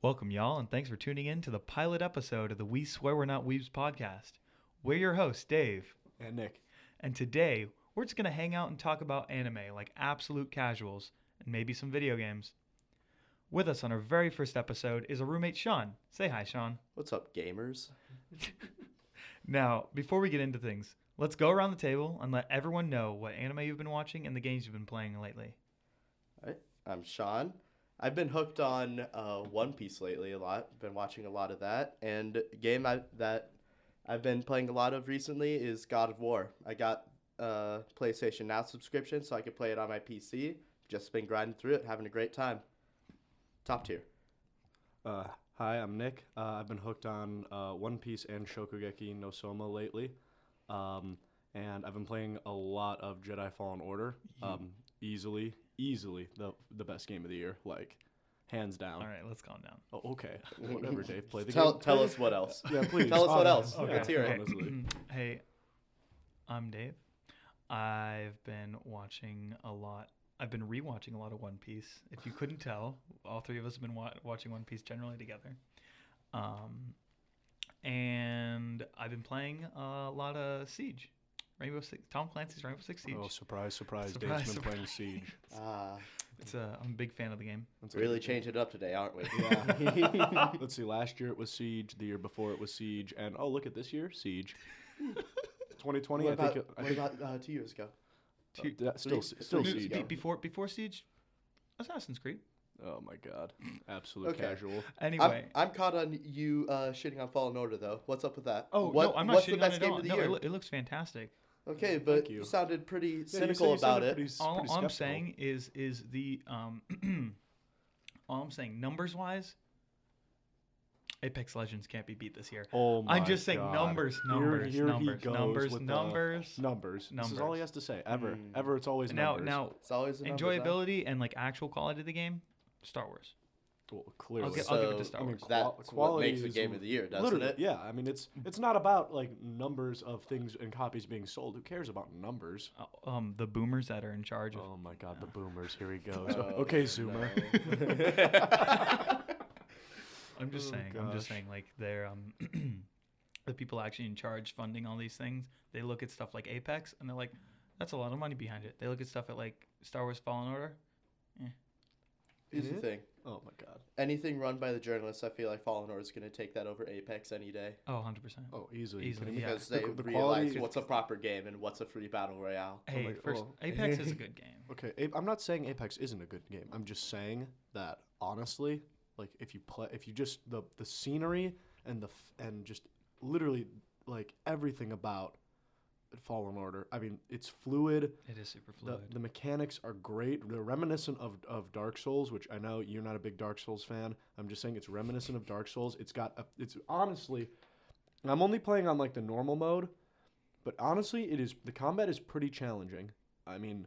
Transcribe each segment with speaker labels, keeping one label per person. Speaker 1: Welcome, y'all, and thanks for tuning in to the pilot episode of the We Swear We're Not Weebs podcast. We're your hosts, Dave,
Speaker 2: And Nick.
Speaker 1: and today we're just going to hang out and talk about anime like absolute casuals and maybe some video games. With us on our very first episode is our roommate, Sean. Say hi, Sean.
Speaker 3: What's up, gamers?
Speaker 1: Now, before we get into things, let's go around the table and let everyone know what anime you've been watching and the games you've been playing lately.
Speaker 3: I'm Sean. I've been hooked on uh, One Piece lately a lot. Been watching a lot of that. And a game I, that I've been playing a lot of recently is God of War. I got a PlayStation Now subscription so I could play it on my PC. Just been grinding through it, having a great time. Top tier.
Speaker 2: Uh, hi, I'm Nick. Uh, I've been hooked on uh, One Piece and Shokugeki no Soma lately. Um, and I've been playing a lot of Jedi Fallen Order. Um, easily, easily the, the best game of the year. Like, hands down.
Speaker 1: All right, let's calm down.
Speaker 2: Oh, okay. Whatever, Dave. Play the
Speaker 3: Tell,
Speaker 2: game.
Speaker 3: tell us what else.
Speaker 2: Yeah, please. Oh,
Speaker 3: Tell us what else.
Speaker 2: Okay.
Speaker 3: Let's hear it.
Speaker 2: Honestly.
Speaker 1: Mm-hmm. hey, I'm Dave. I've been watching a lot. I've been rewatching a lot of One Piece. If you couldn't tell, all three of us have been wa- watching One Piece generally together. Um, and I've been playing a lot of Siege, Rainbow Six, Tom Clancy's Rainbow Six Siege.
Speaker 2: Oh, surprise, surprise.
Speaker 1: Surprise,
Speaker 2: Dave's been playing
Speaker 1: surprise.
Speaker 2: Siege.
Speaker 3: Ah,
Speaker 1: It's a, I'm a big fan of the game.
Speaker 2: That's
Speaker 3: really changing it up today, aren't we?
Speaker 2: Yeah. Let's see. Last year it was Siege. The year before it was Siege. And oh, look at this year, Siege. 2020.
Speaker 3: What
Speaker 2: I think.
Speaker 3: about,
Speaker 2: it- I
Speaker 3: what
Speaker 2: think
Speaker 3: about uh, two years ago?
Speaker 1: Two-
Speaker 2: uh, that- still,
Speaker 3: three-
Speaker 2: still
Speaker 3: three
Speaker 1: Be-
Speaker 3: years
Speaker 2: Siege.
Speaker 3: ago.
Speaker 1: before before Siege, Assassin's Creed.
Speaker 2: Oh my God. Absolute
Speaker 3: Okay.
Speaker 2: casual.
Speaker 1: Anyway,
Speaker 3: I'm, I'm caught on you uh, shitting on Fallen Order though. What's up with that?
Speaker 1: oh
Speaker 3: What-
Speaker 1: no, I'm not
Speaker 3: what's
Speaker 1: shitting
Speaker 3: the
Speaker 1: on it at
Speaker 3: best game
Speaker 1: all.
Speaker 3: of the
Speaker 1: No,
Speaker 3: year?
Speaker 1: it, loo- it looks fantastic.
Speaker 3: okay,
Speaker 2: Thank
Speaker 3: but
Speaker 2: you.
Speaker 3: you. sounded pretty cynical about it.
Speaker 1: all, all I'm saying is is the um all I'm saying numbers wise Apex Legends can't be beat this year.
Speaker 2: Oh my
Speaker 1: I'm just saying
Speaker 2: God.
Speaker 1: numbers,
Speaker 2: Here-
Speaker 1: numbers,
Speaker 2: here he
Speaker 1: numbers,
Speaker 2: goes
Speaker 1: numbers,
Speaker 2: with the
Speaker 1: numbers.
Speaker 2: numbers. This is all
Speaker 1: Numbers.
Speaker 2: he has to say. Ever,
Speaker 3: Mm.
Speaker 2: ever. It's always
Speaker 1: now
Speaker 2: numbers.
Speaker 1: now
Speaker 3: It's always the numbers, huh?
Speaker 1: enjoyability and like actual quality of the game, Star Wars.
Speaker 2: well, clearly.
Speaker 1: I'll get- I'll give it to
Speaker 3: So,
Speaker 1: Star
Speaker 2: uh, I mean,
Speaker 1: Wars.
Speaker 2: qua-
Speaker 3: That's what
Speaker 2: quality
Speaker 3: makes the
Speaker 2: is
Speaker 3: game of the year, doesn't
Speaker 2: Literally,
Speaker 3: it?
Speaker 2: yeah. I mean, it's it's not about like numbers of things and copies being sold. Who cares about numbers?
Speaker 1: Uh, Um, the boomers that are in charge of
Speaker 2: Oh my God, the boomers! Here he goes.
Speaker 3: Oh,
Speaker 2: okay, Zoomer.
Speaker 3: no.
Speaker 1: I'm just
Speaker 2: Oh,
Speaker 1: saying. I'm just
Speaker 2: gosh.
Speaker 1: saying. Like they're um, the people actually in charge funding all these things. They look at stuff like Apex and they're like, "That's a lot of money behind it." They look at stuff at like Star Wars Fallen Order.
Speaker 3: Here's
Speaker 2: Mhm.
Speaker 3: the thing.
Speaker 2: Oh my God.
Speaker 3: Anything run by the journalists, I feel like Fallen Order is going to take that over Apex any day
Speaker 1: Oh, 100 percent.
Speaker 2: Oh, easily.
Speaker 1: Easily,
Speaker 2: Easily.
Speaker 1: yeah.
Speaker 3: because
Speaker 2: The-
Speaker 3: they
Speaker 2: the
Speaker 3: realize
Speaker 2: quality-
Speaker 3: what's a proper game and what's a free battle royale.
Speaker 1: Hey,
Speaker 2: my-
Speaker 1: first,
Speaker 2: oh.
Speaker 1: Apex is a good game.
Speaker 2: Okay, A- I'm not saying Apex isn't a good game. I'm just saying that honestly, like if you play, if you just the the scenery and the f- and just literally like everything about Fallen Order. I mean, it's fluid.
Speaker 1: It is super
Speaker 2: The,
Speaker 1: fluid.
Speaker 2: the mechanics are great. They're reminiscent of, of Dark Souls, which I know you're not a big Dark Souls fan. I'm just saying it's reminiscent of Dark Souls. It's got a, it's honestly, and I'm only playing on like the normal mode, but honestly, it is the combat is pretty challenging. I mean,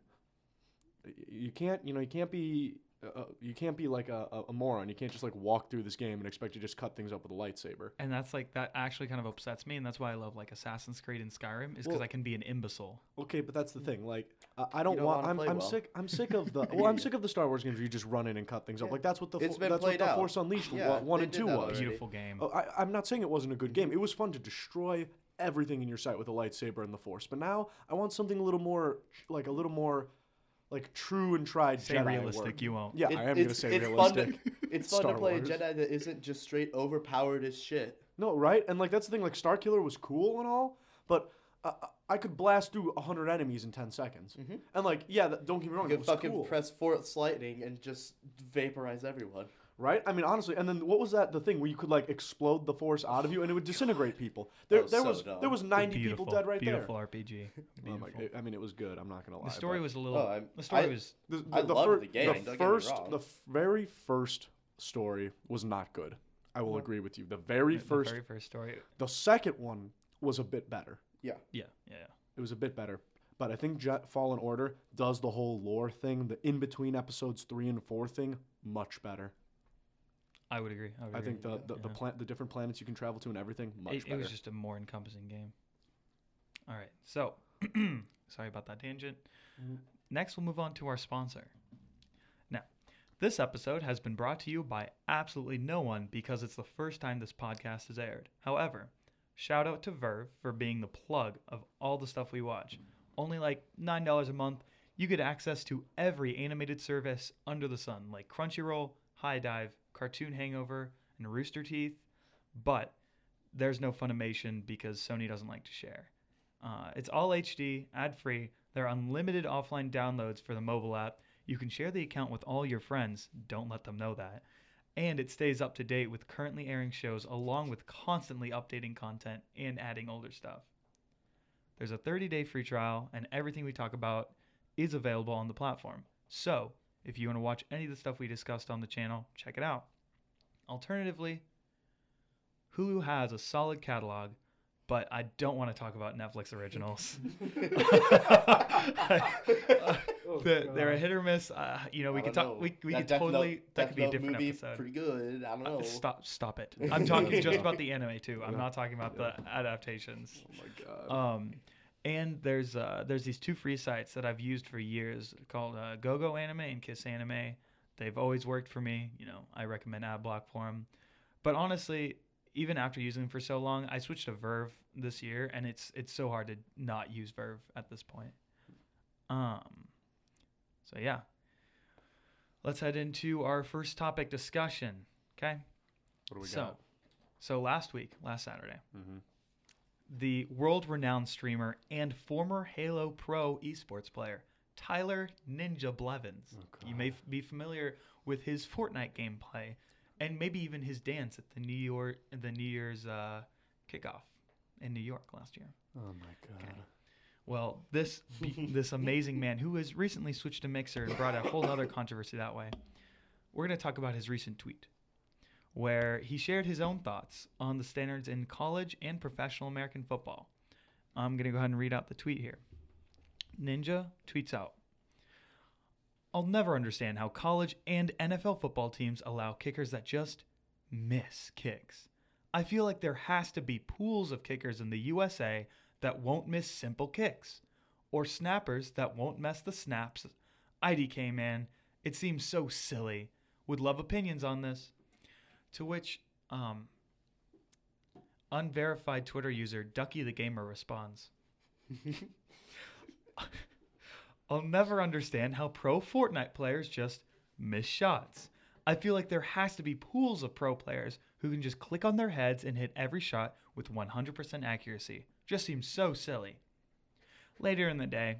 Speaker 2: y- you can't you know you can't be uh, you can't be like a, a- a moron. You can't just like walk through this game and expect to just cut things up with a lightsaber.
Speaker 1: and that's like that actually kind of upsets me, and that's why I love like Assassin's Creed and Skyrim is because
Speaker 2: Well-
Speaker 1: I can be an imbecile.
Speaker 2: Okay, but that's the thing. Like, I, I don't,
Speaker 3: Mm. don't
Speaker 2: want.
Speaker 3: wanna
Speaker 2: I'm,
Speaker 3: play
Speaker 2: I'm
Speaker 3: well.
Speaker 2: sick. I'm sick of the.
Speaker 3: I
Speaker 2: Well, I'm
Speaker 3: hear
Speaker 2: sick of the Star Wars games where you just run in and cut things up.
Speaker 3: Yeah.
Speaker 2: Like that's what the.
Speaker 3: It's
Speaker 2: fo-
Speaker 3: been
Speaker 2: that's what
Speaker 3: played
Speaker 2: the
Speaker 3: out.
Speaker 2: Force Unleashed
Speaker 3: Yeah,
Speaker 2: wa- one
Speaker 3: they
Speaker 2: and
Speaker 3: did
Speaker 2: two
Speaker 3: that
Speaker 2: was.
Speaker 3: already.
Speaker 1: Beautiful game.
Speaker 2: Oh, I, I'm not saying it wasn't a good game. It was fun to destroy everything in your sight with a lightsaber and the Force. But now I want something a little more, like a little more, like true and tried
Speaker 1: Say
Speaker 2: Jedi
Speaker 1: realistic,
Speaker 2: work.
Speaker 1: you won't.
Speaker 2: Yeah,
Speaker 3: It-
Speaker 2: I am gonna
Speaker 3: it's-
Speaker 2: say
Speaker 3: it's fun to-
Speaker 2: realistic.
Speaker 3: It's fun
Speaker 2: Star
Speaker 3: to play
Speaker 2: Wars.
Speaker 3: a Jedi that isn't just straight overpowered as shit.
Speaker 2: No, right? And like that's the thing. Like Star Killer was cool and all, but uh, I could blast through hundred enemies in ten seconds. And like, yeah, that, don't
Speaker 1: Oh,
Speaker 2: get me wrong,
Speaker 3: Mm-hmm. You
Speaker 2: it
Speaker 3: can
Speaker 2: was
Speaker 3: fucking
Speaker 2: cool,
Speaker 3: press force lightning and just vaporize everyone.
Speaker 2: right? I mean, honestly. And then what was that? The thing where you could like explode the force out of you and it would disintegrate people. There,
Speaker 3: was
Speaker 2: there
Speaker 3: so
Speaker 2: was
Speaker 3: dumb.
Speaker 2: there was ninety
Speaker 1: beautiful,
Speaker 2: people dead right
Speaker 1: beautiful
Speaker 2: there.
Speaker 1: RPG.
Speaker 2: Oh my-
Speaker 1: Beautiful.
Speaker 2: I- I mean, it was good. I'm not gonna lie.
Speaker 1: the story
Speaker 2: but
Speaker 1: was a little.
Speaker 3: Oh, I'm-
Speaker 1: the story
Speaker 3: I-
Speaker 1: was
Speaker 2: The,
Speaker 3: I loved
Speaker 2: fir-
Speaker 3: the game, don't get me
Speaker 2: first,
Speaker 3: wrong.
Speaker 2: the f- very first story was not good. I will agree with you. The very
Speaker 1: the
Speaker 2: first,
Speaker 1: very first story.
Speaker 2: the second one was a bit better.
Speaker 3: Yeah.
Speaker 1: Yeah, yeah. yeah.
Speaker 2: it was a bit better. But I think Jet Fallen Order does the whole lore thing, the in between episodes three and four thing, much better.
Speaker 1: I would agree. I, would
Speaker 2: I
Speaker 1: agree.
Speaker 2: think the the, the,
Speaker 1: Yeah.
Speaker 2: pla- the different planets you can travel to and everything, much
Speaker 1: it, it
Speaker 2: better.
Speaker 1: was just a more encompassing game. All right. So, sorry about that tangent. Next, we'll move on to our sponsor. Now, This episode has been brought to you by absolutely no one because it's the first time this podcast has aired. However, shout out to Verve for being the plug of all the stuff we watch. Only like $9 a month, you get access to every animated service under the sun, like Crunchyroll, High Dive, Cartoon Hangover, and Rooster Teeth. But there's no Funimation because Sony doesn't like to share. Uh, it's all HD, ad free. There are unlimited offline downloads for the mobile app. You can share the account with all your friends. Don't let them know that. And it stays up to date with currently airing shows, along with constantly updating content and adding older stuff. There's a 30 day free trial, and everything we talk about is available on the platform. So, if you want to watch any of the stuff we discussed on the channel, check it out. Alternatively, Hulu has a solid catalog, but I don't want to talk about Netflix originals. The- they're a hit or miss. Uh, you know, we
Speaker 3: Oh, I
Speaker 1: could
Speaker 3: don't
Speaker 1: talk.
Speaker 3: know.
Speaker 1: We, we
Speaker 3: That
Speaker 1: could
Speaker 3: Death
Speaker 1: totally.
Speaker 3: Note-
Speaker 1: that
Speaker 3: Death
Speaker 1: could be a
Speaker 3: Note
Speaker 1: different
Speaker 3: movie,
Speaker 1: episode.
Speaker 3: Pretty good. I don't
Speaker 1: Uh,
Speaker 3: know.
Speaker 1: stop! Stop it. I'm talking just about the anime too. I'm
Speaker 2: Yeah.
Speaker 1: not talking about the adaptations.
Speaker 2: Oh
Speaker 1: Um, and there's uh, there's these two free sites that I've used for years called uh, GoGo Anime and Kiss Anime. They've always worked for me. You know, I recommend AdBlock for them. But honestly, even after using them for so long, I switched to Verve this year, and it's it's so hard to not use Verve at this point. Um, so yeah, let's head into our first topic discussion. Okay,
Speaker 2: What do we
Speaker 1: so
Speaker 2: got?
Speaker 1: so last week, last Saturday
Speaker 2: Mm-hmm.
Speaker 1: the world renowned streamer and former Halo Pro esports player, Tyler Ninja Blevins.
Speaker 2: Oh,
Speaker 1: you may f- be familiar with his Fortnite gameplay and maybe even his dance at the New York the New Year's uh, kickoff in New York last year.
Speaker 2: Oh my god.
Speaker 1: Uh, Well, this be- this amazing man who has recently switched to Mixer and brought a whole other controversy that way. We're going to talk about his recent tweet, where he shared his own thoughts on the standards in college and professional American football. I'm going to go ahead and read out the tweet here. Ninja tweets out. I'll never understand how college and NFL football teams allow kickers that just miss kicks. I feel like there has to be pools of kickers in the USA that won't miss simple kicks or snappers that won't mess the snaps. IDK, man, it seems so silly. Would love opinions on this. To which, um, unverified Twitter user Ducky the Gamer responds I'll never understand how pro Fortnite players just miss shots. I feel like there has to be pools of pro players who can just click on their heads and hit every shot with 100% accuracy. Just seems so silly. Later in the day,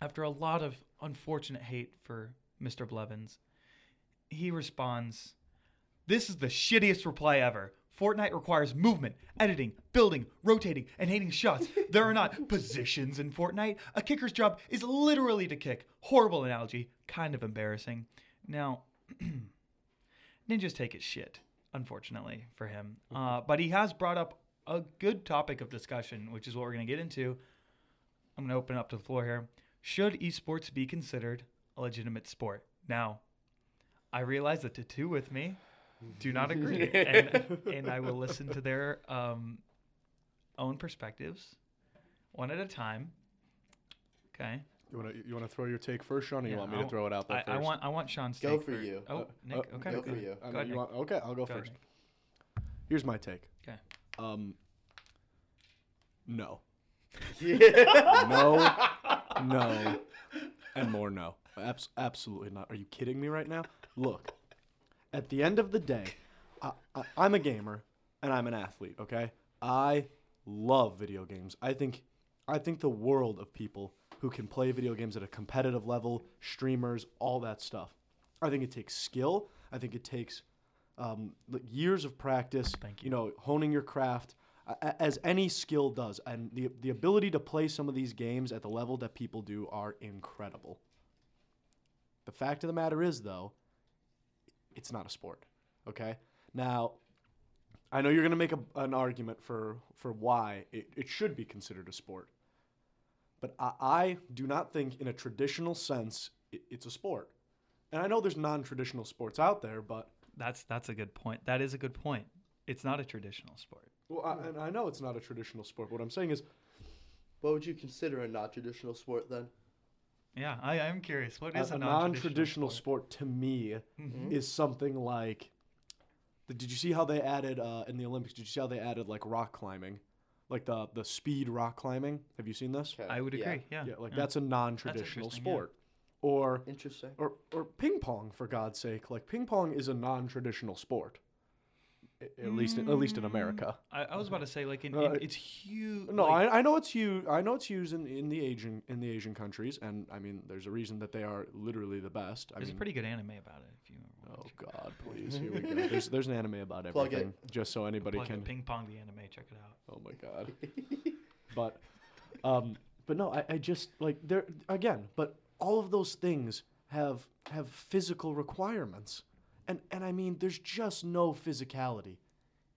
Speaker 1: after a lot of unfortunate hate for Mr. Blevins, he responds, This is the shittiest reply ever. Fortnite requires movement, editing, building, rotating, and hitting shots. There are not positions in Fortnite. A kicker's job is literally to kick. Horrible analogy, kind of embarrassing. Now, ninjas take his shit, unfortunately for him. Uh, but he has brought up a good topic of discussion, which is what we're going to get into. I'm going to open up to the floor here. Should esports be considered a legitimate sport? Now, I realize that the two with me do not agree, and, and I will listen to their um, own perspectives one at a time. Okay.
Speaker 2: You want to you want to throw your take first, Sean, or you
Speaker 1: Yeah,
Speaker 2: want me to
Speaker 1: I'll-
Speaker 2: throw it out there
Speaker 1: I,
Speaker 2: first?
Speaker 1: I want I want Sean's
Speaker 3: Go
Speaker 1: take
Speaker 3: for
Speaker 1: first.
Speaker 3: you.
Speaker 1: Oh,
Speaker 3: Uh,
Speaker 1: Nick.
Speaker 2: Uh,
Speaker 1: okay.
Speaker 3: go
Speaker 1: okay.
Speaker 3: for you.
Speaker 2: I
Speaker 1: Go
Speaker 2: know
Speaker 1: ahead,
Speaker 2: you
Speaker 1: Nick.
Speaker 2: want- okay, I'll go,
Speaker 1: Go ahead,
Speaker 2: first. Here's my take.
Speaker 1: 'Kay.
Speaker 2: Um. No.
Speaker 3: Yeah.
Speaker 2: No. no. And more no. Abs- absolutely not. Are you kidding me right now? Look, at the end of the day, I, I, I'm a gamer and I'm an athlete. Okay, I love video games. I think I think the world of people who can play video games at a competitive level, streamers, all that stuff. I think it takes skill. I think it takes um, like years of practice.
Speaker 1: Thank
Speaker 2: you know, honing your craft a- a- as any skill does, and the the ability to play some of these games at the level that people do are incredible. The fact of the matter is, though, it's not a sport. Okay. Now, I know you're going to make a, an argument for for why it, it should be considered a sport, but I, I do not think, in a traditional sense, it, it's a sport. And I know there's non-traditional sports out there, but
Speaker 1: That's that's a good point. That is a good point. It's not a traditional sport.
Speaker 2: well, I, and I know it's not a traditional sport. What I'm saying is,
Speaker 3: what would you consider a non-traditional sport then?
Speaker 1: Yeah, I, I'm curious. What
Speaker 2: A,
Speaker 1: is a,
Speaker 2: a
Speaker 1: non-traditional,
Speaker 2: non-traditional mm-hmm. sport to me
Speaker 1: Mhm.
Speaker 2: is something like. the- Did you see how they added uh, in the Olympics? Did you see how they added like rock climbing, like the the speed rock climbing? Have you seen this?
Speaker 3: Okay,
Speaker 1: I would
Speaker 3: yeah.
Speaker 1: agree. Yeah. Mm.
Speaker 2: Yeah, like that's a non-traditional
Speaker 1: interesting, yeah.
Speaker 2: sport, or
Speaker 3: Interesting.
Speaker 2: or or ping pong for God's sake. Like ping pong is a non-traditional sport, A- at least at least in
Speaker 1: Mm,
Speaker 2: America.
Speaker 1: I, I was about to say like in,
Speaker 2: No,
Speaker 1: in-
Speaker 2: it-
Speaker 1: it's huge.
Speaker 2: Uh, No, I, I know it's used. I know it's used in, in the Asian in the Asian countries, and I mean, there's a reason that they are literally the best. I
Speaker 1: there's
Speaker 2: mean,
Speaker 1: a pretty good anime about it. If you
Speaker 2: oh
Speaker 1: want
Speaker 2: God, please, here we go. There's there's an anime about
Speaker 3: Plug it.
Speaker 2: everything, just so anybody
Speaker 1: plug in
Speaker 2: can.
Speaker 1: ping pong the anime, check it out.
Speaker 2: Oh my God, but, um, but no, I, I just like there again. But all of those things have have physical requirements, and and I mean, there's just no physicality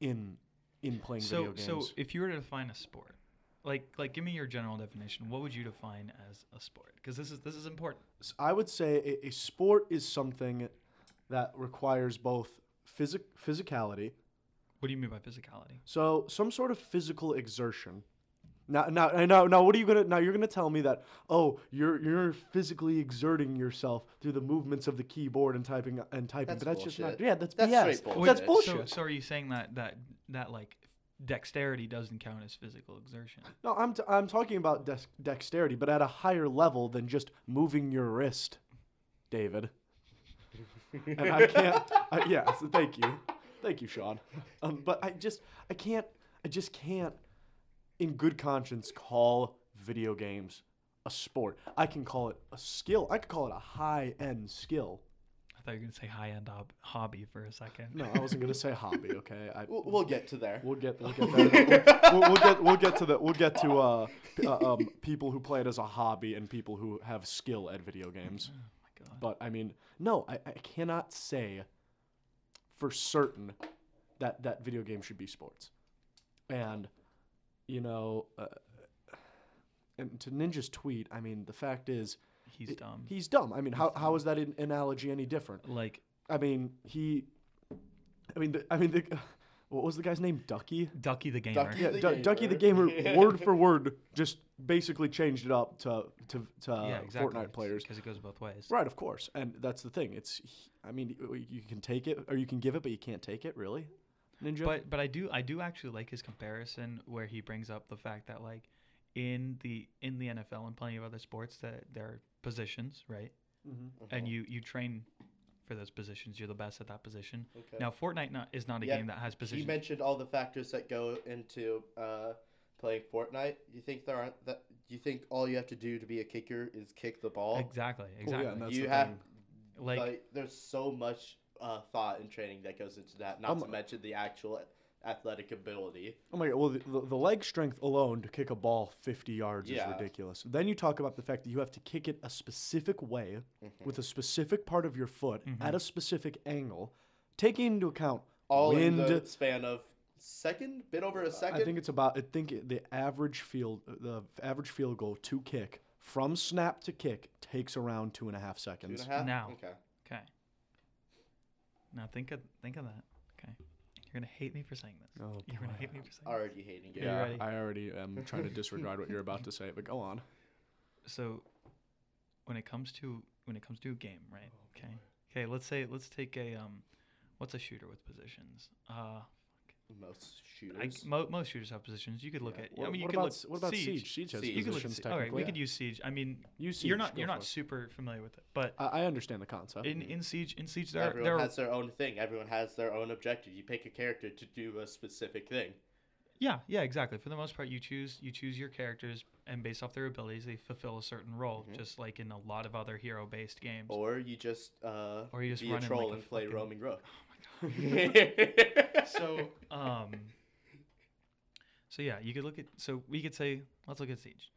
Speaker 2: in in playing
Speaker 1: So
Speaker 2: video
Speaker 1: so
Speaker 2: games.
Speaker 1: if you were to define a sport, like like give me your general definition. What would you define as a sport? Because this is this is important.
Speaker 2: s- I would say a, a sport is something that requires both physic physicality,
Speaker 1: What do you mean by physicality?
Speaker 2: so some sort of physical exertion. Now, now, I know- now, what are you gonna? Now you're gonna tell me that oh, you're you're physically exerting yourself through the movements of the keyboard and typing and typing,
Speaker 3: That's
Speaker 2: but that's just not.
Speaker 3: bullshit.
Speaker 2: Yeah, that's
Speaker 3: That's
Speaker 2: BS.
Speaker 3: straight
Speaker 2: That's
Speaker 3: bullshit.
Speaker 1: So,
Speaker 2: bullshit.
Speaker 1: so are you saying that that that like dexterity doesn't count as physical exertion?
Speaker 2: No, I'm t- I'm talking about dex dexterity, but at a higher level than just moving your wrist, David. and I can't. I, yeah, so thank you, thank you, Sean. Um, but I just I can't I just can't, in good conscience, call video games a sport. I can call it a skill. I could call it a high end skill.
Speaker 1: I thought you were gonna say high end ob- hobby for a second. Oh
Speaker 2: No, I wasn't gonna say hobby. Okay, I,
Speaker 3: We'll, we'll get to there.
Speaker 2: We'll get we'll get there. we'll, we'll, we'll get we'll get to the we'll get to uh, p- uh um, people who play it as a hobby and people who have skill at video games.
Speaker 1: Oh my god.
Speaker 2: But I mean, no, I, I cannot say for certain that that video games should be sports. And you know, uh, and to Ninja's tweet, I mean, the fact is
Speaker 1: He's dumb.
Speaker 2: he's dumb. I mean, how, how is that an analogy any different?
Speaker 1: like
Speaker 2: I mean, he, I mean, the, I mean, the, what was the guy's name? Ducky.
Speaker 1: Ducky the gamer.
Speaker 3: Ducky
Speaker 2: Yeah,
Speaker 3: the
Speaker 2: Du- Ducky the Gamer, word for word, just basically changed it up to to, to uh, Fortnite players.
Speaker 1: because it goes both ways.
Speaker 2: Right, of course, and that's the thing. It's, I mean, you- you can take it or you can give it, but you can't take it, really. Ninja.
Speaker 1: But but I do I do actually like his comparison where he brings up the fact that like in the in the NFL and plenty of other sports that there are positions right
Speaker 2: Mhm.
Speaker 1: and you you train for those positions you're the best at that position.
Speaker 3: Okay.
Speaker 1: Now Fortnite not, is not a
Speaker 3: Yeah,
Speaker 1: game that has
Speaker 3: you
Speaker 1: positions.
Speaker 3: mentioned all the factors that go into uh, playing Fortnite. You think there aren't that? You think all you have to do to be a kicker is kick the ball?
Speaker 1: exactly
Speaker 2: Oh,
Speaker 1: exactly.
Speaker 2: and that's
Speaker 3: you
Speaker 2: the
Speaker 3: have
Speaker 2: thing.
Speaker 1: like,
Speaker 3: like, there's so much uh, thought and training that goes into that. Not
Speaker 2: Um,
Speaker 3: to mention the actual athletic ability.
Speaker 2: oh my god! Well, the, the, the leg strength alone to kick a ball fifty yards
Speaker 3: Yeah.
Speaker 2: is ridiculous. Then you talk about the fact that you have to kick it a specific way
Speaker 3: Mm-hmm.
Speaker 2: with a specific part of your foot at a specific angle, taking into account
Speaker 3: All
Speaker 2: wind,
Speaker 3: in the span of second, bit over a second.
Speaker 2: I think it's about. I think it- the average field, the average field goal to kick from snap to kick takes around two and a half
Speaker 3: two and
Speaker 2: seconds.
Speaker 3: a half.
Speaker 1: Now.
Speaker 3: Okay.
Speaker 1: okay. Now think of think of that. Okay. You're gonna hate me for saying this.
Speaker 2: Oh,
Speaker 1: you're gonna hate me for saying. this.
Speaker 3: Already hating
Speaker 1: Yeah.
Speaker 3: it.
Speaker 2: Yeah,
Speaker 1: ready?
Speaker 2: I already am trying to disregard what you're about to say, but go on.
Speaker 1: so when it comes to when it comes to a game, right? okay. Okay, let's say let's take a um what's a shooter with positions? Uh
Speaker 3: Most
Speaker 1: I,
Speaker 3: shooters.
Speaker 1: mo- most shooters have positions. You could look at
Speaker 2: What,
Speaker 1: I mean you
Speaker 2: what
Speaker 1: could
Speaker 2: about
Speaker 1: look
Speaker 2: S- what about Siege?
Speaker 1: Siege.
Speaker 2: Siege has
Speaker 3: Siege.
Speaker 1: You could look at
Speaker 2: positions
Speaker 1: Siege. All
Speaker 2: technically.
Speaker 1: right, we
Speaker 2: Yeah.
Speaker 1: could use Siege. I mean
Speaker 2: You
Speaker 1: you're
Speaker 2: Siege,
Speaker 1: not
Speaker 2: go
Speaker 1: you're
Speaker 2: for
Speaker 1: not
Speaker 2: it. Uh,
Speaker 1: super familiar with it, but
Speaker 2: I, I understand the concept.
Speaker 1: in, in Siege in Siege there are,
Speaker 3: Everyone
Speaker 1: there are
Speaker 3: has their own thing. Everyone has their own objective. You pick a character to do a specific thing.
Speaker 1: Yeah, yeah, exactly. For the most part, you choose you choose your characters, and based off their abilities, they fulfill a certain role,
Speaker 3: Mm-hmm.
Speaker 1: just like in a lot of other hero-based games.
Speaker 3: Or you just uh
Speaker 1: Or you just
Speaker 3: Oh, be a
Speaker 1: run in
Speaker 3: troll
Speaker 1: like a
Speaker 3: and play
Speaker 1: fucking-
Speaker 3: roaming rook. Oh
Speaker 1: so um so yeah you could look at so we could say let's look at siege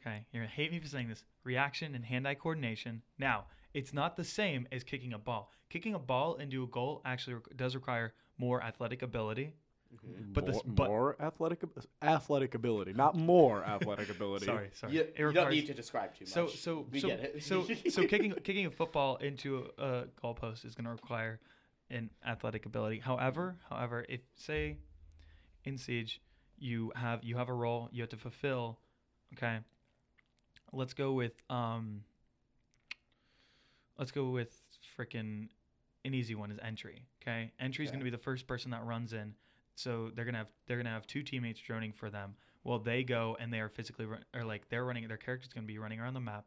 Speaker 1: okay you're gonna hate me for saying this reaction and hand-eye coordination now it's not the same as kicking a ball kicking a ball into a goal actually req- does require more athletic ability but
Speaker 2: more,
Speaker 1: this- but-
Speaker 2: more athletic ab- athletic ability, not more athletic ability.
Speaker 1: sorry sorry
Speaker 3: you,
Speaker 1: It
Speaker 3: you don't
Speaker 1: requires-
Speaker 3: need to describe too much.
Speaker 1: so so
Speaker 3: we
Speaker 1: so,
Speaker 3: get it.
Speaker 1: so so kicking kicking a football into a, a goalpost is going to require an athletic ability. However, however, if say in siege you have you have a role you have to fulfill, okay. Let's go with um Let's go with freaking an easy one is entry. Okay, entry's
Speaker 3: Okay.
Speaker 1: going to be the first person that runs in. So they're gonna have they're gonna have two teammates droning for them. Well, they go and they are physically run, or like they're running. Their character's gonna be running around the map,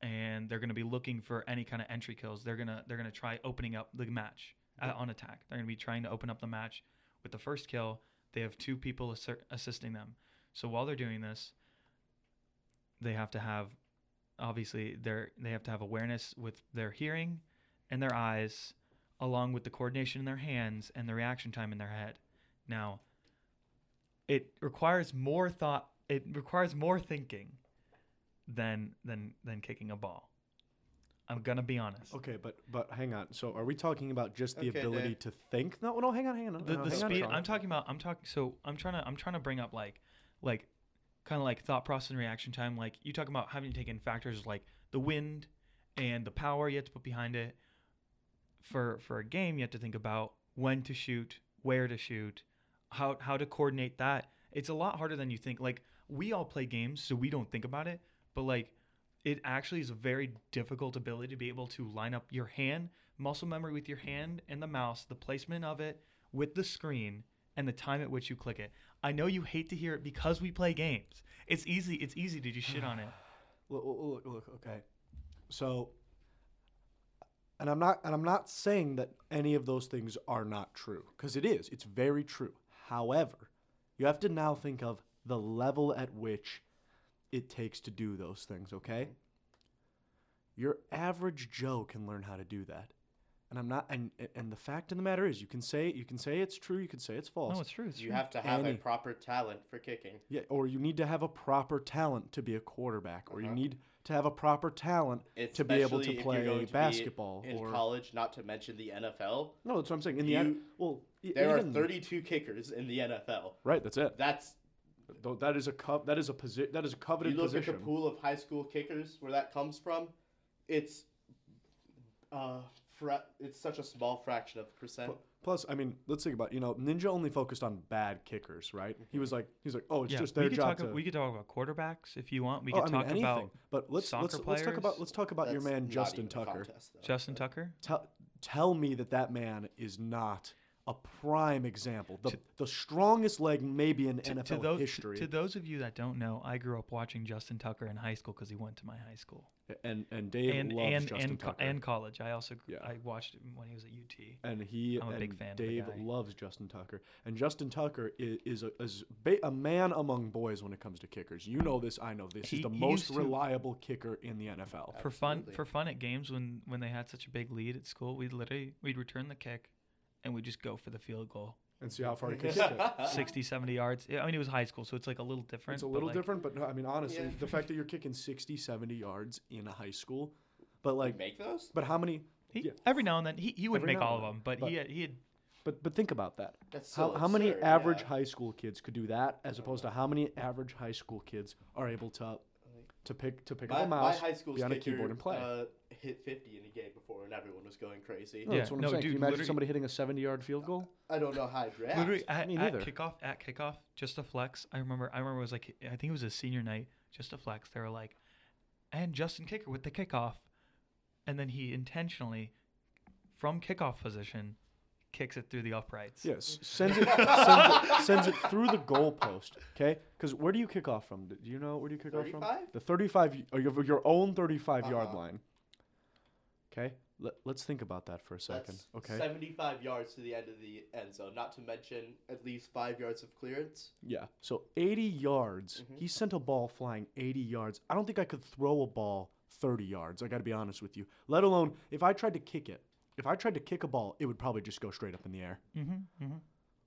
Speaker 1: and they're gonna be looking for any kind of entry kills. They're gonna they're gonna try opening up the match uh, on attack. They're gonna be trying to open up the match with the first kill. They have two people assir- assisting them. So while they're doing this, they have to have obviously they're they have to have awareness with their hearing and their eyes along with the coordination in their hands and the reaction time in their head now it requires more thought it requires more thinking than than than kicking a ball i'm gonna be honest
Speaker 2: Okay, but but hang on. So are we talking about just the
Speaker 3: Okay,
Speaker 2: ability
Speaker 3: Dave.
Speaker 2: to think? No, no, hang on, hang on. no,
Speaker 1: the,
Speaker 2: no,
Speaker 1: the
Speaker 2: hang on,
Speaker 1: speed
Speaker 2: Sean.
Speaker 1: i'm talking about i'm talking so i'm trying to i'm trying to bring up like like kind of like thought process and reaction time like you talk about having to take in factors like the wind and the power you have to put behind it for for a game you have to think about when to shoot where to shoot how how to coordinate that it's a lot harder than you think like we all play games so we don't think about it but like it actually is a very difficult ability to be able to line up your hand muscle memory with your hand and the mouse the placement of it with the screen and the time at which you click it i know you hate to hear it because we play games it's easy it's easy to just shit on it
Speaker 2: Look, look, look, look, okay. So, and I'm not, and I'm not saying that any of those things are not true, because it is. It's very true. However, you have to now think of the level at which it takes to do those things. Okay. Your average Joe can learn how to do that, and I'm not. And and the fact of the matter is, you can say you can say it's true, you can say it's false.
Speaker 1: no it's true it's
Speaker 3: You
Speaker 1: true.
Speaker 3: have to have
Speaker 2: Any.
Speaker 3: a proper talent for kicking.
Speaker 2: Yeah, or you need to have a proper talent to be a quarterback, or you
Speaker 3: Uh-huh.
Speaker 2: need to have a proper talent to be able to
Speaker 3: Especially if you're
Speaker 2: play
Speaker 3: going to be
Speaker 2: basketball.
Speaker 3: in
Speaker 2: or
Speaker 3: college, not to mention the NFL.
Speaker 2: no, that's what I'm saying. In the
Speaker 3: You-
Speaker 2: end, well, e-
Speaker 3: There are
Speaker 2: even-
Speaker 3: 32 kickers in the NFL.
Speaker 2: Right, that's it.
Speaker 3: That's
Speaker 2: Though That is a co- that is a posi- that is a coveted
Speaker 3: you look
Speaker 2: position.
Speaker 3: at the pool of high school kickers where that comes from. It's uh, fra- it's such a small fraction of a percent.
Speaker 2: Plus, I mean, let's think about it, you know, Ninja only focused on bad kickers, right? He
Speaker 3: Mm-hmm.
Speaker 2: was like, he's like, oh, it's
Speaker 1: yeah,
Speaker 2: just
Speaker 1: we
Speaker 2: their
Speaker 1: could
Speaker 2: job
Speaker 1: talk.
Speaker 2: to.
Speaker 1: We could talk about quarterbacks if you want. We
Speaker 2: oh,
Speaker 1: could
Speaker 2: I mean,
Speaker 1: talk
Speaker 2: anything.
Speaker 1: about
Speaker 2: but let's
Speaker 1: soccer
Speaker 2: let's let's talk about
Speaker 1: players.
Speaker 2: let's talk about your
Speaker 3: That's
Speaker 2: man
Speaker 3: not
Speaker 2: Justin
Speaker 3: even a
Speaker 2: Tucker.
Speaker 3: contest, though.
Speaker 1: Justin Tucker.
Speaker 2: tell tell me that that man is not a prime example. The the strongest leg maybe in NFL
Speaker 1: to those,
Speaker 2: history.
Speaker 1: To those of you that don't know, I grew up watching Justin Tucker in high school because he went to my high school
Speaker 2: and and Dave
Speaker 1: and
Speaker 2: loves
Speaker 1: and
Speaker 2: Justin
Speaker 1: and, co-
Speaker 2: Tucker.
Speaker 1: and college. I also gr-
Speaker 2: Yeah.
Speaker 1: I watched him when he was at UT.
Speaker 2: and he
Speaker 1: I'm a
Speaker 2: and
Speaker 1: big fan of the
Speaker 2: Dave
Speaker 1: guy.
Speaker 2: loves Justin Tucker. And Justin Tucker is, is, a, is ba- a man among boys when it comes to kickers. You know this, I know this. He's
Speaker 1: He-
Speaker 2: the
Speaker 1: he
Speaker 2: most
Speaker 1: used to-
Speaker 2: reliable kicker in the NFL.
Speaker 1: For fun,
Speaker 3: Absolutely.
Speaker 1: for fun at games when when they had such a big lead at school, we'd literally we'd return the kick, and we'd just go for the field goal,
Speaker 2: And see how far he can kick it.
Speaker 1: 60, 70 yards. Yeah, I mean, it was high school, so it's like a little different.
Speaker 2: Uh-huh. It's a
Speaker 1: but,
Speaker 2: little
Speaker 1: like,
Speaker 2: different, but no, I mean honestly,
Speaker 3: Yeah.
Speaker 2: the fact that you're kicking 60, 70 yards in a high school, but
Speaker 3: like
Speaker 2: like
Speaker 3: make those?
Speaker 2: but how many
Speaker 1: He,
Speaker 2: yeah.
Speaker 1: Every now and then, he, he would
Speaker 2: Every
Speaker 1: make
Speaker 2: now
Speaker 1: all of
Speaker 2: and
Speaker 1: them, but, he had, he had
Speaker 2: But but think about that.
Speaker 3: That's so
Speaker 2: how how many
Speaker 3: absurd,
Speaker 2: average
Speaker 3: yeah.
Speaker 2: high school kids could do that, as opposed to how many average high school kids are able to to pick to pick
Speaker 3: My,
Speaker 2: up a
Speaker 3: my
Speaker 2: mouse,
Speaker 3: high school
Speaker 2: be on a
Speaker 3: kicker,
Speaker 2: keyboard and play.
Speaker 3: Uh, hit 50 in a game before, and everyone was going crazy.
Speaker 2: no,
Speaker 1: Yeah,
Speaker 2: that's what I'm
Speaker 1: no, dude,
Speaker 2: saying. Can you imagine
Speaker 1: literally-
Speaker 2: somebody hitting a 70-yard field goal?
Speaker 3: I don't know how I react.
Speaker 1: Literally at,
Speaker 2: Me
Speaker 1: at
Speaker 2: neither.
Speaker 1: kickoff, at kickoff, just a flex. I remember, I remember it was like, I think it was a senior night, just a flex. They were like, and Justin Kicker with the kickoff, and then he intentionally, from kickoff position, kicks it through the uprights.
Speaker 2: Yes, sends it, sends it sends it through the goalpost. Okay, because where do you kick off from? Do you know where do you kick off from?
Speaker 3: 35?
Speaker 2: The 35 y- or your, your own 35 yard
Speaker 3: Uh-huh.
Speaker 2: line. Okay, Let, let's think about that for a second.
Speaker 3: That's
Speaker 2: okay,
Speaker 3: 75 yards to the end of the end zone, not to mention at least five yards of clearance.
Speaker 2: Yeah. So 80 yards.
Speaker 3: Mm-hmm.
Speaker 2: He sent a ball flying 80 yards. I don't think I could throw a ball 30 yards. I got to be honest with you. Let alone if I tried to kick it. If I tried to kick a ball, it would probably just go straight up in the air.
Speaker 1: Mm-hmm, mm-hmm.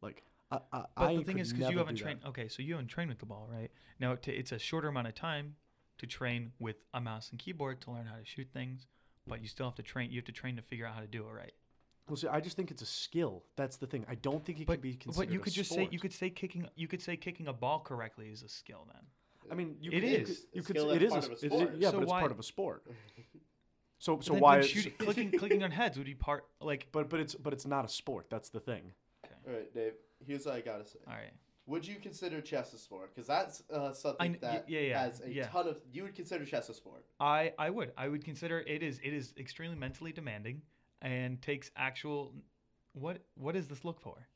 Speaker 2: Like I, I,
Speaker 1: But
Speaker 2: I
Speaker 1: the thing
Speaker 2: could
Speaker 1: is, because
Speaker 2: never
Speaker 1: you haven't
Speaker 2: do that.
Speaker 1: trained. Okay, so you haven't trained with the ball, right? Now it ta it's a shorter amount of time to train with a mouse and keyboard to learn how to shoot things, but you still have to train. You have to train to figure out how to do it right.
Speaker 2: Well, see, I just think it's a skill. That's the thing. I don't think it
Speaker 1: But
Speaker 2: can be considered.
Speaker 1: but you
Speaker 2: a
Speaker 1: could just say you
Speaker 2: sport.
Speaker 1: could say kicking you could say kicking a ball correctly is a skill then.
Speaker 2: I mean, you
Speaker 1: It
Speaker 2: could, you
Speaker 1: is.
Speaker 2: could- You
Speaker 3: A
Speaker 2: could.
Speaker 3: skill
Speaker 2: say- It is.
Speaker 3: that's
Speaker 2: A,
Speaker 3: part of a
Speaker 2: it's-
Speaker 3: sport.
Speaker 2: yeah,
Speaker 1: So
Speaker 2: but it's
Speaker 1: why-
Speaker 2: part of a sport. So, so
Speaker 1: then
Speaker 2: why?
Speaker 1: then
Speaker 2: it's-
Speaker 1: shooting, clicking, clicking on heads would be part like
Speaker 2: But but it's but it's not a sport. That's the thing.
Speaker 3: All right, Dave. Here's what I gotta say.
Speaker 1: all right.
Speaker 3: Would you consider chess a sport? Because that's uh,
Speaker 1: kn-
Speaker 3: something
Speaker 1: y-
Speaker 3: that
Speaker 1: yeah, yeah,
Speaker 3: has a
Speaker 1: yeah.
Speaker 3: ton of. You would consider chess a sport.
Speaker 1: I I would I would consider it is it is extremely mentally demanding and takes actual what what is this look for?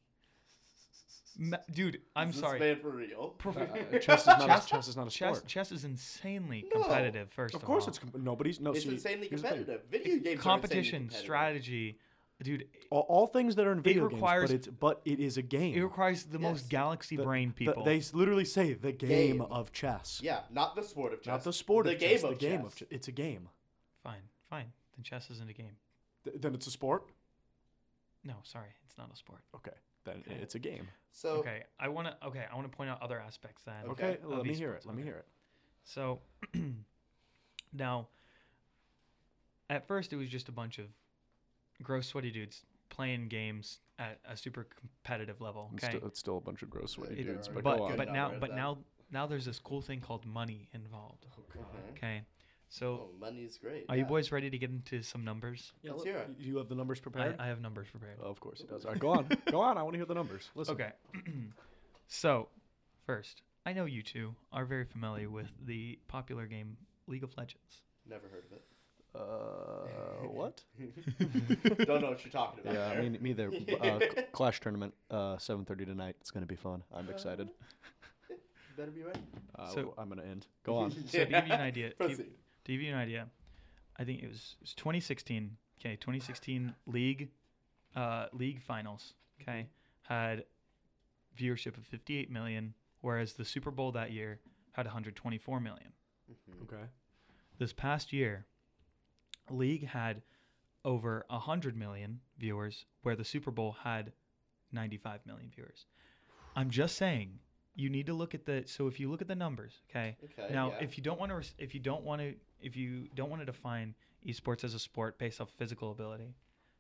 Speaker 1: Me- dude, I'm
Speaker 3: Is this
Speaker 1: sorry.
Speaker 3: Man for real.
Speaker 1: Prof-
Speaker 2: Uh, chess is not
Speaker 1: Chess-
Speaker 2: a, chess is not a
Speaker 1: chess
Speaker 2: sport.
Speaker 1: chess is insanely
Speaker 3: No.
Speaker 1: competitive. First of,
Speaker 2: of course,
Speaker 1: all.
Speaker 2: it's com- nobody's no.
Speaker 3: it's
Speaker 2: see,
Speaker 3: insanely
Speaker 2: here's the thing.
Speaker 3: competitive. Video games are insanely
Speaker 1: competition
Speaker 3: competitive.
Speaker 1: strategy, dude.
Speaker 2: All, all things that are in video
Speaker 1: requires-
Speaker 2: games, but it's but it is a game.
Speaker 1: It requires the
Speaker 3: Yes.
Speaker 1: most galaxy
Speaker 2: The-
Speaker 1: brain
Speaker 2: the-
Speaker 1: people.
Speaker 2: they s- literally say the game,
Speaker 3: Game.
Speaker 2: of chess.
Speaker 3: Yeah, not the sport of chess.
Speaker 2: Not the sport
Speaker 3: The
Speaker 2: of
Speaker 3: game
Speaker 2: chess.
Speaker 3: of
Speaker 2: the game of
Speaker 3: chess.
Speaker 2: chess. It's a game.
Speaker 1: fine, fine. Then chess isn't a game.
Speaker 2: Th- then it's a sport.
Speaker 1: No, sorry, it's not a sport.
Speaker 2: Okay. Then
Speaker 1: Okay.
Speaker 2: it's a game.
Speaker 3: So
Speaker 1: okay, I wanna okay, I wanna point out other aspects then.
Speaker 2: Okay.
Speaker 3: Okay.
Speaker 1: Of
Speaker 2: Let me hear
Speaker 1: esports,
Speaker 2: it. Let me
Speaker 1: okay.
Speaker 2: hear it.
Speaker 1: So now, at first, it was just a bunch of gross, sweaty dudes playing games at a super competitive level.
Speaker 2: It's,
Speaker 1: Okay,
Speaker 2: still, it's still a bunch of gross sweaty
Speaker 1: It-
Speaker 2: dudes, but,
Speaker 1: but
Speaker 2: go on.
Speaker 1: but
Speaker 3: Good
Speaker 1: now
Speaker 3: number,
Speaker 1: but
Speaker 3: that-
Speaker 1: now now there's this cool thing called money involved.
Speaker 2: Oh,
Speaker 3: Mhm.
Speaker 1: Okay, so
Speaker 3: Oh, money's great.
Speaker 1: are you
Speaker 3: yeah.
Speaker 1: boys ready to get into some numbers?
Speaker 2: Yeah,
Speaker 3: Let's
Speaker 2: look,
Speaker 3: hear it.
Speaker 2: You have the numbers
Speaker 1: I,
Speaker 2: prepared.
Speaker 1: I have numbers prepared.
Speaker 2: Oh, of course he does. All right, go on, go on. I want to hear the numbers. Listen.
Speaker 1: Okay, so first, I know you two are very familiar with the popular game League of Legends.
Speaker 3: Never heard of it.
Speaker 2: Uh, what?
Speaker 3: Don't know what you're talking about.
Speaker 2: Yeah, I
Speaker 3: there.
Speaker 2: mean, me either. Uh, C- Clash tournament, uh, 7:30 tonight. It's gonna be fun. I'm excited.
Speaker 3: better be ready.
Speaker 2: Uh,
Speaker 1: Uh, So-
Speaker 2: w- I'm gonna end. Go on.
Speaker 1: So to give you an idea, to,
Speaker 3: Proceed.
Speaker 1: to give you an idea, I think it was, it was 2016. Okay, 2016 league, uh, league finals. Okay, had viewership of 58 million, whereas the Super Bowl that year had 124 million.
Speaker 2: Okay.
Speaker 1: This past year, league had over 100 million viewers, where the Super Bowl had 95 million viewers. I'm just saying, you need to look at the. So if you look at the numbers, okay,
Speaker 2: Uh,
Speaker 3: Okay.
Speaker 1: now,
Speaker 3: yeah.
Speaker 1: if you don't want to, if you don't want to, if you don't want to define esports as a sport based off physical ability,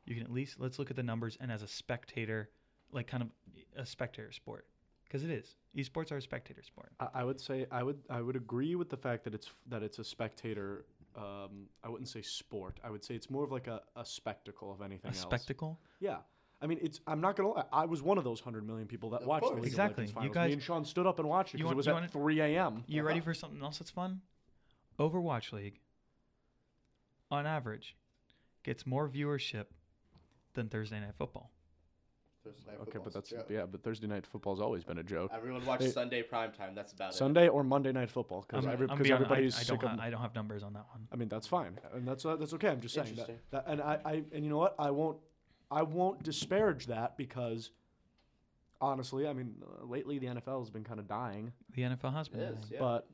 Speaker 1: you can at least let's look at the numbers and as a spectator, like kind of a spectator sport, because it is esports are a spectator sport.
Speaker 2: I, I would say I would I would agree with the fact that it's f- that it's a spectator. Um, I wouldn't say sport. I would say it's more of like a, a spectacle of anything
Speaker 1: A
Speaker 2: else.
Speaker 1: spectacle.
Speaker 2: Yeah. I mean, it's. I'm not gonna lie. I was one of those hundred million people that
Speaker 3: Of
Speaker 2: watched the
Speaker 3: course.
Speaker 2: League
Speaker 1: Exactly.
Speaker 2: of Legends
Speaker 1: You
Speaker 2: finals.
Speaker 1: guys-
Speaker 2: Me and Sean stood up and watched it
Speaker 1: You
Speaker 2: because
Speaker 1: want-
Speaker 2: it was
Speaker 1: you
Speaker 2: at
Speaker 1: wanna-
Speaker 2: 3 a.m.
Speaker 1: You ready
Speaker 3: Uh-huh.
Speaker 1: for something else that's fun? Overwatch League, on average, gets more viewership than Thursday Night Football.
Speaker 3: Thursday night
Speaker 2: Okay,
Speaker 3: football's
Speaker 2: but
Speaker 3: a
Speaker 2: that's
Speaker 3: joke.
Speaker 2: yeah. But Thursday night football's always been a joke.
Speaker 3: Everyone watched
Speaker 2: Hey.
Speaker 3: Sunday prime time. That's about
Speaker 2: Sunday or Monday night football because
Speaker 1: I'm-
Speaker 2: every,
Speaker 1: I'm
Speaker 2: 'cause
Speaker 1: beyond- I-
Speaker 2: everybody's
Speaker 1: I,
Speaker 2: sick
Speaker 1: don't
Speaker 2: of.
Speaker 1: ha- I don't have numbers on that one.
Speaker 2: I mean, that's fine, and that's uh, that's okay. I'm just saying that,
Speaker 3: Interesting.
Speaker 2: that, and I, I and you know what? I won't I won't disparage that because honestly, I mean, uh, lately the NFL has been kind of dying,
Speaker 1: The NFL has
Speaker 3: it.
Speaker 1: been.
Speaker 3: It
Speaker 1: dying.
Speaker 3: is. Yeah.
Speaker 2: but.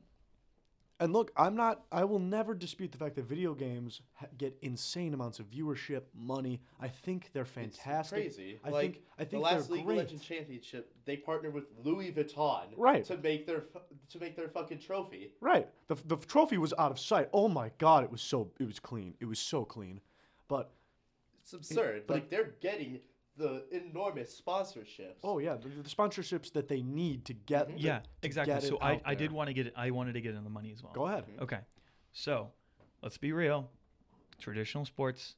Speaker 2: And look, I'm not. I will never dispute the fact that video games ha- get insane amounts of viewership, money. I think they're
Speaker 3: It's
Speaker 2: fantastic.
Speaker 3: crazy.
Speaker 2: I
Speaker 3: like,
Speaker 2: think. I think
Speaker 3: the last
Speaker 2: they're
Speaker 3: League
Speaker 2: great.
Speaker 3: of Legends championship, they partnered with Louis Vuitton
Speaker 2: Right.
Speaker 3: to make their fu- to make their fucking trophy.
Speaker 2: Right. The, f- the f- trophy was out of sight. Oh my god, it was so it was clean. It was so clean. But
Speaker 3: It's absurd.
Speaker 2: but
Speaker 3: like they're getting the enormous sponsorships.
Speaker 2: oh yeah, the, the sponsorships that they need to get. the-
Speaker 1: Yeah,
Speaker 2: to
Speaker 1: exactly.
Speaker 2: get it
Speaker 1: So I,
Speaker 2: out
Speaker 1: I did
Speaker 2: there.
Speaker 1: want to get it. I wanted to get in the money as well.
Speaker 2: Go ahead.
Speaker 1: Okay. So let's be real. Traditional sports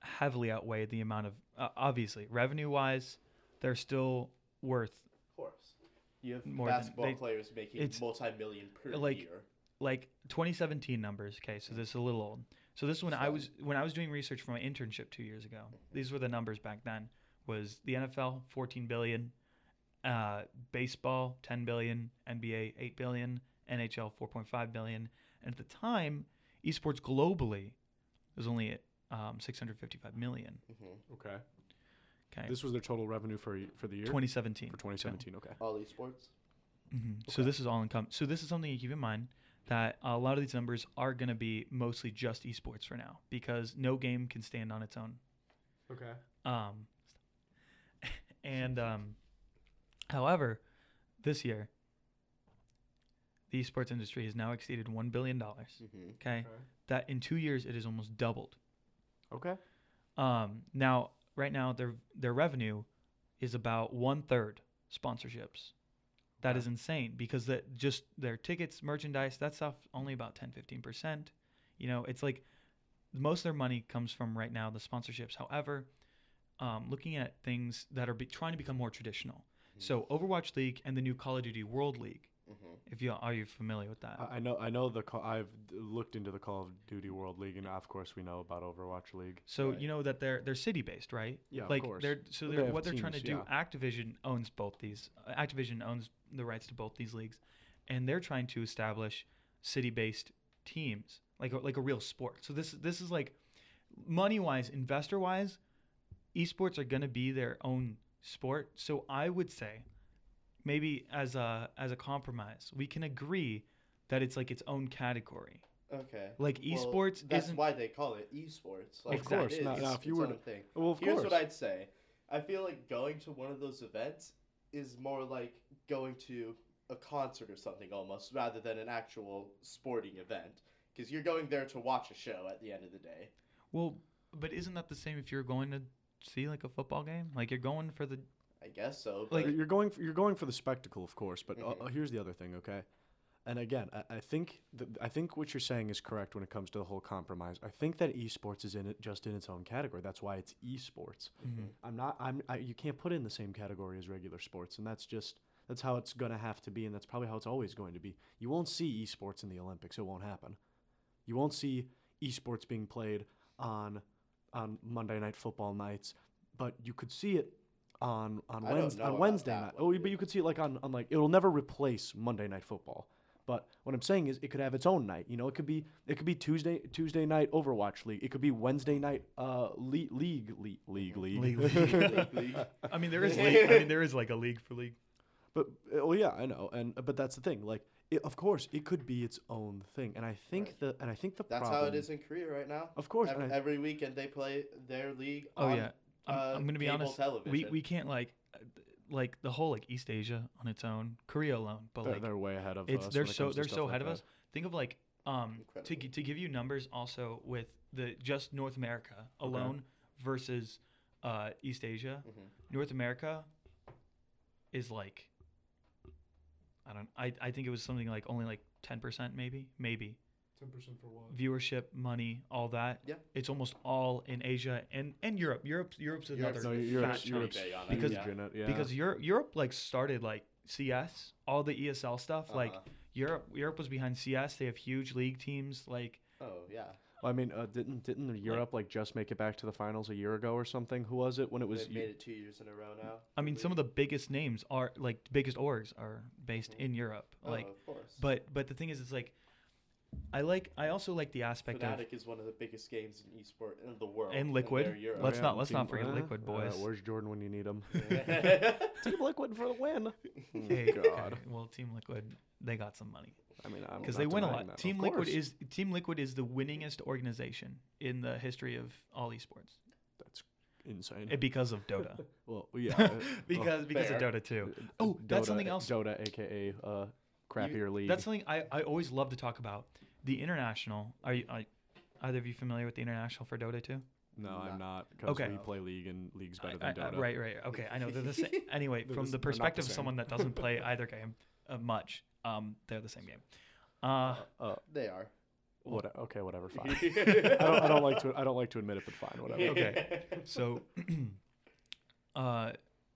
Speaker 1: heavily outweigh the amount of, uh, obviously, revenue wise, they're still worth
Speaker 3: of course. You have
Speaker 1: More than-
Speaker 3: basketball
Speaker 1: they-
Speaker 3: players making
Speaker 1: it's-
Speaker 3: multi-million per
Speaker 1: like,
Speaker 3: year.
Speaker 1: like 2017 numbers. Okay. So this is a little old. So this is when I
Speaker 3: So-
Speaker 1: was when I was doing research for my internship two years ago. These were the numbers back then. Was the NFL 14 billion, uh, baseball 10 billion, NBA 8 billion, NHL 4.5 billion, and at the time, esports globally was only at um, 655 million.
Speaker 2: Okay.
Speaker 1: Okay,
Speaker 2: This was their total revenue for y- for the year
Speaker 1: 2017.
Speaker 2: for 2017. Okay.
Speaker 3: All esports.
Speaker 1: hmm So this is all income. So this is something you keep in mind that a lot of these numbers are going to be mostly just esports for now because no game can stand on its own.
Speaker 2: Okay.
Speaker 1: Um, and um, however, this year, the esports industry has now exceeded one billion dollars.
Speaker 3: Mm-hmm.
Speaker 1: Okay, that in two years it has almost doubled.
Speaker 2: Okay.
Speaker 1: Um, now, right now, their their revenue is about one third sponsorships. That
Speaker 2: Okay.
Speaker 1: is insane because that just their tickets, merchandise, that stuff only about 10, 15 percent. You know, it's like most of their money comes from right now the sponsorships. However, um, looking at things that are be- trying to become more traditional. So Overwatch League and the new Call of Duty World League.
Speaker 3: hmm
Speaker 1: If you are you familiar with that?
Speaker 2: I I know, I know the call. I've d- looked into the Call of Duty World League, and of course, we know about Overwatch League.
Speaker 1: so
Speaker 3: right.
Speaker 1: you know that they're they're city based, right?
Speaker 2: Yeah,
Speaker 1: like
Speaker 2: of course.
Speaker 1: they're so
Speaker 2: But
Speaker 1: they're,
Speaker 2: they have
Speaker 1: what they're trying to
Speaker 2: teams,
Speaker 1: do. Activision owns both these. uh, Activision owns the rights to both these leagues, and they're trying to establish city based teams, like a, like a real sport. So this this is like money wise, investor wise, esports are going to be their own sport. So I would say maybe as a as a compromise, we can agree that it's like its own category.
Speaker 3: Okay.
Speaker 1: Like
Speaker 3: Well,
Speaker 1: esports
Speaker 3: that's
Speaker 1: isn't
Speaker 3: why they call it esports. Like,
Speaker 1: Of
Speaker 3: it
Speaker 1: course,
Speaker 3: is
Speaker 2: now- now if you
Speaker 3: its
Speaker 2: were
Speaker 3: own
Speaker 2: to-
Speaker 3: thing.
Speaker 2: Well, of
Speaker 3: Here's
Speaker 2: course.
Speaker 3: what I'd say. I feel like going to one of those events is more like going to a concert or something almost, rather than an actual sporting event. Because you're going there to watch a show at the end of the day.
Speaker 1: well, but isn't that the same if you're going to see like a football game? Like you're going for the
Speaker 3: I guess so.
Speaker 1: Like-
Speaker 3: But
Speaker 2: You're- you're going for, you're going for the spectacle, of course. But uh,
Speaker 3: Mhm.
Speaker 2: uh, here's the other thing, okay? And again, I, I think th- I think what you're saying is correct when it comes to the whole compromise. I think that esports is in it just in its own category. That's why it's esports.
Speaker 1: Mhm.
Speaker 2: I'm not. I'm. I, you can't put it in the same category as regular sports, and that's just that's how it's gonna have to be, and that's probably how it's always going to be. You won't see esports in the Olympics. It won't happen. You won't see esports being played on on Monday night football nights, but you could see it on on
Speaker 3: I don't
Speaker 2: Wednesday
Speaker 3: know
Speaker 2: on
Speaker 3: about
Speaker 2: Wednesday
Speaker 3: that
Speaker 2: night.
Speaker 3: one,
Speaker 2: Oh,
Speaker 3: dude.
Speaker 2: but you could see it like on, on like it'll never replace Monday night football. But what I'm saying is it could have its own night. You know, it could be it could be Tuesday Tuesday night Overwatch League. It could be Wednesday night uh league league league league league.
Speaker 1: League, league.
Speaker 3: league.
Speaker 1: I mean there is league, I mean there is like a league for league.
Speaker 2: But oh yeah, I know. And but that's the thing. Like it, of course it could be its own thing. And I think
Speaker 3: Right.
Speaker 2: the and I think the
Speaker 3: That's
Speaker 2: problem,
Speaker 3: how it is in Korea right now.
Speaker 2: Of course,
Speaker 3: Every,
Speaker 2: and I-
Speaker 3: every weekend they play their league.
Speaker 1: Oh
Speaker 3: on,
Speaker 1: yeah. I'm,
Speaker 3: uh,
Speaker 1: I'm going to be
Speaker 3: cable
Speaker 1: honest. We
Speaker 3: television.
Speaker 1: we can't like uh, th- like the whole like East Asia on its own, Korea alone, but
Speaker 2: They're,
Speaker 1: like
Speaker 2: they're way ahead of
Speaker 1: it's
Speaker 2: us.
Speaker 1: they're
Speaker 2: when it
Speaker 1: so
Speaker 2: comes to
Speaker 1: they're
Speaker 2: stuff
Speaker 1: so
Speaker 2: like
Speaker 1: ahead of
Speaker 2: that.
Speaker 1: us. Think of like um to
Speaker 3: Incredible.
Speaker 1: gi- to give you numbers also with the just North America alone versus uh, East Asia.
Speaker 3: Mhm.
Speaker 1: North America is like I don't I I think it was something like only like ten percent maybe maybe
Speaker 4: Ten percent for what?
Speaker 1: viewership money all that
Speaker 3: Yeah.
Speaker 1: it's almost all in Asia and and Europe Europe Europe's another
Speaker 3: Europe's
Speaker 2: No,
Speaker 3: They're
Speaker 2: Europe's,
Speaker 3: pretty
Speaker 2: Europe's
Speaker 3: big on it,
Speaker 2: because
Speaker 1: yeah.
Speaker 2: yeah.
Speaker 1: because Europe, Europe like started like CS, all the ESL stuff. Like
Speaker 3: Uh-huh.
Speaker 1: Europe, Europe was behind CS. They have huge league teams. Like
Speaker 3: Oh yeah.
Speaker 2: Well, I mean, uh, didn't didn't Europe like just make it back to the finals a year ago or something? Who was it when it was?
Speaker 3: They've made it two years in a row now.
Speaker 1: I mean, some of the biggest names are like biggest orgs are based
Speaker 3: Mhm.
Speaker 1: in Europe. Like,
Speaker 3: oh, of course.
Speaker 1: but but the thing is, it's like I like I also like the aspect of
Speaker 3: Fnatic is one of the biggest games in esport in the world.
Speaker 1: And Liquid.
Speaker 3: they're
Speaker 2: Oh,
Speaker 3: Europe.
Speaker 1: Let's not- let's not forget Liquid, boys.
Speaker 2: Uh, where's Jordan when you need him?
Speaker 3: That's
Speaker 2: Team Liquid for the win. Oh,
Speaker 1: hey, okay,
Speaker 2: God.
Speaker 1: well, Team Liquid they got some money
Speaker 2: I mean, I'm
Speaker 1: because
Speaker 2: not
Speaker 1: they win a lot.
Speaker 2: denying that, of
Speaker 1: Team Liquid
Speaker 2: course.
Speaker 1: is Team Liquid is the winningest organization in the history of all esports
Speaker 2: that's insane.
Speaker 1: Eh, because of Dota.
Speaker 2: well, yeah, uh,
Speaker 1: because because of
Speaker 3: fair.
Speaker 1: Dota too.
Speaker 2: well,
Speaker 1: Oh, that's
Speaker 2: Dota-
Speaker 1: something else.
Speaker 2: Dota, aka uh, crappier league.
Speaker 1: That's something I, I always love to talk about. The international. Are you are either of you familiar with the international for Dota too?
Speaker 2: no,
Speaker 3: No.
Speaker 2: I'm not. Because
Speaker 1: Okay.
Speaker 2: we play league and league's better
Speaker 1: I-
Speaker 2: than
Speaker 1: I- I-
Speaker 2: Dota.
Speaker 1: right, right. Okay, I know they're the same. Anyway,
Speaker 2: They're
Speaker 1: from the
Speaker 2: the s- they're not the
Speaker 1: perspective of
Speaker 2: same.
Speaker 1: someone that doesn't play either game uh, much, um, they're the same game. Uh,
Speaker 2: Uh,
Speaker 3: they are.
Speaker 2: what? Okay, whatever. Fine. I don't, I don't like to. I don't like to admit it, but fine. Whatever.
Speaker 1: Okay. so, uh,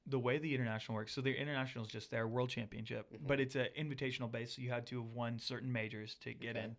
Speaker 1: the way the international works, so the international is just their world championship, but it's an invitational base. So you had to have won certain majors to get
Speaker 3: Okay.
Speaker 1: in.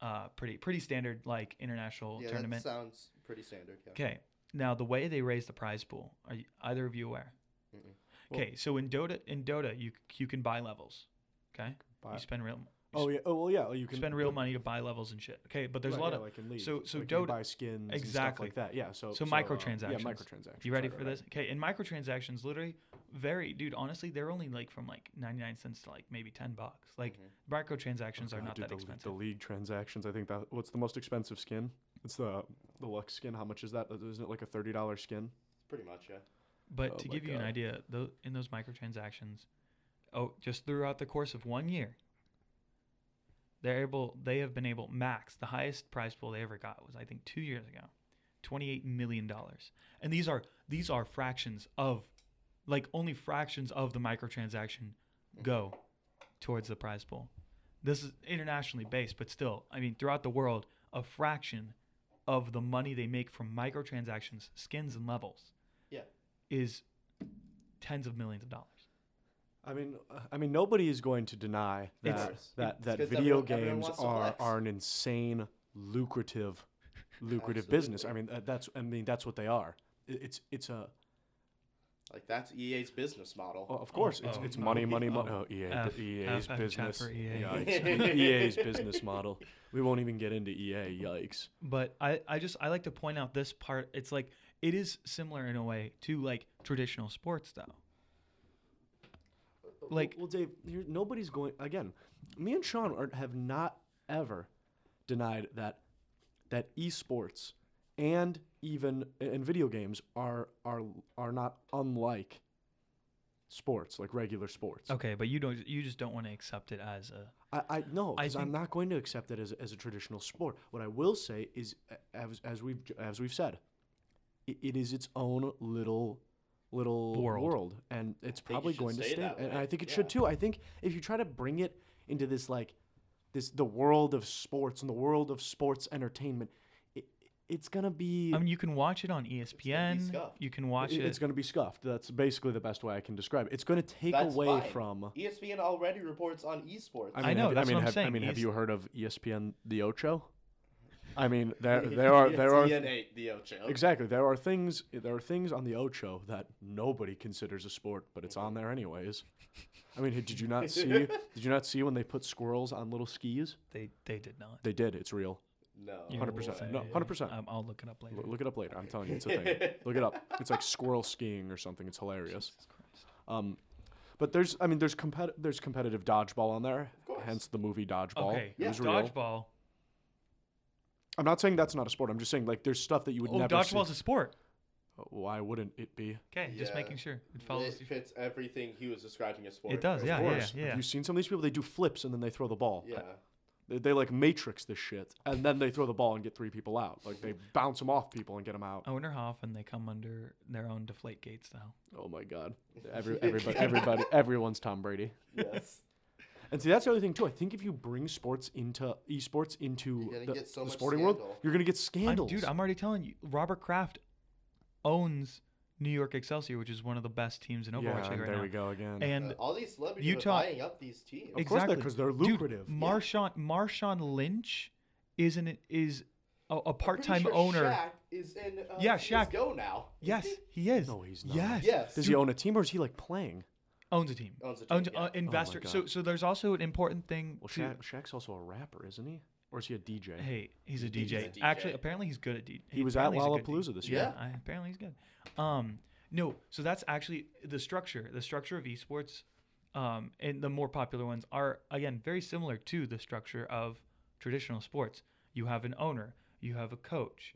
Speaker 1: Uh, pretty pretty standard like international
Speaker 3: yeah,
Speaker 1: tournament.
Speaker 3: that sounds pretty standard. Yeah.
Speaker 1: Okay. Now the way they raise the prize pool, are you, either of you aware?
Speaker 3: Mm-mm.
Speaker 2: Well-
Speaker 1: Okay, so in Dota, in Dota, you c- you can buy levels. Okay,
Speaker 2: Buy-
Speaker 1: you spend real
Speaker 2: Oh yeah. Oh well, yeah. You can
Speaker 1: spend real money to buy levels and shit. Okay, but there's
Speaker 2: Right,
Speaker 1: a lot
Speaker 2: yeah,
Speaker 1: of
Speaker 2: like in League.
Speaker 1: so- so
Speaker 2: Like you can
Speaker 1: Dota-
Speaker 2: buy skins
Speaker 1: exactly.
Speaker 2: and stuff like that. Yeah. So
Speaker 1: So
Speaker 2: uh,
Speaker 1: microtransactions.
Speaker 2: yeah, microtransactions.
Speaker 1: you ready
Speaker 2: right,
Speaker 1: for
Speaker 2: right,
Speaker 1: this? Okay, and microtransactions literally vary, dude. Honestly, they're only like from like 99 cents to like maybe 10 bucks. Like
Speaker 3: Mhm.
Speaker 2: right.
Speaker 1: microtransactions are
Speaker 2: God,
Speaker 1: not
Speaker 2: dude,
Speaker 1: that
Speaker 2: the,
Speaker 1: expensive.
Speaker 2: The league transactions. I think that what's the most expensive skin? It's the the Lux skin. How much is that? Isn't it like a thirty dollar skin?
Speaker 3: Pretty much, yeah.
Speaker 1: But
Speaker 2: Oh
Speaker 1: to
Speaker 2: my
Speaker 1: give you an
Speaker 2: God.
Speaker 1: idea, tho- in those microtransactions, oh, just throughout the course of one year, they're able. They have been able max the highest prize pool they ever got was I think two years ago, twenty eight million dollars. And these are these are fractions of, like only fractions of the microtransaction go towards the prize pool. This is internationally based, but still, I mean, throughout the world, a fraction of the money they make from microtransactions, skins, and levels
Speaker 3: Yeah.
Speaker 1: is tens of millions of dollars.
Speaker 2: I mean, uh, I mean, nobody is going to deny
Speaker 1: It's-
Speaker 2: that
Speaker 3: It's-
Speaker 2: that, that
Speaker 3: 'cause
Speaker 2: video
Speaker 3: everyone- everyone
Speaker 2: games
Speaker 3: wants to
Speaker 2: are
Speaker 3: flex.
Speaker 2: are an insane, lucrative, lucrative business. I mean, uh, that's I mean that's what they are. I- It's it's a
Speaker 3: Like that's EA's business model.
Speaker 2: oh, of course it's
Speaker 1: oh,
Speaker 2: it's
Speaker 1: no.
Speaker 2: money money money.
Speaker 1: Oh,
Speaker 2: Oh, EA
Speaker 1: F-
Speaker 2: EA's
Speaker 1: F- F chat
Speaker 2: business.
Speaker 1: for E EA.
Speaker 2: Yikes. EA's business model. We won't even get into EA. Yikes.
Speaker 1: but I, I just I like to point out this part. It's like it is similar in a way to like traditional sports though. Like
Speaker 2: well, Dave, you're, nobody's going again. Me and Sean are, have not ever denied that that esports and even and video games are are are not unlike sports, like regular sports.
Speaker 1: okay, but you don't you just don't want to accept it as a
Speaker 2: I, I no,
Speaker 1: I
Speaker 2: because I'm
Speaker 1: think-
Speaker 2: not going to accept it as, as a traditional sport. What I will say is, a- as, as we've j- as we've said, it, it is its own little little
Speaker 1: World.
Speaker 2: world, and it's
Speaker 3: you
Speaker 2: probably
Speaker 3: should
Speaker 2: going to
Speaker 3: stay
Speaker 2: stay.
Speaker 3: that
Speaker 2: And
Speaker 3: way,
Speaker 2: I think it
Speaker 3: yeah.
Speaker 2: should too. I think if you try to bring it into this like this the world of sports and the world of sports entertainment, it, it's gonna be
Speaker 1: I mean you can watch it on E ESPN.
Speaker 3: scuffed.
Speaker 1: You can watch
Speaker 2: it-
Speaker 1: it.
Speaker 2: it's gonna be scuffed. That's basically the best way I can describe it. It's gonna take
Speaker 3: That's
Speaker 2: away
Speaker 3: fine. E
Speaker 2: from.
Speaker 3: ESPN already reports on esports.
Speaker 1: I know,
Speaker 2: Have,
Speaker 1: that's
Speaker 2: I mean,
Speaker 1: what I'm
Speaker 2: have, I
Speaker 1: saying.
Speaker 2: mean, have
Speaker 1: ES
Speaker 2: you heard of E ESPN The Ocho? I mean, there there are there
Speaker 1: E
Speaker 2: are
Speaker 3: DNA, the Ocho.
Speaker 2: exactly there are things there are things on the Ocho that nobody considers a sport, but it's on there anyways. I mean, did you not see? did you not see when they put squirrels on little skis?
Speaker 1: they they did not.
Speaker 2: They did. It's real.
Speaker 3: No.
Speaker 1: You
Speaker 2: 100%.
Speaker 1: will
Speaker 2: No,
Speaker 1: say-
Speaker 2: 100%.
Speaker 1: Um, I'll look it up later.
Speaker 2: L- Look it up later. I'm telling you, it's a thing. Look it up. It's like squirrel skiing or something. It's hilarious.
Speaker 1: Jesus Christ.
Speaker 2: Um, but there's I mean there's competi- there's competitive dodgeball on there.
Speaker 3: course.
Speaker 2: Hence the movie Dodgeball.
Speaker 1: Okay,
Speaker 2: It was real.
Speaker 1: dodgeball. Oh,
Speaker 2: I'm not saying that's not a sport. I'm just saying like there's stuff that you would
Speaker 1: Oh,
Speaker 2: never see.
Speaker 1: dodgeball's a sport.
Speaker 2: Why wouldn't it be?
Speaker 1: Okay, just
Speaker 3: Yeah.
Speaker 1: making sure it follows.
Speaker 3: It fits everything he was describing as sport.
Speaker 1: It does,
Speaker 2: Of
Speaker 1: yeah, yeah,
Speaker 2: course.
Speaker 1: yeah.
Speaker 2: Have you seen some of these people? They do flips and then they throw the ball.
Speaker 3: Yeah.
Speaker 2: They, they like matrix this shit and then they throw the ball and get three people out. Like they bounce them off people and get them out.
Speaker 1: I wonder how often they come under their own deflate gates now.
Speaker 2: Oh my god. Every, everybody, everybody, everyone's Tom Brady.
Speaker 3: Yes.
Speaker 2: And see, that's the other thing too. I think if you bring sports into esports into
Speaker 3: You're gonna
Speaker 2: the,
Speaker 3: get so
Speaker 2: the
Speaker 3: much
Speaker 2: sporting world,
Speaker 3: scandal.
Speaker 2: you're gonna get
Speaker 1: I'm-
Speaker 2: scandals.
Speaker 1: dude, I'm already telling you, Robert Kraft owns New York Excelsior, which is one of the best teams in Overwatch League right
Speaker 2: yeah, and there
Speaker 1: now.
Speaker 2: we go again.
Speaker 1: And
Speaker 3: Uh, all these celebrities
Speaker 1: Utah-
Speaker 3: are buying up these teams.
Speaker 2: Ex-
Speaker 1: exactly
Speaker 2: course they're- 'cause they're
Speaker 1: Dude,
Speaker 2: lucrative. Yeah.
Speaker 1: Marshawn Marshawn Lynch is an is a, a
Speaker 3: I'm pretty
Speaker 1: part-time
Speaker 3: sure
Speaker 1: owner.
Speaker 3: Shaq is in. Uh,
Speaker 1: Yeah, Shaq.
Speaker 3: Go now.
Speaker 1: Yes, he is.
Speaker 2: No, he's not.
Speaker 1: Yes.
Speaker 3: Yes.
Speaker 2: Does he own a team or is he like playing?
Speaker 1: Owns a team.
Speaker 3: Owns a team,
Speaker 1: Owns
Speaker 3: yeah.
Speaker 1: uh, investor. so
Speaker 2: God.
Speaker 1: so there's also an important thing
Speaker 2: Well,
Speaker 1: to
Speaker 2: Shaq, Shaq's also a rapper, isn't he? Or is he a DJ?
Speaker 1: Hey, he's a DJ.
Speaker 3: DJ.
Speaker 1: Actually, apparently he's good at DJ.
Speaker 2: He was at Lollapalooza this
Speaker 1: Yeah,
Speaker 3: year.
Speaker 1: I, apparently he's good. Um, no, so that's actually the structure. The structure of esports, um, and the more popular ones are again very similar to the structure of traditional sports. You have an owner, you have a coach,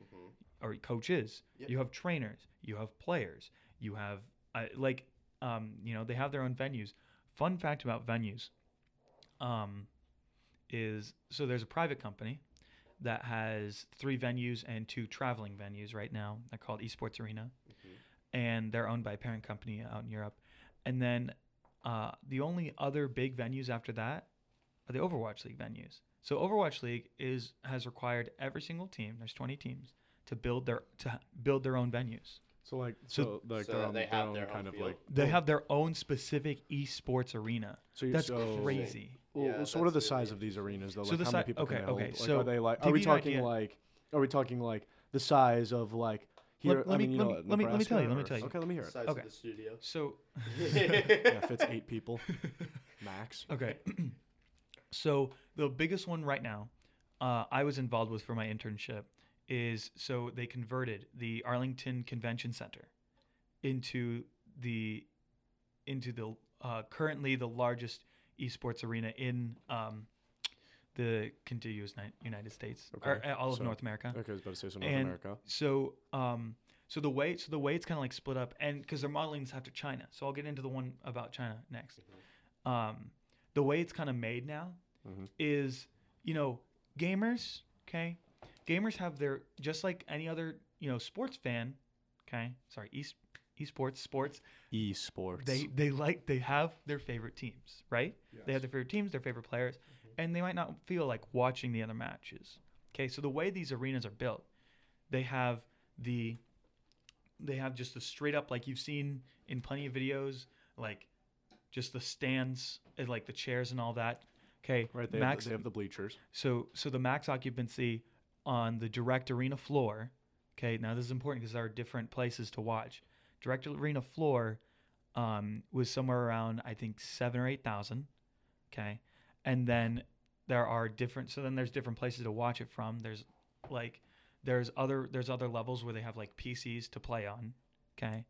Speaker 1: or coaches.
Speaker 3: Mm-hmm. Yep.
Speaker 1: You have trainers. You have players. You have uh, like, um, you know, they have their own venues. Fun fact about venues, um, is so there's a private company that has three venues and two traveling venues right now. They're called Esports Arena, and they're owned by a parent company out in Europe. And then uh, the only other big venues after that are the Overwatch League venues. So Overwatch League is has required every single team. There's 20 teams to build their to ha- build their own venues.
Speaker 2: So like
Speaker 1: So-
Speaker 2: so, like
Speaker 3: So
Speaker 2: they're
Speaker 3: that
Speaker 2: on
Speaker 3: they
Speaker 2: their
Speaker 3: have
Speaker 2: own
Speaker 3: their
Speaker 2: kind
Speaker 3: home
Speaker 2: of like
Speaker 1: They have their own specific esports arena.
Speaker 2: So you-
Speaker 1: That's
Speaker 2: so-
Speaker 1: crazy.
Speaker 2: well,
Speaker 3: Yeah,
Speaker 2: so what are
Speaker 3: that's
Speaker 2: the
Speaker 3: really
Speaker 2: size of these arenas though?
Speaker 1: So
Speaker 2: like
Speaker 1: the
Speaker 2: how
Speaker 1: si-
Speaker 2: many people
Speaker 1: okay,
Speaker 2: can they
Speaker 1: okay,
Speaker 2: hold?
Speaker 1: so
Speaker 2: like, are they like
Speaker 1: to
Speaker 2: are we
Speaker 1: give you an
Speaker 2: talking
Speaker 1: idea-
Speaker 2: like are we talking like the size of like here
Speaker 1: let
Speaker 2: I
Speaker 1: me-
Speaker 2: mean, you
Speaker 1: let
Speaker 2: know,
Speaker 1: me-
Speaker 2: at
Speaker 1: let me- let me tell you,
Speaker 2: Nebraska
Speaker 1: let me
Speaker 2: or-
Speaker 1: tell you.
Speaker 2: Okay, let me hear
Speaker 1: Okay.
Speaker 2: it.
Speaker 3: Size of the studio.
Speaker 1: So
Speaker 2: yeah, if it's 8 people max.
Speaker 1: Okay. so the biggest one right now uh, I was involved with for my internship is so they converted the Arlington Convention Center into the into the uh, currently the largest esports arena in um, the contiguous ni- United States or
Speaker 2: Okay,
Speaker 1: uh, all of
Speaker 2: so-
Speaker 1: North America.
Speaker 2: Okay, I was about to say so North
Speaker 1: And
Speaker 2: America.
Speaker 1: So, um, so the way so the way it's kind of like split up, and because they're modeling this after China, so I'll get into the one about China next. Um, the way it's kind of made now
Speaker 2: Mhm.
Speaker 1: is, you know, gamers. Okay, gamers have their just like any other you know sports fan. Okay, sorry, e esports sports.
Speaker 2: Esports.
Speaker 1: They they like they have their favorite teams, right? They have
Speaker 2: Yes. Mm-hmm.
Speaker 1: their favorite teams, their favorite players, and they might not feel like watching the other matches. Okay, so the way these arenas are built, they have the they have just the straight up like you've seen in plenty of videos, like just the stands, and, like the chairs and all that. Okay,
Speaker 2: Right, they, have,
Speaker 1: Max.
Speaker 2: the, they have the bleachers.
Speaker 1: so so the max occupancy on the direct arena floor. Okay, now this is important because there are different places to watch. Direct arena floor um, was somewhere around I think seven or eight thousand. Okay, and then there are different. So then there's different places to watch it from. There's like there's other there's other levels where they have like PCs to play on. Okay,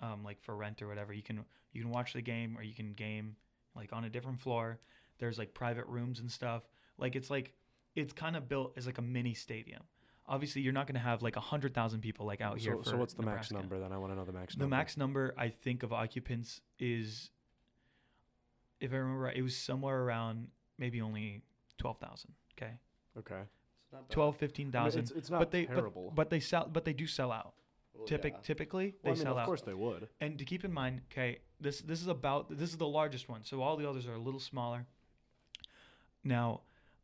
Speaker 1: um, like for rent or whatever. You can you can watch the game or you can game like on a different floor. There's like private rooms and stuff. Like it's like it's kind of built as like a mini stadium. Obviously, you're not going to have like a hundred thousand people like out here.
Speaker 2: So,
Speaker 1: for
Speaker 2: so what's the
Speaker 1: Nebraska.
Speaker 2: max number then? I want to know the max
Speaker 1: The
Speaker 2: number.
Speaker 1: max number I think of occupants is, if I remember right, it was somewhere around maybe only twelve thousand. Okay,
Speaker 2: Okay.
Speaker 3: It's not bad.
Speaker 1: 12, 15,000.
Speaker 2: it's- it's not
Speaker 1: but they, but-
Speaker 2: terrible.
Speaker 1: But, they sell, but they do sell out.
Speaker 3: Well,
Speaker 1: Typic,
Speaker 3: yeah.
Speaker 1: Typically, they
Speaker 2: Well, I mean,
Speaker 1: sell
Speaker 2: of
Speaker 1: out.
Speaker 2: course they would.
Speaker 1: And to keep in mind, okay, this this is about this is the largest one. So all the others are a little smaller. Now,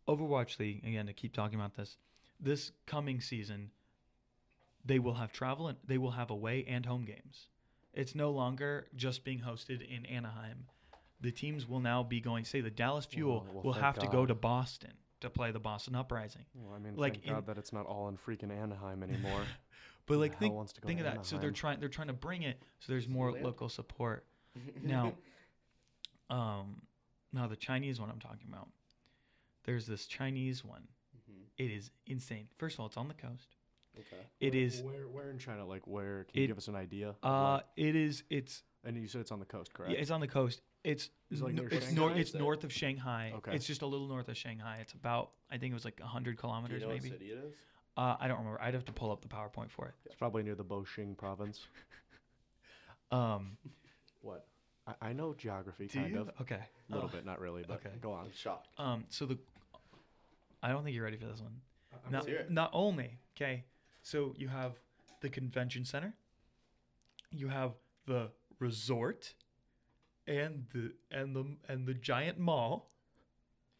Speaker 1: Overwatch League again to keep talking about this. This coming season, they will have travel and they will have away and home games. It's no longer just being hosted in Anaheim. The teams will now be going. Say the Dallas Fuel
Speaker 2: Well, well,
Speaker 1: will
Speaker 2: thank
Speaker 1: have to go
Speaker 2: God.
Speaker 1: to Boston to play the Boston Uprising.
Speaker 2: Well, I mean,
Speaker 1: Like,
Speaker 2: thank
Speaker 1: in-
Speaker 2: God that it's not all in freaking Anaheim anymore.
Speaker 1: But
Speaker 2: Who the
Speaker 1: like
Speaker 2: hell
Speaker 1: think,
Speaker 2: wants to go
Speaker 1: think
Speaker 2: to
Speaker 1: of that. So they're
Speaker 2: Anaheim?
Speaker 1: trying they're trying to bring it so there's more
Speaker 3: Disneyland.
Speaker 1: local support. Now, um, now the Chinese one I'm talking about. There's this Chinese one.
Speaker 3: Mhm.
Speaker 1: It is insane. First of all, it's on the coast.
Speaker 3: Okay.
Speaker 1: It
Speaker 2: Where-
Speaker 1: is.
Speaker 2: Where, where in China? Like, where? Can you
Speaker 1: It-
Speaker 2: give us an idea? of
Speaker 1: Uh,
Speaker 2: what-
Speaker 1: it is. It's.
Speaker 2: and you said it's on the coast, correct?
Speaker 1: Yeah, it's on the coast. It's.
Speaker 2: Is it like
Speaker 1: no-
Speaker 2: near
Speaker 1: it's
Speaker 2: Shanghai?
Speaker 1: north.
Speaker 3: Is
Speaker 1: It's
Speaker 3: it-
Speaker 1: north of Shanghai.
Speaker 2: Okay.
Speaker 1: It's just a little north of Shanghai. It's about. I think it was like hundred
Speaker 3: Do you
Speaker 1: kilometers,
Speaker 3: know what
Speaker 1: maybe.
Speaker 3: city it is?
Speaker 1: Uh, I don't remember. I'd have to pull up the PowerPoint for it.
Speaker 2: It's probably near the Boxing province.
Speaker 1: Um,
Speaker 2: What? I, I know geography,
Speaker 1: do
Speaker 2: kind
Speaker 1: you?
Speaker 2: of.
Speaker 1: Okay.
Speaker 2: A little
Speaker 1: Oh.
Speaker 2: bit, not really, but
Speaker 1: okay.
Speaker 2: go on.
Speaker 3: I'm shocked.
Speaker 1: Um, so the. I don't think you're ready for this one.
Speaker 2: I'm
Speaker 1: Not,
Speaker 3: serious.
Speaker 1: not only okay, so you have the convention center, you have the resort, and the and the and the giant mall.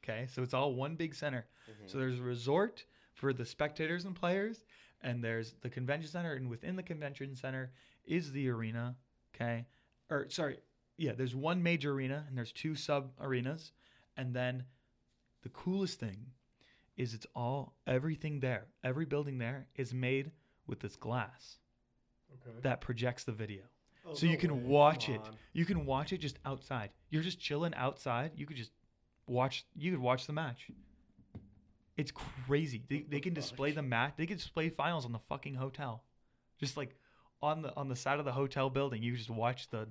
Speaker 1: Okay, so it's all one big center. So there's a resort for the spectators and players, and there's the convention center, and within the convention center is the arena. Okay, or sorry, yeah, there's one major arena and there's two sub arenas, and then the coolest thing is it's all everything there, every building there is made with this glass
Speaker 2: Okay.
Speaker 1: that projects the video. so you can watch it. You can watch it just outside. You're just chilling outside. You could just watch. You could watch the match. It's crazy. They,
Speaker 3: What
Speaker 1: they
Speaker 3: the
Speaker 1: can display
Speaker 3: fuck?
Speaker 1: the match. They can display finals on the fucking hotel, just like on the on the side of the hotel building. You just watch the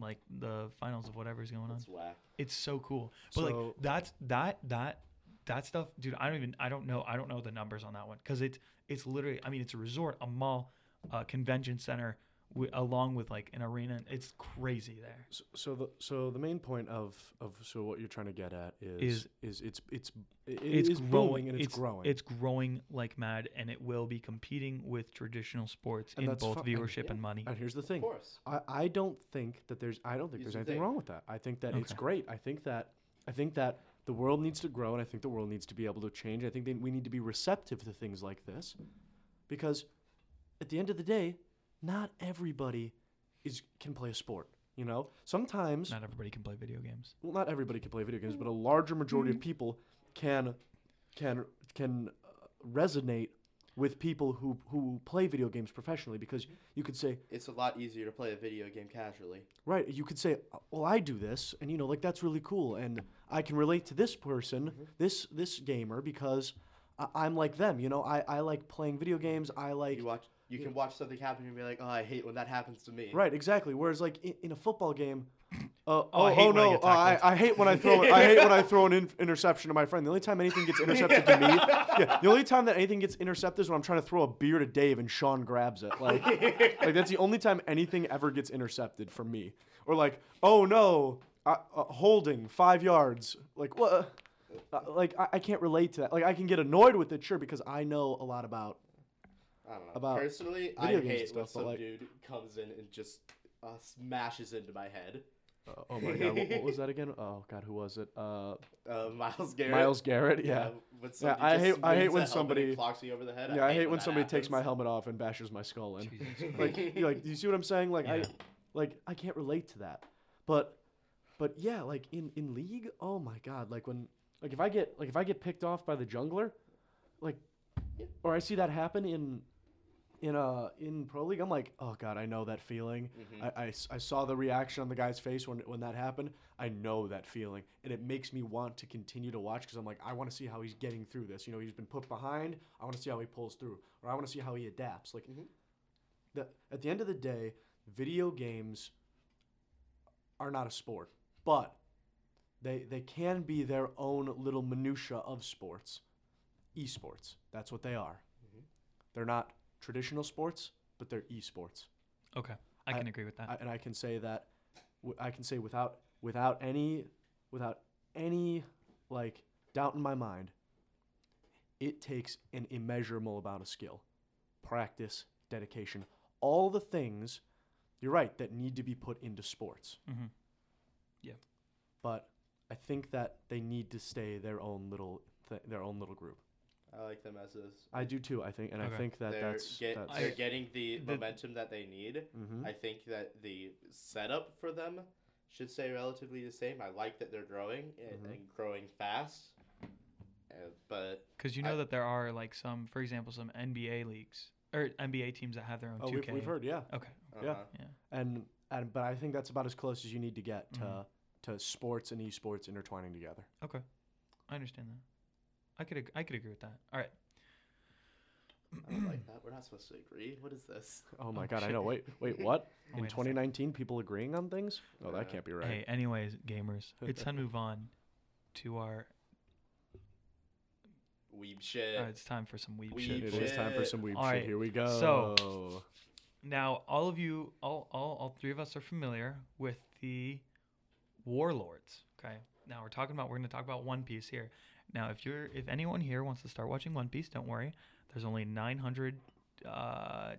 Speaker 1: like the finals of whatever's going on.
Speaker 3: That's whack.
Speaker 1: It's so cool. But
Speaker 2: So-
Speaker 1: like that's that that that stuff, dude. I don't even I don't know I don't know the numbers on that one because it's it's literally I mean it's a resort, a mall, a convention center, wi along with like an arena. It's crazy there.
Speaker 2: So, so the so the main point of of so what you're trying to get at is
Speaker 1: Is-
Speaker 2: is, it's it's it
Speaker 1: It's
Speaker 2: is booming and it's, growing.
Speaker 1: It's growing like mad, and it will be competing with traditional sports
Speaker 2: And
Speaker 1: in
Speaker 2: that's
Speaker 1: both
Speaker 2: fine.
Speaker 1: viewership
Speaker 3: Yeah.
Speaker 1: and money.
Speaker 2: and here's the
Speaker 3: Of
Speaker 2: thing.
Speaker 3: course.
Speaker 2: I, I don't think that there's I don't think
Speaker 3: Here's
Speaker 2: there's
Speaker 3: the
Speaker 2: anything
Speaker 3: thing.
Speaker 2: wrong with that. I think that it's
Speaker 1: Okay.
Speaker 2: great. I think that I think that the world needs to grow and I think the world needs to be able to change. I think that we need to be receptive to things like this because at the end of the day, not everybody is can play a sport, you know? Sometimes
Speaker 1: Not everybody can play video games.
Speaker 2: well not everybody can play video games, but a larger majority of people can can can uh, resonate with people who who play video games professionally because you could say
Speaker 3: It's a lot easier to play a video game casually.
Speaker 2: Right. You could say, "Uh, "Well, I do this," and you know, like that's really cool, and I can relate to this person,
Speaker 1: Mm-hmm.
Speaker 2: this this gamer, because I, I'm like them. You know, I, I like playing video games. I like
Speaker 3: You watch. You can watch something happen and be like, "Oh, I hate when that happens to me."
Speaker 2: right, exactly. Whereas, like in, in a football game, uh, oh,
Speaker 1: Oh, I hate
Speaker 2: oh
Speaker 1: when I
Speaker 2: no,
Speaker 1: get
Speaker 2: oh, I, I hate when I throw I hate when I throw an in- interception to my friend. The only time anything gets intercepted to me, yeah, the only time that anything gets intercepted is when I'm trying to throw a beer to Dave and Sean grabs it. Like, like that's the only time anything ever gets intercepted from me. Or like, oh no, I, uh, holding five yards. Like what? Uh, like I, I can't relate to that. Like I can get annoyed with it, sure, because I know a lot about
Speaker 3: I don't know.
Speaker 2: About
Speaker 3: Personally, I
Speaker 2: video games and
Speaker 3: hate when
Speaker 2: stuff, but,
Speaker 3: some
Speaker 2: like-
Speaker 3: dude comes in and just uh, smashes into my head.
Speaker 2: Uh, oh my god, what, what was that again? Oh god, who was it? Uh,
Speaker 3: Uh, Miles Garrett.
Speaker 2: Miles Garrett. yeah.
Speaker 3: When somebody
Speaker 2: I
Speaker 3: just
Speaker 2: hate- I hate
Speaker 3: swings
Speaker 2: when
Speaker 3: a helmet and
Speaker 2: somebody-
Speaker 3: clocks me over the head.
Speaker 2: Yeah, I hate
Speaker 3: when
Speaker 2: when
Speaker 3: that
Speaker 2: somebody takes my
Speaker 3: happens.
Speaker 2: helmet off and bashes my skull in.
Speaker 1: Jesus
Speaker 2: like, you- like, do you see what I'm saying? Like, I,
Speaker 1: Yeah.
Speaker 2: like, I can't relate to that. But But yeah, like in in league, oh my god, like when like if I get like if I get picked off by the jungler, like
Speaker 3: Yeah.
Speaker 2: or I see that happen in in uh in pro league, I'm like, oh god, I know that feeling.
Speaker 3: Mhm.
Speaker 2: I I s I I, saw the reaction on the guy's face when when that happened. I know that feeling, and it makes me want to continue to watch because I'm like, I want to see how he's getting through this. You know, he's been put behind. I want to see how he pulls through, or I want to see how he adapts. Like
Speaker 3: Mhm.
Speaker 2: the, at the end of the day, video games are not a sport, but they they can be their own little minutia of sports. Esports, that's what they are.
Speaker 3: Mhm.
Speaker 2: They're not traditional sports, but they're esports.
Speaker 1: Okay, I
Speaker 2: I-
Speaker 1: can agree with that.
Speaker 2: I, and I can say that w- I can say without without any without any like doubt in my mind, it takes an immeasurable amount of skill, practice, dedication, all the things. You're right that need to be put into sports,
Speaker 1: mm-hmm.
Speaker 2: but I think that they need to stay their own little th- their own little group.
Speaker 3: I like them as is.
Speaker 2: I do too. I think, and
Speaker 1: Okay.
Speaker 2: I think that
Speaker 3: they're,
Speaker 2: that's,
Speaker 3: get,
Speaker 2: that's
Speaker 3: they're
Speaker 1: I-
Speaker 3: getting the,
Speaker 1: the-
Speaker 3: momentum that they need.
Speaker 2: Mhm.
Speaker 3: I think that the setup for them should stay relatively the same. I like that they're growing and,
Speaker 2: Mhm.
Speaker 3: and growing fast, and, but
Speaker 1: Because you
Speaker 3: I-
Speaker 1: know that there are like some, for example, some NBA leagues or NBA teams that have their own
Speaker 2: oh,
Speaker 1: 2K.
Speaker 2: we've, we've heard, yeah.
Speaker 1: Okay.
Speaker 2: Yeah.
Speaker 3: uh-huh.
Speaker 2: and and but I think that's about as close as you need to get to
Speaker 1: Mm-hmm.
Speaker 2: to sports and esports intertwining together.
Speaker 1: Okay, I understand that. I could ag- I could agree with that. All right.
Speaker 3: I don't like that. We're not supposed to agree. What is this?
Speaker 2: Oh my
Speaker 1: Oh,
Speaker 2: god, I
Speaker 1: shit.
Speaker 2: know. Wait, wait, what?
Speaker 1: Oh,
Speaker 2: In
Speaker 1: wait a second.
Speaker 2: 2019, people agreeing on things? Oh,
Speaker 3: Yeah.
Speaker 2: that can't be right.
Speaker 1: Hey, anyways, gamers, it's time to move on to our.
Speaker 3: Weeb shit.
Speaker 1: Uh, it's time for some weeb,
Speaker 3: Weeb
Speaker 1: shit.
Speaker 2: It is time for some weeb
Speaker 1: All
Speaker 2: shit.
Speaker 1: right,
Speaker 2: Here we go.
Speaker 1: so- Now, all of you, all, all, all three of us are familiar with the Warlords. Okay. Now we're talking about we're going to talk about One Piece here. Now, if you're if anyone here wants to start watching One Piece, don't worry. There's only 900. Uh,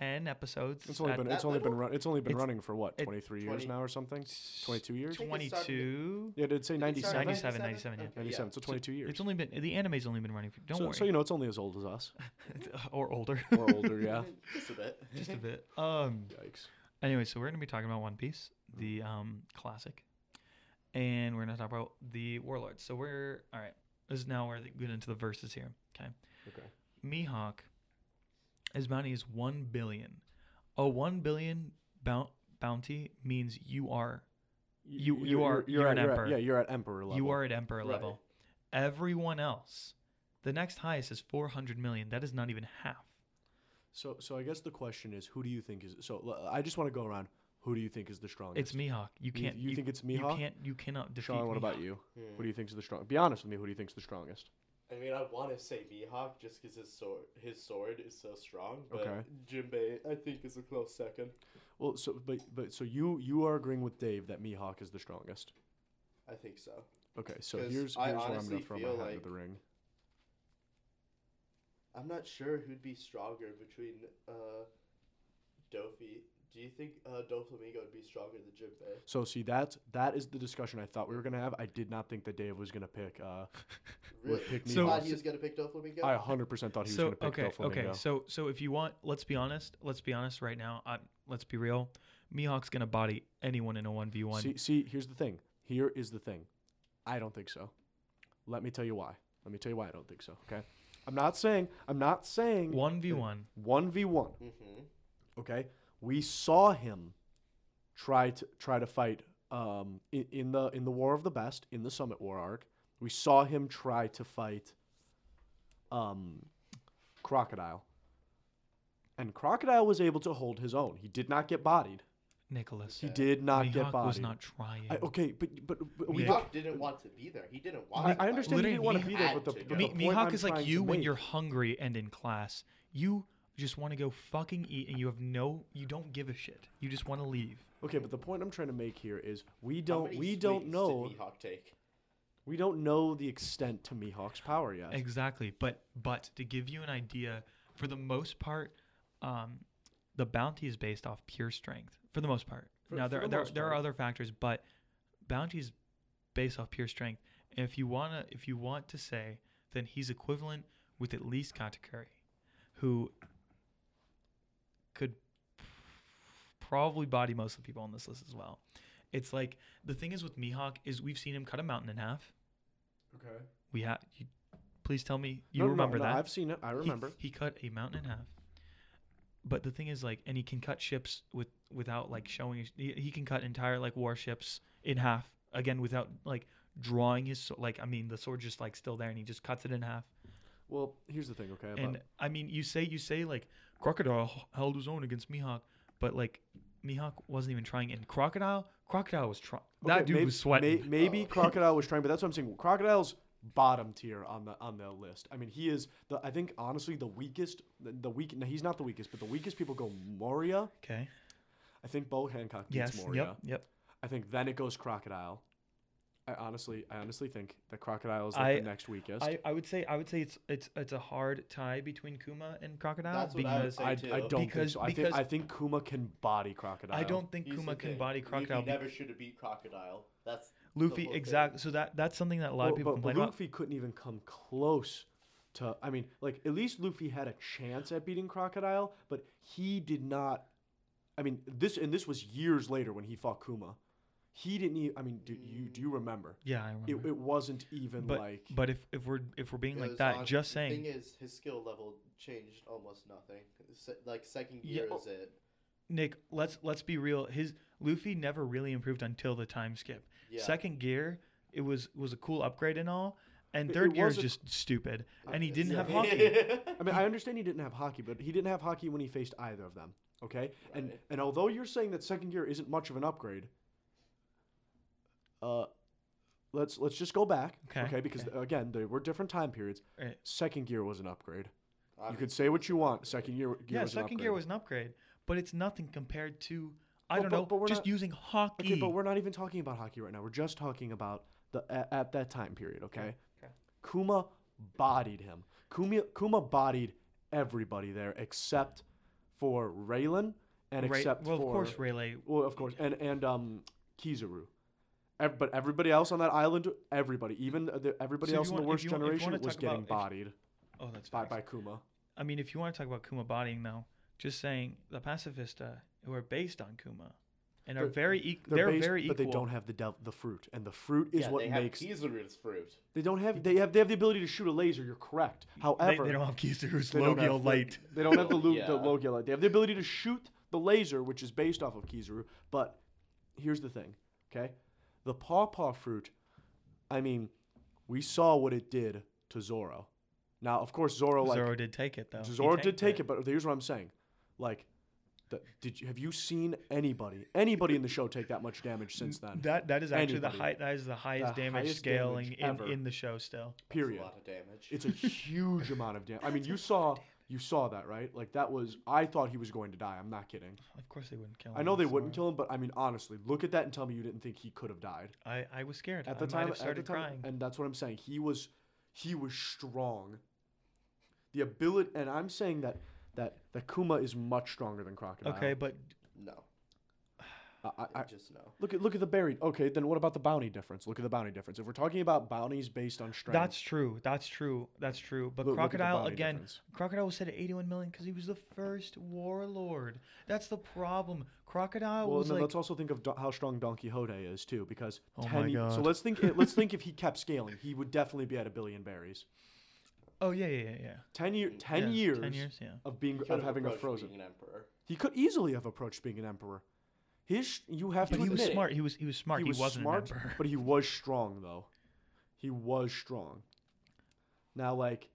Speaker 1: 10 episodes
Speaker 2: it's only
Speaker 1: at-
Speaker 2: been
Speaker 3: that
Speaker 2: it's only been
Speaker 3: little?
Speaker 2: run, it's only been
Speaker 1: It's-
Speaker 2: running for what
Speaker 1: it-
Speaker 2: 23 years
Speaker 3: 20
Speaker 2: now or something. 22 years.
Speaker 3: think it started-
Speaker 1: 22
Speaker 2: Yeah, did it say
Speaker 3: Did it
Speaker 2: 97?
Speaker 3: start
Speaker 2: 97.
Speaker 1: 97, 97, yeah.
Speaker 3: Okay,
Speaker 2: 97 So 22 years.
Speaker 1: it's only been the anime's only been running for don't
Speaker 2: so,
Speaker 1: worry
Speaker 2: so you know it's only as old as us
Speaker 1: or older
Speaker 2: or older. Yeah.
Speaker 3: Just a bit.
Speaker 1: just a bit um
Speaker 2: Yikes.
Speaker 1: Anyway, so we're going to be talking about One Piece,
Speaker 2: Mm-hmm.
Speaker 1: the um, classic, and we're going to talk about the Warlords. So we're all right. This is now we're getting into the verses here. Okay,
Speaker 2: Okay.
Speaker 1: Mihawk, his bounty is one billion. A one billion bou- bounty means you are You- you are- you're
Speaker 2: at,
Speaker 1: an
Speaker 2: you're at-
Speaker 1: emperor.
Speaker 2: yeah, you're at emperor level.
Speaker 1: you are at emperor
Speaker 3: Right.
Speaker 1: level. Everyone else, the next highest is four hundred million. That is not even half.
Speaker 2: So, so I guess the question is, who do you think is? So l- I just want to go around. Who do you think is the strongest?
Speaker 1: It's Mihawk. You
Speaker 2: Oh, You-
Speaker 1: can't.
Speaker 2: you think it's Mihawk?
Speaker 1: You can't. You cannot defeat.
Speaker 2: Sean, what about
Speaker 1: Mihawk.
Speaker 2: you?
Speaker 3: Hmm.
Speaker 2: Who do you think is the strong? Be honest with me. Who do you think is the strongest?
Speaker 3: I mean, I want to say Mihawk just because his sword, his sword is so strong, but
Speaker 2: Okay.
Speaker 3: Jinbei, I think, is a close second.
Speaker 2: Well, so but but so you you are agreeing with Dave that Mihawk is the strongest.
Speaker 3: I think so.
Speaker 2: Okay, so
Speaker 3: 'Cause
Speaker 2: here's here's
Speaker 3: I
Speaker 2: where I'm
Speaker 3: honestly
Speaker 2: gonna throw my
Speaker 3: feel
Speaker 2: hat into
Speaker 3: like-
Speaker 2: the ring.
Speaker 3: I'm not sure who'd be stronger between uh, Dofi. Do you think uh, Doflamingo would be stronger than Jinbei?
Speaker 2: So see that's that is the discussion I thought we were gonna have. I did not think that Dave was gonna pick. Uh, Would
Speaker 3: Really?
Speaker 2: pick
Speaker 3: you
Speaker 1: So-
Speaker 3: thought he was gonna pick Doflamingo?
Speaker 2: I 100 percent thought he
Speaker 1: so
Speaker 2: was gonna pick
Speaker 1: okay,
Speaker 2: Doflamingo.
Speaker 1: okay. So so if you want, let's be honest. Let's be honest right now. i let's be real. Mihawk's gonna body anyone in a one v one.
Speaker 2: See, see, here's the thing. Here is the thing. I don't think so. Let me tell you why. Let me tell you why I don't think so. Okay. I'm not saying. I'm not saying
Speaker 1: One v one.
Speaker 2: one v one.
Speaker 3: Mm-hmm.
Speaker 2: Okay, we saw him try to try to fight um, in, in the in the War of the Best in the Summit War arc. We saw him try to fight um, Crocodile, and Crocodile was able to hold his own. He did not get bodied.
Speaker 1: Nicholas.
Speaker 2: He did not get
Speaker 1: Mihawk
Speaker 2: bodied.
Speaker 1: was not trying.
Speaker 2: I, okay, but but, but we.
Speaker 1: Mihawk-
Speaker 3: Mihawk didn't want to be there. He didn't want.
Speaker 2: I,
Speaker 3: to
Speaker 2: I
Speaker 3: fight.
Speaker 2: understand he didn't want to be there, but the,
Speaker 3: Literally,
Speaker 2: but
Speaker 1: Mi-
Speaker 2: the
Speaker 3: Mihawk-
Speaker 2: point
Speaker 1: Mihawk
Speaker 2: I'm
Speaker 1: is like
Speaker 2: trying
Speaker 1: you
Speaker 2: to
Speaker 1: when
Speaker 2: make-
Speaker 1: you're hungry and in class. You just want to go fucking eat, and you have no. You don't give a shit. You just want to leave.
Speaker 2: Okay, but the point I'm trying to make here is we
Speaker 3: How
Speaker 2: don't
Speaker 3: many
Speaker 2: we
Speaker 3: sweets
Speaker 2: don't
Speaker 3: did
Speaker 2: know
Speaker 3: Mihawk take.
Speaker 2: we don't know the extent to Mihawk's power yet.
Speaker 1: Exactly. But but to give you an idea, for the most part, um, the bounty is based off pure strength. For the most part.
Speaker 2: For-
Speaker 1: now
Speaker 2: for
Speaker 1: there
Speaker 2: the
Speaker 1: there,
Speaker 2: most
Speaker 1: there are
Speaker 2: part.
Speaker 1: other factors, but bounty is based off pure strength. And if you wanna if you want to say, then he's equivalent with at least Katakuri, who could probably body most of the people on this list as well. It's like the thing is with Mihawk is we've seen him cut a mountain in half.
Speaker 2: Okay.
Speaker 1: We have. You, please tell me you remember that.
Speaker 2: I've seen it. I
Speaker 1: He-
Speaker 2: remember.
Speaker 1: He, cut a mountain in half. But the thing is, like, and he can cut ships with without like showing. his- He, he can cut entire like warships in half again without like drawing his sw- like. I mean, the sword just like still there, and he just cuts it in half.
Speaker 2: well, here's the thing. Okay.
Speaker 1: And
Speaker 2: about-
Speaker 1: I mean, you say you say like Crocodile h- held his own against Mihawk, but like Mihawk wasn't even trying. And Crocodile, Crocodile was trying.
Speaker 2: okay,
Speaker 1: that dude
Speaker 2: maybe,
Speaker 1: was sweating.
Speaker 2: may- maybe
Speaker 3: Oh.
Speaker 2: crocodile was trying, but that's what I'm saying. Crocodile's bottom tier on the on the list. I mean, he is the I think honestly the weakest. The, the weak. No, he's not the weakest, but the weakest people go Moria.
Speaker 1: okay.
Speaker 2: I think Bo Hancock beats
Speaker 1: Yes.
Speaker 2: Moria.
Speaker 1: Yep. Yep.
Speaker 2: I think then it goes crocodile. I honestly, I honestly think that crocodile is like
Speaker 1: I-
Speaker 2: the next weakest.
Speaker 1: I, I would say I would say it's it's it's a hard tie between Kuma and Crocodile
Speaker 3: That's what I would
Speaker 1: because
Speaker 3: say
Speaker 2: I, I
Speaker 3: too.
Speaker 2: don't think
Speaker 1: Because-
Speaker 2: so. I think
Speaker 1: because-
Speaker 2: I think Kuma can body crocodile.
Speaker 1: I don't think
Speaker 3: Here's the
Speaker 1: Kuma can
Speaker 3: thing.
Speaker 1: body
Speaker 3: Luffy
Speaker 1: crocodile. be-
Speaker 3: never should have beat crocodile. That's
Speaker 1: Luffy,
Speaker 3: whole thing.
Speaker 1: exactly. So that that's something that a lot of people
Speaker 2: but, but
Speaker 1: complain about.
Speaker 2: Luffy couldn't even come close to. I mean, like at least Luffy had a chance at beating crocodile, but he did not. I mean, this and this was years later when he fought Kuma. He didn't. Even, I mean, do you do you remember?
Speaker 1: Yeah, I
Speaker 2: It,
Speaker 1: remember.
Speaker 2: it wasn't even
Speaker 1: but
Speaker 2: like.
Speaker 1: but if, if we're if we're being
Speaker 3: It
Speaker 1: like
Speaker 3: was
Speaker 1: that,
Speaker 3: on-
Speaker 1: just
Speaker 3: the
Speaker 1: saying.
Speaker 3: thing is, his skill level changed almost nothing. Se- like second
Speaker 1: Yeah,
Speaker 3: year
Speaker 1: oh.
Speaker 3: is it?
Speaker 1: Nick, let's let's be real. His Luffy never really improved until the time skip.
Speaker 3: Yeah.
Speaker 1: Second gear, it was was a cool upgrade and all, and
Speaker 2: It-
Speaker 1: third
Speaker 2: it
Speaker 1: gear
Speaker 2: was
Speaker 1: is
Speaker 2: a-
Speaker 1: just stupid. And he
Speaker 3: It's-
Speaker 1: didn't have
Speaker 3: yeah.
Speaker 1: hockey.
Speaker 2: I mean, I understand he didn't have hockey, but he didn't have hockey when he faced either of them. Okay, and
Speaker 3: Right.
Speaker 2: and although you're saying that second gear isn't much of an upgrade, uh, let's let's just go back.
Speaker 1: Okay,
Speaker 2: because again, there were different time periods.
Speaker 1: Right.
Speaker 2: Second gear was an upgrade.
Speaker 3: I
Speaker 2: You
Speaker 3: mean,
Speaker 2: could say what you want. Second year, gear
Speaker 1: yeah,
Speaker 2: was an
Speaker 1: second gear
Speaker 2: upgrade.
Speaker 1: was an upgrade, but it's nothing compared to I
Speaker 2: But-
Speaker 1: don't
Speaker 2: but-
Speaker 1: know.
Speaker 2: but we're
Speaker 1: just
Speaker 2: not-
Speaker 1: using hockey.
Speaker 2: Okay, but we're not even talking about hockey right now. We're just talking about the at, at that time period. Okay?
Speaker 1: okay.
Speaker 2: Kuma bodied him. Kuma Kuma bodied everybody there except for Raylan and
Speaker 1: Right-
Speaker 2: except
Speaker 1: well,
Speaker 2: for
Speaker 1: of course, Rayleigh.
Speaker 2: well, of course, and and um Kizaru. Ev- But everybody else on that island, everybody, even the, everybody
Speaker 1: So if
Speaker 2: else
Speaker 1: you
Speaker 2: in
Speaker 1: want-
Speaker 2: the
Speaker 1: if
Speaker 2: worst
Speaker 1: you want- if you
Speaker 2: generation,
Speaker 1: wanna
Speaker 2: was
Speaker 1: talk about-
Speaker 2: getting
Speaker 1: if-
Speaker 2: bodied
Speaker 1: Oh, that's
Speaker 2: by,
Speaker 1: fine.
Speaker 2: by Kuma.
Speaker 1: I mean, if you want to talk about Kuma bodying, though, just saying the pacifista who are based on Kuma and are
Speaker 2: They're-
Speaker 1: very eq
Speaker 2: They're,
Speaker 1: they're,
Speaker 2: based,
Speaker 1: very equal.
Speaker 2: but they don't have the dev- the fruit, and the fruit is
Speaker 3: yeah,
Speaker 2: what
Speaker 3: they
Speaker 2: makes
Speaker 3: have Kizaru's fruit.
Speaker 2: They don't have they have they have the ability to shoot a laser. You're correct.
Speaker 1: They-
Speaker 2: However,
Speaker 1: they, don't have Kizaru's
Speaker 2: they don't have
Speaker 1: Logio
Speaker 2: the-
Speaker 1: light.
Speaker 2: They don't have the, lu-
Speaker 3: Yeah.
Speaker 2: the Logio light. They have the ability to shoot the laser, which is based off of Kizaru. But here's the thing, okay? The paw paw fruit. I mean, we saw what it did to Zoro. Now, of course, Zoro like
Speaker 1: Zoro did take it though. He
Speaker 2: Zoro did
Speaker 1: tanked
Speaker 2: take it. but here's what I'm saying. Like, the, did you, have you seen anybody anybody in the show take that much damage since then?
Speaker 1: That that is actually the
Speaker 2: Anybody.
Speaker 1: high, that is the highest
Speaker 2: The
Speaker 1: damage
Speaker 2: highest
Speaker 1: scaling
Speaker 2: damage ever.
Speaker 1: in, in the show still.
Speaker 2: Period.
Speaker 3: That's a lot of damage.
Speaker 2: It's a huge amount of damage. I mean, you saw you saw that, right? Like that was I thought he was going to die. I'm not kidding.
Speaker 1: Of course they wouldn't kill him.
Speaker 2: I know they
Speaker 1: with
Speaker 2: wouldn't
Speaker 1: Zoro.
Speaker 2: kill him, but I mean, honestly, look at that and tell me you didn't think he could have died
Speaker 1: I, I was scared.
Speaker 2: at the
Speaker 1: I
Speaker 2: time.
Speaker 1: might have
Speaker 2: at the
Speaker 1: started
Speaker 2: time-
Speaker 1: crying.
Speaker 2: and that's what I'm saying. He was he was strong. The ability, and I'm saying that that that Kuma is much stronger than Crocodile.
Speaker 1: okay, but
Speaker 3: no,
Speaker 2: I, I, I,
Speaker 3: just no.
Speaker 2: look at look at the buried. Okay, then what about the bounty difference? Look at the bounty difference. If we're talking about bounties based on strength,
Speaker 1: that's true. That's true. That's true. But
Speaker 2: Look- look at the
Speaker 1: crocodile
Speaker 2: bounty
Speaker 1: again.
Speaker 2: difference.
Speaker 1: Crocodile was set at 81 million because he was the first warlord. That's the problem. Crocodile
Speaker 2: Well,
Speaker 1: was
Speaker 2: no,
Speaker 1: like
Speaker 2: let's also think of do- how strong Don Quixote is too, because
Speaker 1: Oh
Speaker 2: 10
Speaker 1: my
Speaker 2: ye- So
Speaker 1: God.
Speaker 2: let's think. eh, let's think if he kept scaling, he would definitely be at a billion berries.
Speaker 1: Oh yeah, yeah, yeah, yeah.
Speaker 2: Ten year,
Speaker 1: Yeah,
Speaker 2: ten years,
Speaker 1: Ten years, yeah.
Speaker 2: of being
Speaker 3: He could
Speaker 2: of
Speaker 3: have
Speaker 2: having a
Speaker 3: approached
Speaker 2: frozen.
Speaker 3: being an emperor.
Speaker 2: He could easily have approached being an emperor. His sh- you have
Speaker 1: But
Speaker 2: to
Speaker 1: he was
Speaker 2: admit,
Speaker 1: smart. He was he was smart. He,
Speaker 2: was
Speaker 1: wasn't
Speaker 2: smart,
Speaker 1: an emperor.
Speaker 2: but he was strong though. He was strong. Now, like,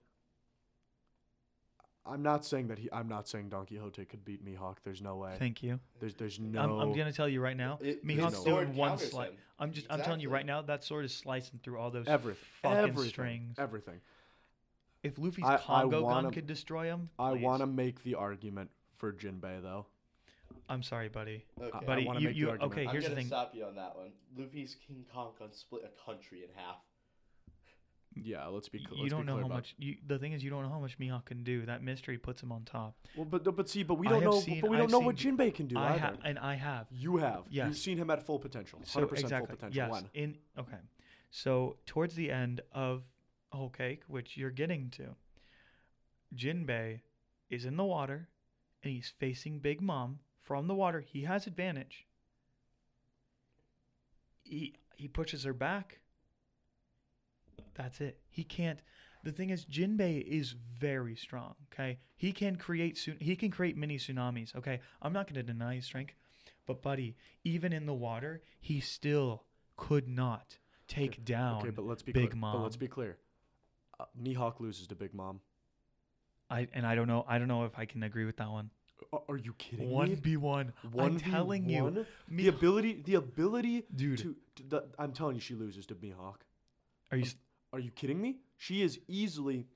Speaker 2: I'm not saying that he. I'm not saying Don Quixote could beat Mihawk. There's no way.
Speaker 1: Thank you.
Speaker 2: There's there's no.
Speaker 1: I'm, I'm gonna tell you right now.
Speaker 3: It- his
Speaker 1: Mihawk's
Speaker 3: sword
Speaker 1: doing one
Speaker 3: counters
Speaker 1: slice.
Speaker 3: him.
Speaker 1: I'm just I'm telling you
Speaker 3: Exactly.
Speaker 1: right now that sword is slicing through all those
Speaker 2: everything.
Speaker 1: fucking
Speaker 2: everything.
Speaker 1: strings.
Speaker 2: Everything.
Speaker 1: If Luffy's
Speaker 2: I- I
Speaker 1: Congo
Speaker 2: wanna-
Speaker 1: gun could destroy him,
Speaker 2: I
Speaker 1: please.
Speaker 2: want to make the argument for Jinbei though.
Speaker 1: I'm sorry, buddy.
Speaker 3: Okay.
Speaker 2: I
Speaker 1: Buddy,
Speaker 2: wanna
Speaker 1: you,
Speaker 2: make the
Speaker 1: you
Speaker 2: argument.
Speaker 1: okay?
Speaker 2: I'm
Speaker 1: Here's
Speaker 3: I'm
Speaker 1: the
Speaker 3: gonna
Speaker 1: thing.
Speaker 3: stop you on that one. Luffy's King Kong can split a country in half.
Speaker 2: Yeah, let's be.
Speaker 1: Y-
Speaker 2: Cl-
Speaker 1: You
Speaker 2: let's be
Speaker 1: don't know
Speaker 2: clear
Speaker 1: how
Speaker 2: about-
Speaker 1: much. You, the thing is, you don't know how much Mihawk can do. That mystery puts him on top.
Speaker 2: Well, but but see, but we
Speaker 1: I
Speaker 2: don't
Speaker 1: have
Speaker 2: know.
Speaker 1: seen-
Speaker 2: but we don't
Speaker 1: I've
Speaker 2: know what
Speaker 1: seen-
Speaker 2: Jinbei can do
Speaker 1: I
Speaker 2: either.
Speaker 1: have, and I have.
Speaker 2: you have. You've
Speaker 1: Yes.
Speaker 2: seen him at full potential.
Speaker 1: So
Speaker 2: Hundred percent full
Speaker 1: exactly.
Speaker 2: potential.
Speaker 1: yes.
Speaker 2: One.
Speaker 1: In okay. So towards the end of Whole Cake, which you're getting to, Jinbei is in the water, and he's facing Big Mom from the water. He has advantage. he he pushes her back. That's it. He can't. The thing is, Jinbei is very strong. Okay, he can create tsu- he can create mini tsunamis. Okay, I'm not gonna deny his strength, but buddy, even in the water, he still could not take down.
Speaker 2: Okay, but let's be
Speaker 1: Big
Speaker 2: clear. But let's
Speaker 1: Mom.
Speaker 2: be clear. Uh, Mihawk loses to Big Mom.
Speaker 1: I and I don't know. I don't know if I can agree with that one.
Speaker 2: A- are you kidding
Speaker 1: One
Speaker 2: me?
Speaker 1: v one. I'm telling you,
Speaker 2: 1v1? the
Speaker 1: Mihawk-
Speaker 2: ability, the ability
Speaker 1: Dude.
Speaker 2: To, to the, I'm telling you, she loses to Mihawk.
Speaker 1: Are you? s-
Speaker 2: Are you kidding me? She is easily.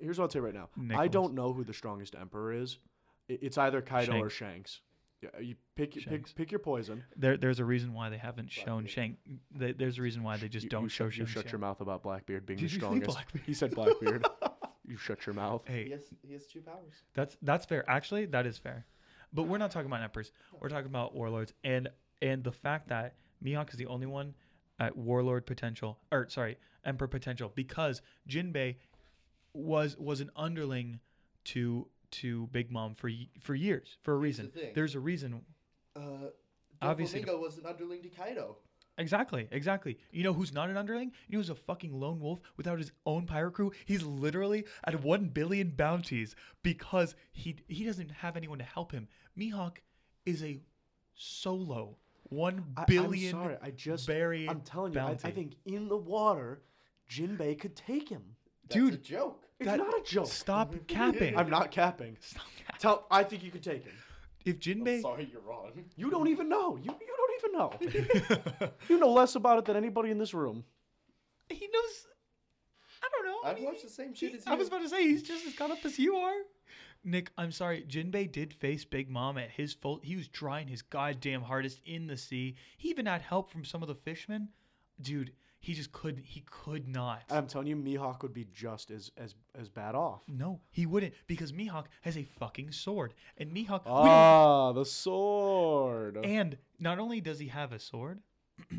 Speaker 2: Here's what I'll say right now. I
Speaker 1: Nicholas.
Speaker 2: don't know who the strongest emperor is. I- It's either Kaido or Shanks. Yeah, you pick your
Speaker 1: Shanks.
Speaker 2: pick, pick your poison.
Speaker 1: There, there's a reason why they haven't shown Shank. there- There's a reason why they just
Speaker 2: You-
Speaker 1: don't
Speaker 2: you
Speaker 1: show
Speaker 2: shut, you
Speaker 1: Shanks
Speaker 2: shut
Speaker 1: yet.
Speaker 2: your mouth about Blackbeard being
Speaker 1: Did
Speaker 2: the
Speaker 1: you say
Speaker 2: strongest.
Speaker 1: Blackbeard?
Speaker 2: He said Blackbeard. you shut your mouth.
Speaker 3: He
Speaker 1: Hey,
Speaker 3: has he has two powers.
Speaker 1: that's that's fair. Actually, that is fair. But we're not talking about emperors. We're talking about warlords, and and the fact that Mihawk is the only one at warlord potential, or sorry, emperor potential, because Jinbei was was an underling to to Big Mom for y- for years for a
Speaker 3: Here's the
Speaker 1: reason.
Speaker 3: thing.
Speaker 1: There's a reason.
Speaker 3: Uh,
Speaker 1: Obviously-
Speaker 3: Doflamingo was an underling to Kaido.
Speaker 1: Exactly, exactly. You know who's not an underling? You know who's a fucking lone wolf without his own pirate crew? He's literally at one billion bounties because he he doesn't have anyone to help him. Mihawk is a solo one
Speaker 2: I,
Speaker 1: billion.
Speaker 2: I'm sorry. I just.
Speaker 1: berry
Speaker 2: I'm telling you. I, I
Speaker 1: bounty.
Speaker 2: think in the water, Jinbei could take him.
Speaker 3: That's a
Speaker 1: Dude,
Speaker 3: joke.
Speaker 2: It's
Speaker 1: That-
Speaker 2: not a joke.
Speaker 1: stop capping.
Speaker 2: I'm not capping.
Speaker 1: Stop capping.
Speaker 2: Tell. I think you could take him.
Speaker 1: If
Speaker 3: I'm
Speaker 1: Jinbei,
Speaker 3: sorry, you're wrong.
Speaker 2: You don't even know. You you don't even know. you know less about it than anybody in this room.
Speaker 1: he knows. I don't know. I
Speaker 3: I've
Speaker 1: mean,
Speaker 3: watched the same shit as you.
Speaker 1: I was about to say he's just as caught up as you are. Nick, I'm sorry. Jinbei did face Big Mom at his fault. He was trying his goddamn hardest in the sea. He even had help from some of the fishermen. Dude, he just couldn't. He could not.
Speaker 3: Um,
Speaker 2: I'm telling you, Mihawk would be just as as as bad off.
Speaker 1: no, he wouldn't because Mihawk has a fucking sword, and Mihawk. we don't-
Speaker 2: Ah, the sword.
Speaker 1: and not only does he have a sword,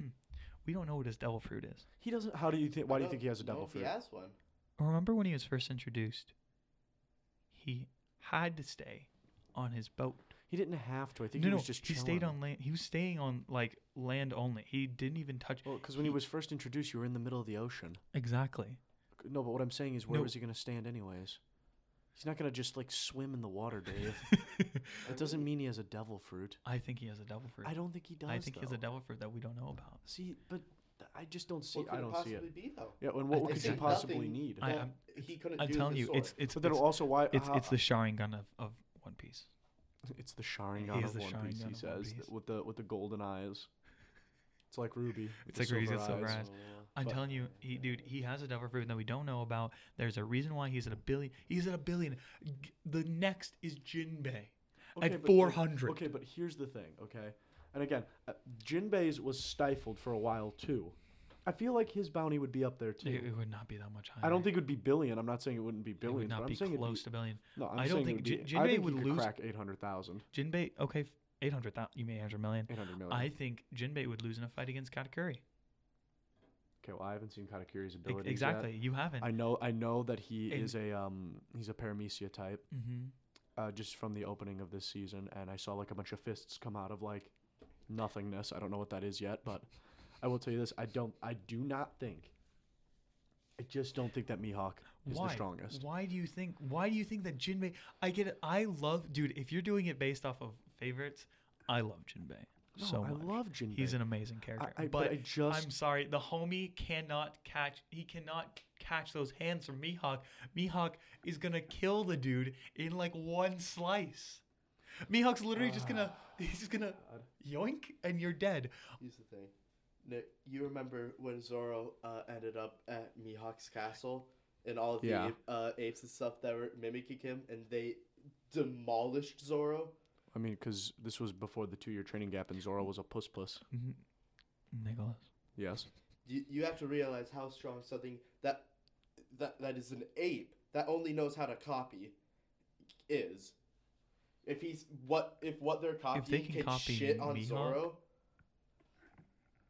Speaker 1: we don't know what his devil fruit is.
Speaker 2: he doesn't. How do you think? Why do you
Speaker 3: No,
Speaker 2: think he has a
Speaker 3: no,
Speaker 2: devil fruit?
Speaker 3: He has one.
Speaker 1: Remember when he was first introduced? He had to stay on his boat.
Speaker 2: He didn't have to. I think
Speaker 1: no,
Speaker 2: he
Speaker 1: no,
Speaker 2: was just.
Speaker 1: he stayed
Speaker 2: chilling.
Speaker 1: on land. He was staying on like land only. He didn't even touch.
Speaker 2: Well, because when he was first introduced, you were in the middle of the ocean.
Speaker 1: Exactly.
Speaker 2: No, but what I'm saying is, where
Speaker 1: No.
Speaker 2: was he going to stand anyways? He's not going to just like swim in the water, Dave. that doesn't mean he has a devil fruit.
Speaker 1: I think he has a devil fruit.
Speaker 2: I don't think he does.
Speaker 1: I think he has a
Speaker 2: though.
Speaker 1: devil fruit that we don't know about.
Speaker 2: See, but th- I just don't see.
Speaker 3: What could
Speaker 2: I
Speaker 3: it
Speaker 2: don't see
Speaker 3: possibly
Speaker 2: it.
Speaker 3: be though?
Speaker 2: Yeah,
Speaker 1: I
Speaker 2: and what
Speaker 1: think
Speaker 2: could you
Speaker 1: that-
Speaker 2: possibly
Speaker 3: nothing
Speaker 2: need?
Speaker 3: that
Speaker 1: I- I'm-
Speaker 3: he couldn't
Speaker 1: I'm
Speaker 3: do
Speaker 1: telling
Speaker 3: with
Speaker 1: you,
Speaker 3: his
Speaker 1: it's
Speaker 3: sword.
Speaker 1: it's
Speaker 2: But then
Speaker 1: it's,
Speaker 2: also, why?
Speaker 1: it's,
Speaker 2: how-
Speaker 1: it's the Sharingan of, of One Piece.
Speaker 2: It's the
Speaker 1: He
Speaker 2: Sharingan
Speaker 1: is
Speaker 2: of
Speaker 1: the
Speaker 2: One
Speaker 1: Sharingan
Speaker 2: Piece.
Speaker 1: of
Speaker 2: He
Speaker 1: One
Speaker 2: says
Speaker 1: Piece.
Speaker 2: with the with the golden eyes. It's like Ruby.
Speaker 1: It's
Speaker 2: with the
Speaker 1: like Ruby's got silver eyes. I'm
Speaker 2: But-
Speaker 1: telling you, he, dude, he has a devil fruit that we don't know about. There's a reason why he's at a billion. He's at a billion. G- The next is Jinbei
Speaker 2: Okay,
Speaker 1: at
Speaker 2: but, like,
Speaker 1: 400.
Speaker 2: Okay, but here's the thing. Okay, and again, uh, Jinbei's was stifled for a while too. I feel like his bounty would be up there too.
Speaker 1: It, it would not be that much higher.
Speaker 2: I don't think it would be billion. I'm not saying it wouldn't be
Speaker 1: it
Speaker 2: billion.
Speaker 1: would not
Speaker 2: but
Speaker 1: be
Speaker 2: I'm saying it'd
Speaker 1: close to billion.
Speaker 2: Be, no, I'm
Speaker 1: I don't
Speaker 2: saying it
Speaker 1: think
Speaker 2: would
Speaker 1: Jin-
Speaker 2: be, I
Speaker 1: Jinbei
Speaker 2: think he
Speaker 1: would
Speaker 2: could
Speaker 1: lose-
Speaker 2: crack 800,000,
Speaker 1: Jinbei, okay, 800,000. You mean 800 million?
Speaker 2: 800 million.
Speaker 1: I think Jinbei would lose in a fight against Katakuri. E-
Speaker 2: okay, well, I haven't seen Katakuri's ability.
Speaker 1: Exactly. You haven't.
Speaker 2: I know. I know that he
Speaker 1: And-
Speaker 2: is a um. He's a paramecia type.
Speaker 1: mm-hmm.
Speaker 2: uh, just from the opening of this season, and I saw like a bunch of fists come out of like nothingness. I don't know what that is yet, but I will tell you this: I don't, I do not think, I just don't think that Mihawk is
Speaker 1: Why?
Speaker 2: the strongest.
Speaker 1: Why do you think? Why do you think that Jinbei? I get it. I love, dude. If you're doing it based off of favorites, I love Jinbei
Speaker 2: No,
Speaker 1: so
Speaker 2: I
Speaker 1: much.
Speaker 2: love Jinbei.
Speaker 1: He's an amazing character.
Speaker 2: I- but
Speaker 1: but
Speaker 2: I just-
Speaker 1: I'm sorry, the homie cannot catch. He cannot catch those hands from Mihawk. Mihawk is gonna kill the dude in like one slice. Mihawk's literally just gonna. He's just gonna yoink, and you're dead.
Speaker 3: Here's the thing. Nick, you remember when Zoro uh, ended up at Mihawk's castle and all the
Speaker 2: Yeah.
Speaker 3: uh, apes and stuff that were mimicking him, and they demolished Zoro.
Speaker 2: I mean, because this was before the two-year training gap, and Zoro was a puss puss.
Speaker 1: Nicholas.
Speaker 2: Yes.
Speaker 3: You, you have to realize how strong something that that that is an ape that only knows how to copy is. If he's what if what they're copying
Speaker 1: can
Speaker 3: can,
Speaker 1: copy
Speaker 3: shit on
Speaker 1: Mihawk,
Speaker 3: Zoro,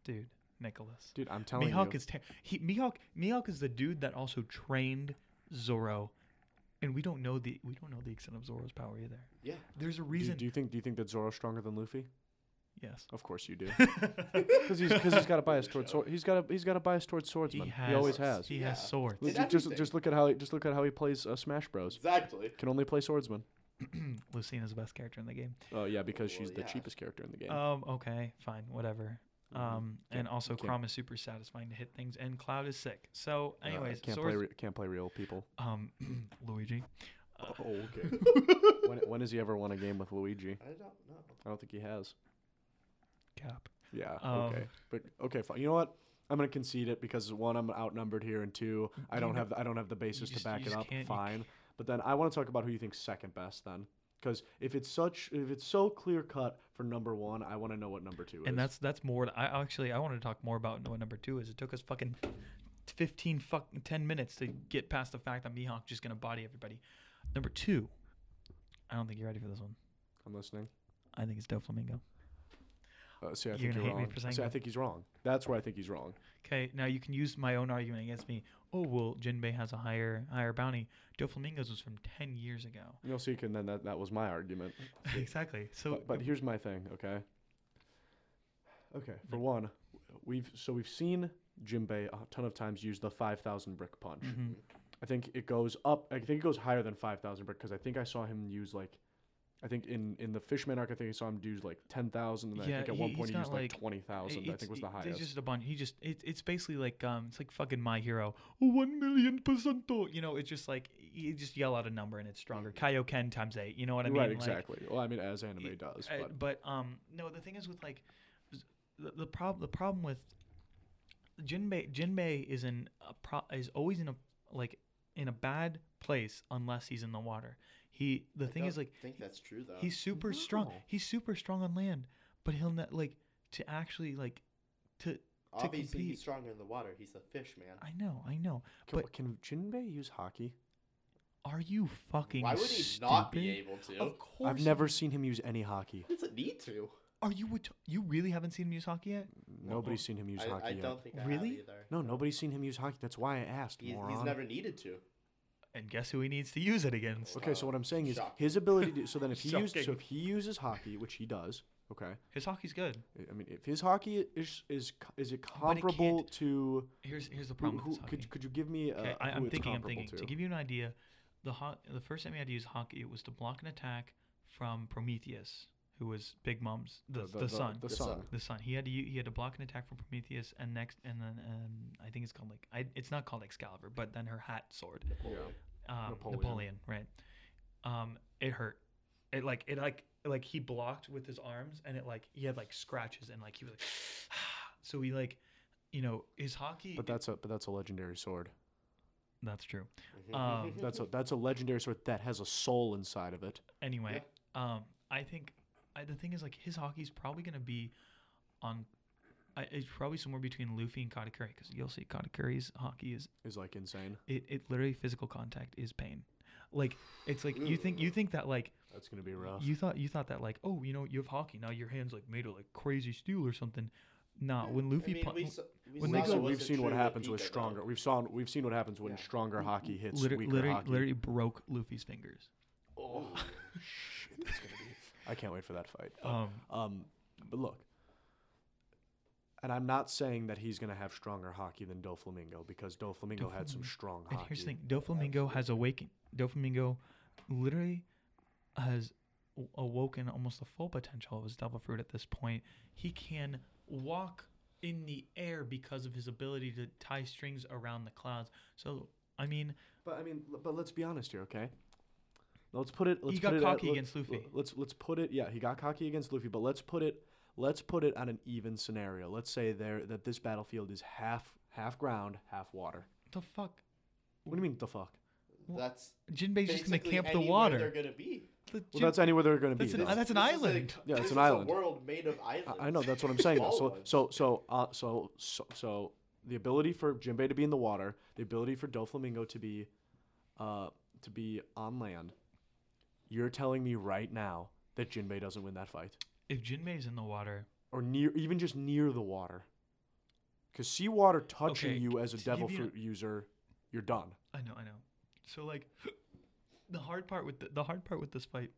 Speaker 1: dude, Nicholas.
Speaker 2: Dude, I'm telling
Speaker 1: Mihawk
Speaker 2: you.
Speaker 1: is ter- he Mihawk Mihawk is the dude that also trained Zoro, and we don't know the we don't know the extent of Zoro's power either.
Speaker 3: yeah,
Speaker 1: There's a
Speaker 2: Do you-
Speaker 1: reason.
Speaker 2: Do, you think do you think that Zoro's stronger than Luffy?
Speaker 1: Yes.
Speaker 2: Of course you do.
Speaker 1: Because
Speaker 2: Because he's, cause he's got a bias towards sword. He's got a he's got a bias towards
Speaker 1: He,
Speaker 2: swordsmen. He,
Speaker 1: has,
Speaker 2: always has.
Speaker 1: He
Speaker 3: Yeah.
Speaker 1: has swords.
Speaker 3: Look-
Speaker 2: Look- just
Speaker 3: everything.
Speaker 2: just look at how he, just look at how he plays uh, Smash Bros.
Speaker 3: Exactly.
Speaker 2: Can only play swordsman.
Speaker 1: Lucina's the best character in the game.
Speaker 2: Oh yeah, because
Speaker 3: Well,
Speaker 2: she's the
Speaker 3: yeah.
Speaker 2: cheapest character in the game.
Speaker 1: Um. Okay. Fine. Whatever.
Speaker 2: Mhm.
Speaker 1: Um. And also,
Speaker 2: can't-
Speaker 1: Crom is super satisfying to hit things, and Cloud is sick. So,
Speaker 2: Uh,
Speaker 1: anyways,
Speaker 2: can't
Speaker 1: swords.
Speaker 2: play re- can't play real people.
Speaker 1: um. Luigi. Uh,
Speaker 2: Oh, okay. when when has he ever won a game with Luigi?
Speaker 3: I don't know.
Speaker 2: I don't think he has.
Speaker 1: Cap.
Speaker 2: Yeah.
Speaker 1: Um,
Speaker 2: okay. But okay, fine. You know what? I'm gonna concede it because one, I'm outnumbered here, and two, I
Speaker 1: You
Speaker 2: don't
Speaker 1: know-
Speaker 2: have the, I don't have the basis
Speaker 1: just-
Speaker 2: to back
Speaker 1: you
Speaker 2: it
Speaker 1: just
Speaker 2: up.
Speaker 1: can't- you
Speaker 2: Fine. But then I want to talk about who you think's second best then. Because if it's such, if it's so clear cut for number one, I want to know what number two is.
Speaker 1: And that's that's more. I I actually I wanted to talk more about what number two is. It took us fucking fifteen fuck ten minutes to get past the fact that Mihawk just gonna body everybody. Number two. I don't think you're ready for this one.
Speaker 2: I'm listening.
Speaker 1: I think it's Doflamingo.
Speaker 2: Uh, see, I
Speaker 1: You're
Speaker 2: think
Speaker 1: gonna
Speaker 2: you're
Speaker 1: hate me
Speaker 2: wrong.
Speaker 1: for saying
Speaker 2: See, I
Speaker 1: that.
Speaker 2: think he's wrong. That's where I think he's wrong.
Speaker 1: Okay, now you can use my own argument against me. Oh well, Jinbei has a higher higher bounty. Doflamingo's was from ten years ago.
Speaker 2: You know, see, and then that, that was my argument.
Speaker 1: exactly. So,
Speaker 2: But, but here's my thing, okay? Okay, for one, we've so we've seen Jinbei a ton of times use the 5,000 brick punch.
Speaker 1: Mhm.
Speaker 2: I think it goes up. I think it goes higher than 5,000 brick because I think I saw him use like, I think in in the Fishman arc, I think I saw him do like 10,000. And then
Speaker 1: Yeah,
Speaker 2: I think at
Speaker 1: he-
Speaker 2: one
Speaker 1: he's
Speaker 2: point he
Speaker 1: got,
Speaker 2: used like,
Speaker 1: like-
Speaker 2: 20,000. I
Speaker 1: It's-
Speaker 2: think was the
Speaker 1: it-
Speaker 2: highest.
Speaker 1: There's just a bunch. He just it, it's basically like um it's like fucking my hero. Oh, one million percento. You know, it's just like you just yell out a number and it's stronger. Kaioken times eight. You know what I mean?
Speaker 2: Mm. right,
Speaker 1: Like,
Speaker 2: exactly. well, I mean, as anime
Speaker 1: it-
Speaker 2: does,
Speaker 1: I-
Speaker 2: but
Speaker 1: but um no, the thing is with like s- the, the problem the problem with Jinbei Jinbei is in a pro- is always in a like in a bad place unless he's in the water. He the thing is like
Speaker 3: I think that's true though.
Speaker 1: He's super strong.
Speaker 2: No.
Speaker 1: He's super strong on land, but he'll not like to actually like to.
Speaker 3: obviously
Speaker 1: compete.
Speaker 3: he's stronger in the water. He's a fish man.
Speaker 1: I know, I know.
Speaker 2: can,
Speaker 1: but-
Speaker 2: can Jinbei use hockey?
Speaker 1: Are you fucking?
Speaker 3: Why would he
Speaker 1: stupid?
Speaker 3: not be able to?
Speaker 1: Of course.
Speaker 2: I've never seen him use any hockey.
Speaker 3: He doesn't need to.
Speaker 1: Are you? a t- You really haven't seen him use hockey yet?
Speaker 2: Nobody's seen him use hockey
Speaker 3: I, I
Speaker 2: yet.
Speaker 3: don't think I have
Speaker 1: Really?
Speaker 3: either.
Speaker 2: No, nobody's seen him use hockey. That's why I asked.
Speaker 3: He's,
Speaker 2: moron.
Speaker 3: he's never needed to.
Speaker 1: And guess who he needs to use it against?
Speaker 2: Okay, so what I'm saying is
Speaker 3: Shocking.
Speaker 2: his ability to. So then, if he uses, so
Speaker 1: Shocking.
Speaker 2: if he uses hockey, which he does, okay.
Speaker 1: His hockey's good.
Speaker 2: I- I mean, if his hockey is is co- is it
Speaker 1: But it can't-
Speaker 2: comparable to
Speaker 1: Here's here's the
Speaker 2: who,
Speaker 1: problem.
Speaker 2: who-
Speaker 1: with his hockey.
Speaker 2: could could you give me? Uh,
Speaker 1: Okay, I,
Speaker 2: who
Speaker 1: I'm
Speaker 2: it's
Speaker 1: thinking. I'm
Speaker 2: comparable
Speaker 1: thinking. To. give you an idea, the ho- the first time he had to use hockey was to block an attack from Prometheus, who was Big Mom's the, the, son.
Speaker 2: the,
Speaker 3: The
Speaker 2: son.
Speaker 3: son.
Speaker 1: the sun. He had to u- he had to block an attack from Prometheus, and next, and then um, I think it's called like I, it's not called Excalibur, but then her hat sword,
Speaker 3: Napoleon.
Speaker 1: um,
Speaker 2: Napoleon.
Speaker 1: Napoleon. right? Um, it hurt. It like it like like he blocked with his arms, and it like he had like scratches, and like he was like, so he like, you know, his hockey.
Speaker 2: But that's a but that's a legendary sword.
Speaker 1: that's true.
Speaker 3: Mhm.
Speaker 1: Um,
Speaker 2: That's a that's a legendary sword that has a soul inside of it.
Speaker 1: Anyway, um, I think I, the thing is like his hockey's probably gonna be on. I, it's probably somewhere between Luffy and Katakuri because you'll see Katakuri's hockey is
Speaker 2: Is like insane.
Speaker 1: it, it literally physical contact is pain like it's like you think you think that like
Speaker 2: That's gonna be rough.
Speaker 1: you thought you thought that like oh you know you have hockey now your hands like made of like crazy steel or something nah when luffy
Speaker 3: I mean,
Speaker 1: pu-
Speaker 3: we, saw- we
Speaker 1: when
Speaker 3: saw
Speaker 1: they
Speaker 3: that
Speaker 1: go-
Speaker 3: wasn't
Speaker 2: we've seen
Speaker 3: true
Speaker 2: what happens with
Speaker 3: Pika, though.
Speaker 2: stronger. We've saw we've seen what happens when
Speaker 3: Yeah.
Speaker 2: stronger hockey hits
Speaker 1: liter-
Speaker 2: weaker
Speaker 1: literally,
Speaker 2: hockey.
Speaker 1: literally broke luffy's fingers
Speaker 3: Oh,
Speaker 2: Shit, that's gonna be. I can't wait for that fight.
Speaker 1: um
Speaker 2: Um, but look, and I'm not saying that he's going to have stronger hockey than Doflamingo because Doflamingo had some strong
Speaker 1: and
Speaker 2: hockey.
Speaker 1: here's the thing doflamingo has awakened doflamingo literally has w- awoken almost the full potential of his devil fruit at this point he can walk in the air because of his ability to tie strings around the clouds so i mean
Speaker 2: But I mean, l- but let's be honest here, okay? Let's put it. Let's
Speaker 1: got
Speaker 2: put it
Speaker 1: cocky
Speaker 2: let-
Speaker 1: against Luffy.
Speaker 2: l- Let's let's put it. Yeah, he got cocky against Luffy. But let's put it. Let's put it on an even scenario. Let's say there that this battlefield is half half ground, half water.
Speaker 1: the fuck
Speaker 2: What do you mean the fuck?
Speaker 1: Well,
Speaker 3: that's
Speaker 1: Jinbei's just gonna
Speaker 3: basically
Speaker 1: camp the
Speaker 3: anywhere
Speaker 1: water.
Speaker 3: They're gonna be.
Speaker 1: The
Speaker 2: Well,
Speaker 1: Jin-
Speaker 2: that's anywhere they're going to be.
Speaker 1: that's an-
Speaker 2: though.
Speaker 1: uh, that's an
Speaker 3: This is a-
Speaker 1: island.
Speaker 2: Yeah, it's
Speaker 3: this
Speaker 2: an
Speaker 3: is
Speaker 2: island.
Speaker 3: A world made of islands.
Speaker 2: I I know that's what I'm saying. though.
Speaker 3: Small
Speaker 2: So
Speaker 3: ones.
Speaker 2: so so uh, so so so the ability for Jinbei to be in the water, the ability for Doflamingo to be, uh, to be on land. You're telling me right now that Jinbei doesn't win that fight,
Speaker 1: if Jinbei's in the water,
Speaker 2: or near even just near the water, because seawater touching
Speaker 1: Okay,
Speaker 2: you as a
Speaker 1: to
Speaker 2: devil
Speaker 1: give you an-
Speaker 2: fruit user, you're done.
Speaker 1: I know, I know. So like, the hard part with the, the hard part with this fight,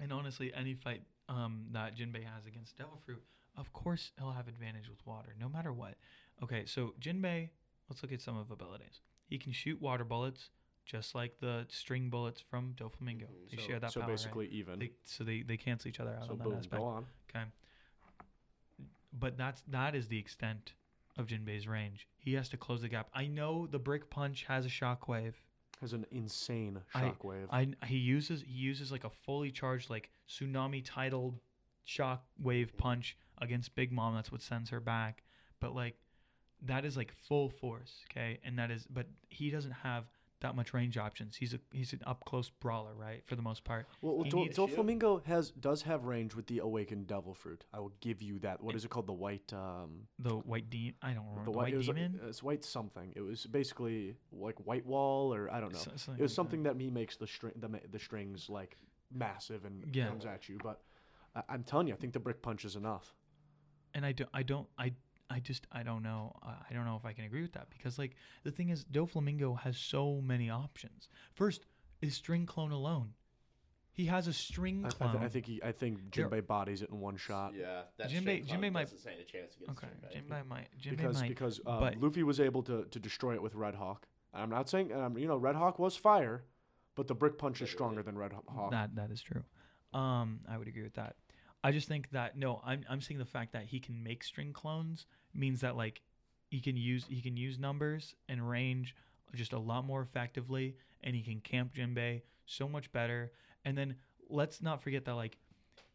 Speaker 1: and honestly, any fight um, that Jinbei has against Devil Fruit, of course he'll have advantage with water, no matter what. Okay, so Jinbei, let's look at some of abilities. He can shoot water bullets, just like the string bullets from Doflamingo.
Speaker 3: Mhm.
Speaker 1: They
Speaker 2: so,
Speaker 1: share that
Speaker 2: so
Speaker 1: power. right?
Speaker 2: basically even.
Speaker 1: they, so they, they cancel each other out
Speaker 2: so
Speaker 1: on that
Speaker 2: boom,
Speaker 1: aspect.
Speaker 2: go on.
Speaker 1: Okay. But that's that is the extent of Jinbei's range. He has to close the gap. I know the brick punch has a shockwave.
Speaker 2: Has an insane
Speaker 1: I-
Speaker 2: shockwave.
Speaker 1: I he uses he uses like a fully charged like tsunami tidal shockwave punch against Big Mom. That's what sends her back. But like that is like full force, okay? And that is but he doesn't have that much range options. He's a he's an up close brawler, right? For the most part.
Speaker 2: well,
Speaker 1: he
Speaker 2: Do-
Speaker 1: needs-
Speaker 2: Doflamingo has does have range with the awakened devil fruit. I will give you that. What is it called? The white um
Speaker 1: The white demon I don't remember. The, white,
Speaker 2: it was, uh, like-
Speaker 1: demon?
Speaker 2: it's white something. It was basically like white wall or I don't know.
Speaker 1: So-
Speaker 2: it was something that he makes the string the, ma- the strings like massive and
Speaker 1: Yeah.
Speaker 2: comes at you. But I, I'm telling you, I think the brick punch is enough.
Speaker 1: and I don't, I don't, I, I just, I don't know, I I don't know if I can agree with that because like the thing is, Doflamingo has so many options. First is string clone alone. He has a string
Speaker 2: I, I,
Speaker 1: clone.
Speaker 2: th- I think he, I think
Speaker 1: There-
Speaker 2: Jinbei bodies it in one shot
Speaker 3: Yeah, that's
Speaker 1: Jinbei-
Speaker 3: straight climb
Speaker 1: Jinbei might-
Speaker 3: doesn't stand a chance against
Speaker 1: okay,
Speaker 3: Jinbei.
Speaker 1: Jinbei might, Jinbei
Speaker 2: because
Speaker 1: might,
Speaker 2: because um,
Speaker 1: but-
Speaker 2: Luffy was able to to destroy it with Red Hawk. I'm not saying um, you know Red Hawk was fire, but the brick punch is stronger than Red Haw- Hawk.
Speaker 1: that that is true. Um, I would agree with that. I just think that no, I'm I'm seeing the fact that he can make string clones means that like he can use he can use numbers and range just a lot more effectively, and he can camp Jinbei so much better. And then let's not forget that like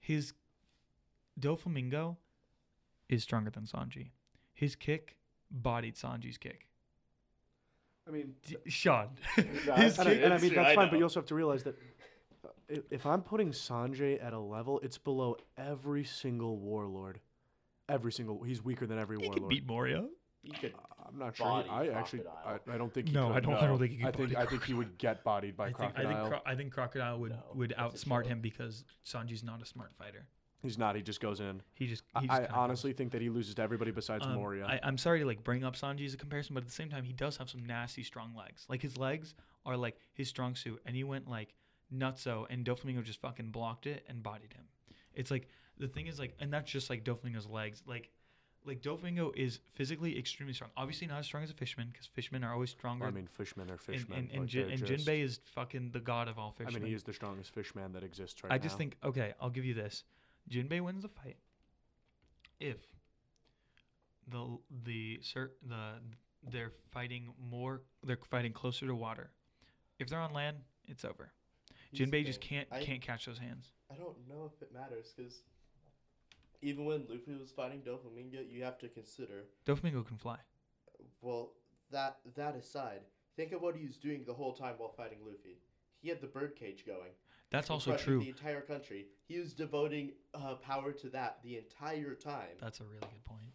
Speaker 1: his Doflamingo is stronger than Sanji. His kick bodied Sanji's kick.
Speaker 2: I mean,
Speaker 1: D- Sean,
Speaker 3: Nah,
Speaker 1: his
Speaker 2: and I,
Speaker 1: kick
Speaker 2: and I
Speaker 3: That's
Speaker 2: mean
Speaker 3: true,
Speaker 2: that's
Speaker 3: I
Speaker 2: fine, but
Speaker 3: know.
Speaker 2: you also have to realize that uh, i- if I'm putting Sanjay at a level, it's below every single warlord. Every single he's weaker than every
Speaker 1: he
Speaker 2: warlord. Uh,
Speaker 1: can beat Moria.
Speaker 3: You could
Speaker 2: I'm not sure.
Speaker 3: body
Speaker 2: he- I actually, I,
Speaker 3: Crocodile.
Speaker 2: I don't think. He
Speaker 1: No,
Speaker 2: could.
Speaker 1: I don't- I don't think he could
Speaker 2: I think,
Speaker 1: body
Speaker 2: I think he would get bodied by
Speaker 1: I think, I
Speaker 2: crocodile.
Speaker 1: think, Cro- I think Crocodile would,
Speaker 3: No,
Speaker 1: would
Speaker 3: that's a
Speaker 1: outsmart
Speaker 3: joke.
Speaker 1: him because Sanji's not a smart fighter.
Speaker 2: he's not. He just goes in.
Speaker 1: He just.
Speaker 2: I,
Speaker 1: He just
Speaker 2: I
Speaker 1: kinda
Speaker 2: honestly think that he loses to everybody besides
Speaker 1: goes. Um,
Speaker 2: Moria.
Speaker 1: I, I'm sorry to like bring up Sanji as a comparison, but at the same time, he does have some nasty strong legs. Like his legs are like his strong suit, and he went like nutso, and Doflamingo just fucking blocked it and bodied him. It's like the thing is like, and that's just like Doflamingo's legs, like. Like Doflamingo is physically extremely strong. Obviously not as strong as a fisherman, because fishermen are always stronger.
Speaker 2: I mean, fishmen are
Speaker 1: and
Speaker 2: fishmen.
Speaker 1: and, and,
Speaker 2: like,
Speaker 1: Jin,
Speaker 2: they're
Speaker 1: and
Speaker 2: just-
Speaker 1: Jinbei is fucking the god of all
Speaker 2: I
Speaker 1: fishermen.
Speaker 2: mean, he is the strongest fishman that exists right
Speaker 1: I
Speaker 2: now.
Speaker 1: just think okay, I'll give you this. Jinbei wins the fight if the the sir the they're fighting more they're fighting closer to water. If they're on land, it's over.
Speaker 3: Here's the
Speaker 1: Jinbei just
Speaker 3: thing.
Speaker 1: can't
Speaker 3: I-
Speaker 1: can't catch those hands.
Speaker 3: I don't know if it matters because even when Luffy was fighting Doflamingo, you have to consider.
Speaker 1: Doflamingo can fly.
Speaker 3: Well, that that aside, think of what he was doing the whole time while fighting Luffy. He had the birdcage going.
Speaker 1: That's
Speaker 3: He
Speaker 1: also
Speaker 3: crushed
Speaker 1: true.
Speaker 3: The entire country. He was devoting uh, power to that the entire time.
Speaker 1: That's a really good point.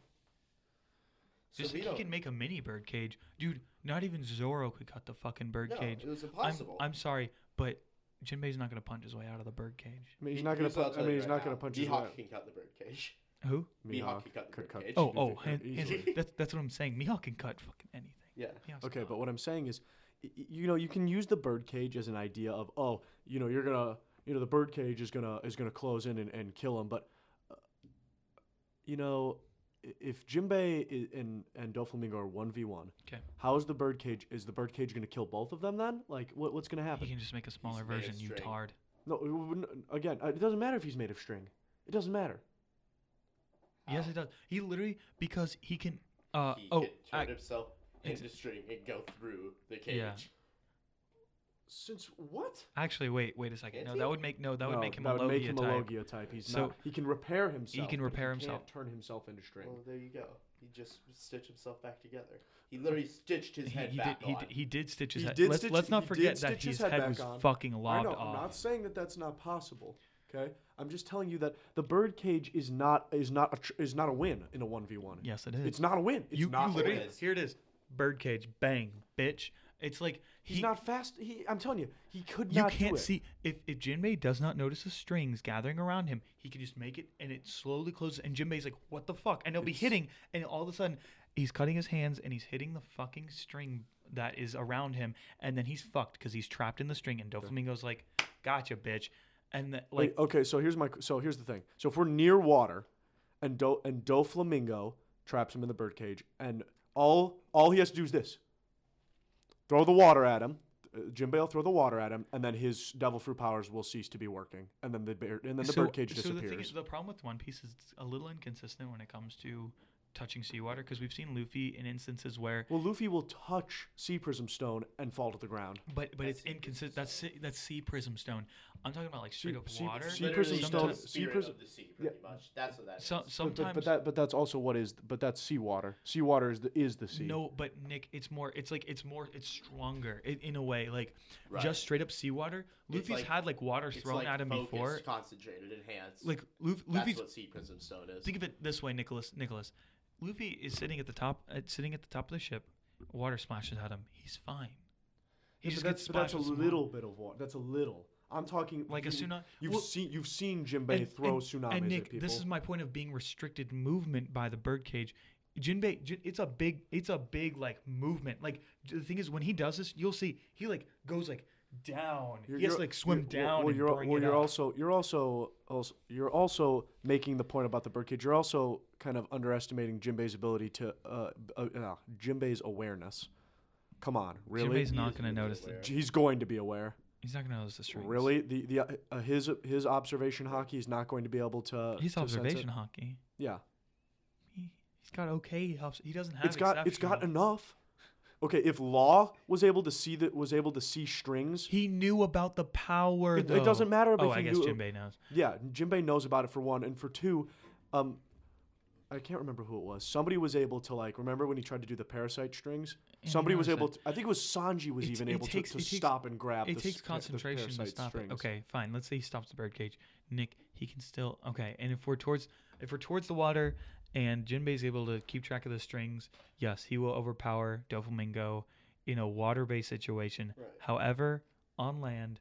Speaker 3: So
Speaker 1: Uh, Just
Speaker 3: we
Speaker 1: he
Speaker 3: don't-
Speaker 1: can make a mini bird cage, dude. Not even Zoro could cut the fucking bird
Speaker 3: no,
Speaker 1: cage.
Speaker 3: it was
Speaker 1: I'm,
Speaker 3: impossible.
Speaker 1: I'm sorry, but Jinbei's not gonna punch his way out of the bird cage.
Speaker 2: I mean, he's
Speaker 3: He-
Speaker 2: not gonna.
Speaker 3: here's what I'll
Speaker 2: Punch, I
Speaker 3: tell
Speaker 2: mean,
Speaker 3: you
Speaker 2: he's
Speaker 3: right
Speaker 2: not
Speaker 3: now.
Speaker 2: gonna punch his
Speaker 3: Mihawk
Speaker 2: way.
Speaker 3: can cut the birdcage.
Speaker 1: Who?
Speaker 3: Mihawk can cut the birdcage.
Speaker 1: Oh,
Speaker 2: Luffy
Speaker 1: oh,
Speaker 2: cut
Speaker 1: hand,
Speaker 2: easily.
Speaker 1: hand- that's that's what I'm saying. Mihawk can cut fucking anything.
Speaker 3: Yeah.
Speaker 1: Mihawk's
Speaker 2: Okay,
Speaker 1: not-
Speaker 2: but what I'm saying is, y- y- you know, you can use the birdcage as an idea of, oh, you know, you're gonna, you know, the birdcage is gonna is gonna close in and, and kill him. But, uh, you know, i- if Jinbei i- and and Doflamingo are one v one,
Speaker 1: Okay.
Speaker 2: how is the birdcage? Is the birdcage gonna kill both of them then? Like, what, what's gonna
Speaker 1: he
Speaker 2: happen?
Speaker 1: can just make a smaller
Speaker 3: made of
Speaker 1: version. You
Speaker 3: string.
Speaker 1: tard.
Speaker 2: No, it wouldn't- again, uh, it doesn't matter if he's made of string. It doesn't matter.
Speaker 1: Yes,
Speaker 3: How?
Speaker 1: it does. He literally because he can. Uh
Speaker 3: he
Speaker 1: oh,
Speaker 3: can turn
Speaker 1: I-
Speaker 3: himself
Speaker 1: it's-
Speaker 3: into string and go through the cage.
Speaker 1: Yeah.
Speaker 2: Since what?
Speaker 1: actually, wait, wait a second.
Speaker 3: Can't
Speaker 1: No,
Speaker 3: he?
Speaker 1: that would make no, that would
Speaker 2: No,
Speaker 1: make him
Speaker 2: that
Speaker 1: a
Speaker 2: would make
Speaker 1: Logia
Speaker 2: him a
Speaker 1: type.
Speaker 2: Logia type. He's
Speaker 1: So-
Speaker 2: not. He can repair himself.
Speaker 1: can
Speaker 2: but
Speaker 1: repair
Speaker 2: he can't
Speaker 1: himself.
Speaker 2: turn himself into string.
Speaker 3: Well, there you go. He just stitched himself back together. He literally stitched his
Speaker 1: He,
Speaker 3: head
Speaker 1: he did.
Speaker 3: back
Speaker 1: He
Speaker 3: on.
Speaker 1: did, he did stitch his
Speaker 2: He
Speaker 1: head.
Speaker 2: did
Speaker 1: let's,
Speaker 2: stitch-
Speaker 1: let's not
Speaker 2: he did
Speaker 1: forget that
Speaker 2: stitch his
Speaker 1: his
Speaker 2: head
Speaker 1: head
Speaker 2: back
Speaker 1: was
Speaker 2: on.
Speaker 1: fucking
Speaker 2: I
Speaker 1: lobbed
Speaker 2: know.
Speaker 1: off.
Speaker 2: I'm not saying that that's not possible. Okay. I'm just telling you that the birdcage is not is not a tr- is not a win in a one v one.
Speaker 1: Yes, it is.
Speaker 2: It's not a win. It's
Speaker 1: you, you
Speaker 2: not a
Speaker 1: literally
Speaker 2: win.
Speaker 3: is.
Speaker 1: here it is. Birdcage, bang, bitch. It's like
Speaker 2: He's
Speaker 1: he,
Speaker 2: not fast. He, I'm telling you, he could
Speaker 1: You
Speaker 2: not. do
Speaker 1: can't
Speaker 2: it.
Speaker 1: see if if Jinbei does not notice the strings gathering around him, he can just make it, and it slowly closes. And Jinbei's like, "What the fuck?" And he'll be
Speaker 2: It's-
Speaker 1: hitting, and all of a sudden, he's cutting his hands, and he's hitting the fucking string that is around him, and then he's fucked because he's trapped in the string. And Doflamingo's like, "Gotcha, bitch," and that like
Speaker 2: Wait, oh, okay, so here's my so here's the thing. So if we're near water, and do and do flamingo traps him in the birdcage, and all all he has to do is this: throw the water at him. Uh, Jinbei will throw the water at him, and then his devil fruit powers will cease to be working, and then the bear, and then the
Speaker 1: so,
Speaker 2: birdcage
Speaker 1: so
Speaker 2: disappears.
Speaker 1: The, thing is, the problem with One Piece is it's a little inconsistent when it comes to touching seawater because we've seen Luffy in instances where,
Speaker 2: well, Luffy will touch Sea Prism Stone and fall to the ground.
Speaker 1: but but
Speaker 3: That's
Speaker 1: it's
Speaker 3: sea prism
Speaker 1: inconsistent. That's sea, that's sea prism stone. I'm talking about like straight up
Speaker 2: sea-
Speaker 1: water.
Speaker 2: sea
Speaker 3: Literally
Speaker 2: prism
Speaker 3: the
Speaker 2: stone-
Speaker 1: Sometimes-
Speaker 2: sea
Speaker 3: spirit
Speaker 2: prism-
Speaker 3: of the sea, pretty much. That's what that is.
Speaker 1: So,
Speaker 2: But-
Speaker 1: sometimes,
Speaker 2: but, but that but that's also what is but that's seawater. Seawater is the is the sea.
Speaker 1: No, but Nick, it's more. It's like it's more. It's stronger in, in a way. Like
Speaker 3: Right.
Speaker 1: just straight up seawater.
Speaker 3: It's
Speaker 1: Luffy's
Speaker 3: like-
Speaker 1: had like water
Speaker 3: It's
Speaker 1: thrown
Speaker 3: like
Speaker 1: at him
Speaker 3: focused,
Speaker 1: before.
Speaker 3: Concentrated, enhanced.
Speaker 1: Like Luffy,
Speaker 3: that's
Speaker 1: Luffy's.
Speaker 3: what sea prism stone is.
Speaker 1: Think of it this way, Nicholas. Nicholas, Luffy is sitting at the top. Uh, sitting at the top of the ship. Water smashes at him. He's fine. He
Speaker 2: Yeah,
Speaker 1: just
Speaker 2: but
Speaker 1: gets
Speaker 2: that's, but that's a
Speaker 1: splashed with some
Speaker 2: little
Speaker 1: water.
Speaker 2: bit of water. That's a little. I'm talking
Speaker 1: Like a
Speaker 2: you-
Speaker 1: tsunami-
Speaker 2: You've
Speaker 1: well-
Speaker 2: seen you've seen Jinbei throw tsunamis
Speaker 1: and Nick,
Speaker 2: at people.
Speaker 1: this is my point of being restricted movement by the birdcage. Jinbei, Jin, it's a big, it's a big like movement. Like j- the thing is, when he does this, you'll see he like goes like down.
Speaker 2: You're-
Speaker 1: he has
Speaker 2: you're-
Speaker 1: to like swim
Speaker 2: you're-
Speaker 1: down
Speaker 2: Well,
Speaker 1: and
Speaker 2: you're,
Speaker 1: bring
Speaker 2: well,
Speaker 1: it
Speaker 2: you're
Speaker 1: up.
Speaker 2: also you're also also you're also making the point about the birdcage. You're also kind of underestimating Jinbei's ability to uh, b- uh no, Jinbei's awareness. Come on, really?
Speaker 1: Jinbei's not
Speaker 3: He
Speaker 1: gonna
Speaker 3: is
Speaker 1: notice
Speaker 3: aware.
Speaker 1: the,
Speaker 2: He's going to be aware.
Speaker 1: He's not gonna notice the strings.
Speaker 2: Really, the the uh, uh, his his observation hockey is not going to be able to. to
Speaker 1: He's
Speaker 2: sense it.
Speaker 1: observation hockey.
Speaker 2: Yeah,
Speaker 1: He, he's got okay. Obs- he doesn't have.
Speaker 2: it's got it's got
Speaker 1: exceptional.
Speaker 2: enough. Okay, if Law was able to see that was able to see strings,
Speaker 1: He knew about the power.
Speaker 2: It- it
Speaker 1: though.
Speaker 2: doesn't matter if
Speaker 1: Oh,
Speaker 2: he
Speaker 1: I guess
Speaker 2: knew-
Speaker 1: Jinbei knows.
Speaker 2: Yeah, Jinbei knows about it for one, and for two, um, I can't remember who it was. Somebody was able to like remember when he tried to do the parasite strings.
Speaker 1: he
Speaker 2: Somebody was
Speaker 1: knows
Speaker 2: able.
Speaker 1: that.
Speaker 2: To, I think it was Sanji was
Speaker 1: It-
Speaker 2: even
Speaker 1: it
Speaker 2: able
Speaker 1: takes-
Speaker 2: to,
Speaker 1: it
Speaker 2: to
Speaker 1: takes-
Speaker 2: stop and grab.
Speaker 1: It
Speaker 2: the
Speaker 1: takes
Speaker 2: s- pa- the
Speaker 1: concentration to
Speaker 2: parasite
Speaker 1: stop
Speaker 2: strings.
Speaker 1: it. Okay, fine. Let's say he stops the birdcage. Nick, he can still okay. And if we're towards if we're towards the water and Jinbei's able to keep track of the strings, yes, he will overpower Doflamingo in a water based situation.
Speaker 3: Right.
Speaker 1: However, on land,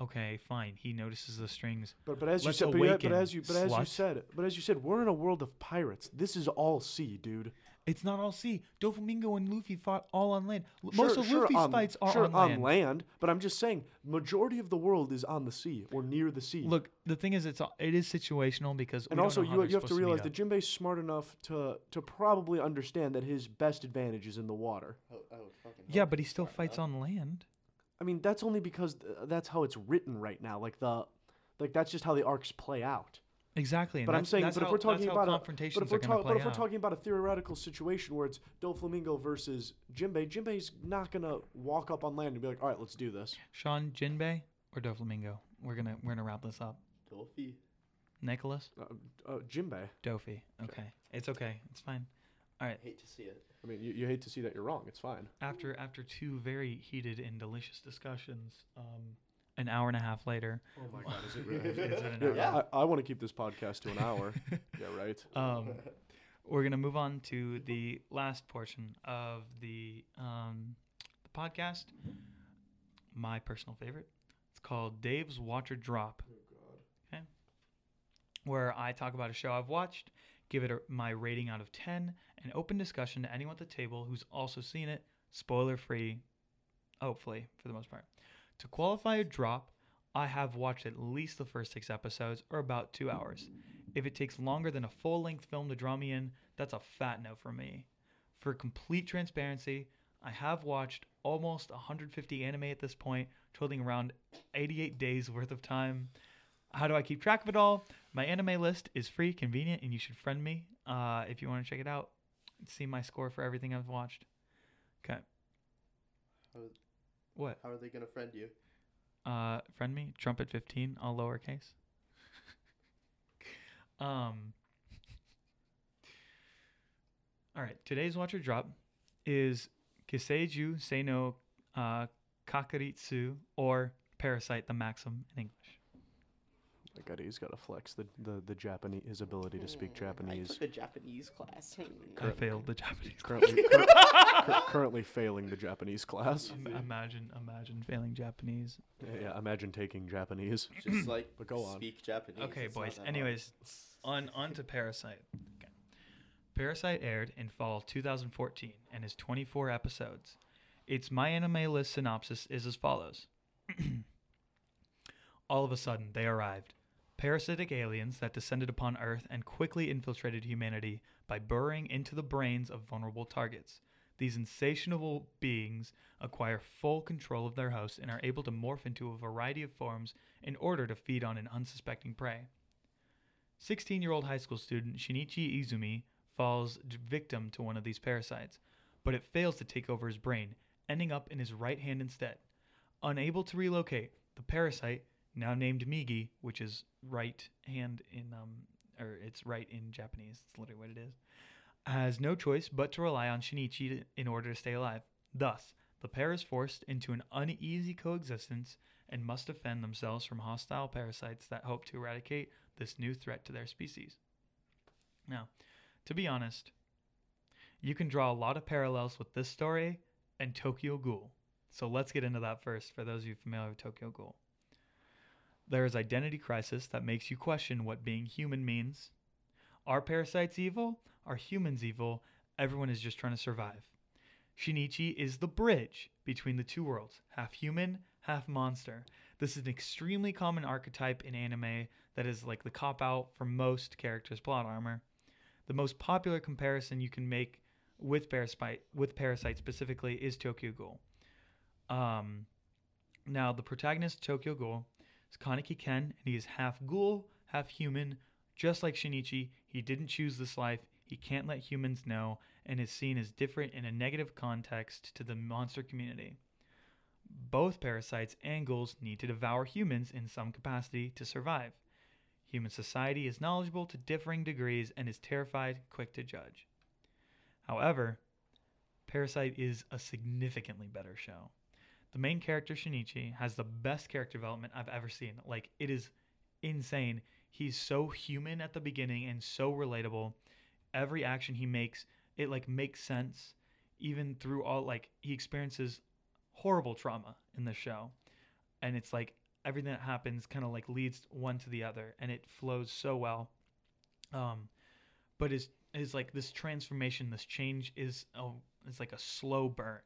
Speaker 1: okay, fine. He notices the strings.
Speaker 2: But but as you
Speaker 1: Let's
Speaker 2: said, but, yeah, but
Speaker 1: awaken,
Speaker 2: as you but as you
Speaker 1: slut.
Speaker 2: said, but as you said, we're in a world of pirates. This is all sea, dude.
Speaker 1: It's not all sea. Doflamingo and Luffy fought all on land. L- Most
Speaker 2: Sure-
Speaker 1: of
Speaker 2: sure,
Speaker 1: Luffy's
Speaker 2: on-
Speaker 1: fights are
Speaker 2: sure,
Speaker 1: on land.
Speaker 2: But I'm just saying, majority of the world is on the sea or near the sea.
Speaker 1: Look, the thing is, it's all- it is situational because we
Speaker 2: And
Speaker 1: don't
Speaker 2: also,
Speaker 1: know how
Speaker 2: you,
Speaker 1: they're
Speaker 2: you have to
Speaker 1: supposed meet
Speaker 2: realize
Speaker 1: up.
Speaker 2: that Jinbei's smart enough to to probably understand that his best advantage is in the water.
Speaker 3: I would- I would fucking
Speaker 1: yeah,
Speaker 3: hope
Speaker 1: but he
Speaker 3: he's
Speaker 1: still
Speaker 3: smart
Speaker 1: fights
Speaker 3: enough.
Speaker 1: on land.
Speaker 2: I mean, that's only because th- that's how it's written right now. Like the, like that's just how the arcs play out.
Speaker 1: Exactly. And
Speaker 2: But I'm
Speaker 1: that's-
Speaker 2: saying,
Speaker 1: that's
Speaker 2: but if
Speaker 1: how-
Speaker 2: we're
Speaker 1: that's
Speaker 2: talking
Speaker 1: how
Speaker 2: about a, but
Speaker 1: confrontations
Speaker 2: if we're,
Speaker 1: are gonna
Speaker 2: talk-
Speaker 1: play
Speaker 2: but if we're
Speaker 1: out.
Speaker 2: talking about a theoretical situation where it's Doflamingo versus Jinbei, Jinbei's not gonna walk up on land and be like, "All right, let's do this."
Speaker 1: Sean Jinbei or Doflamingo? We're gonna we're gonna wrap this up.
Speaker 3: Dolphy.
Speaker 1: Nicholas
Speaker 2: Uh, uh, Jinbei.
Speaker 1: Dofi. Okay, it's okay. It's fine. All right.
Speaker 3: I hate to see it.
Speaker 2: I mean, you, you hate to see that you're wrong. It's fine.
Speaker 1: After after two very heated and delicious discussions, um, an hour and a half later.
Speaker 2: Oh my god, is it
Speaker 1: really? Is it an hour?
Speaker 2: yeah, I, I want to keep this podcast to an hour. yeah, right.
Speaker 1: Um, we're gonna move on to the last portion of the um, the podcast. My personal favorite. It's called Dave's Watch or Drop. where I talk about a show I've watched, give it a, my rating out of 10, and open discussion to anyone at the table who's also seen it, spoiler free, hopefully, for the most part. To qualify a drop, I have watched at least the first six episodes, or about two hours. If it takes longer than a full length film to draw me in, that's a fat no for me. For complete transparency, I have watched almost 150 anime at this point, totaling around 88 days worth of time. How do I keep track of it all? My anime list is free, convenient, and you should friend me uh, if you want to check it out. See my score for everything I've watched. Okay.
Speaker 3: How-
Speaker 1: What?
Speaker 3: How are they gonna friend you?
Speaker 1: Uh, friend me, trumpet fifteen, all lowercase. um. All right, today's watcher drop is Kiseiju Seino uh, Kakaritsu or Parasite the Maxim in English.
Speaker 2: I got he's got to flex the, the, the Japanese his ability to speak
Speaker 3: I
Speaker 2: Japanese.
Speaker 3: took a Japanese class.
Speaker 1: I failed the Japanese.
Speaker 2: Currently, cur- cur- currently failing the Japanese class.
Speaker 1: Im- Imagine, imagine failing Japanese.
Speaker 2: Yeah, imagine taking Japanese.
Speaker 3: Just like
Speaker 2: But go on.
Speaker 3: speak Japanese.
Speaker 1: Okay,
Speaker 3: it's not
Speaker 1: boys.
Speaker 3: that hard.
Speaker 1: Anyways, on on to Parasite. Okay. Parasite aired in fall 2014 and is 24 episodes. Its my anime list synopsis is as follows. all of a sudden, they arrived. Parasitic aliens that descended upon Earth and quickly infiltrated humanity by burrowing into the brains of vulnerable targets. These insatiable beings acquire full control of their hosts and are able to morph into a variety of forms in order to feed on an unsuspecting prey. 16 year old high school student Shinichi Izumi falls d- victim to one of these parasites, but it fails to take over his brain, ending up in his right hand instead. Unable to relocate, the parasite, now named Migi, which is right hand in, um, or it's right in Japanese, it's literally what it is, has no choice but to rely on Shinichi to- in order to stay alive. Thus, the pair is forced into an uneasy coexistence and must defend themselves from hostile parasites that hope to eradicate this new threat to their species. Now, to be honest, you can draw a lot of parallels with this story and Tokyo Ghoul. So let's get into that first for those of you familiar with Tokyo Ghoul. There is identity crisis that makes you question what being human means. Are parasites evil? Are humans evil? Everyone is just trying to survive. Shinichi is the bridge between the two worlds, half human, half monster. This is an extremely common archetype in anime that is like the cop out for most characters' plot armor. The most popular comparison you can make with parasite with parasite specifically is Tokyo Ghoul. Um, now the protagonist Tokyo Ghoul is Kaneki Ken, and he is half ghoul, half human. Just like Shinichi, he didn't choose this life. He can't let humans know, and his scene is different in a negative context to the monster community. Both parasites and ghouls need to devour humans in some capacity to survive. Human society is knowledgeable to differing degrees and is terrified, quick to judge. However, Parasite is a significantly better show. The main character, Shinichi, has the best character development I've ever seen. Like, it is insane. He's so human at the beginning and so relatable. Every action he makes, it like makes sense. Even through all, like, he experiences horrible trauma in the show. And it's like everything that happens kind of like leads one to the other and it flows so well. Um, but his his like this transformation, this change is a, is like a slow burn.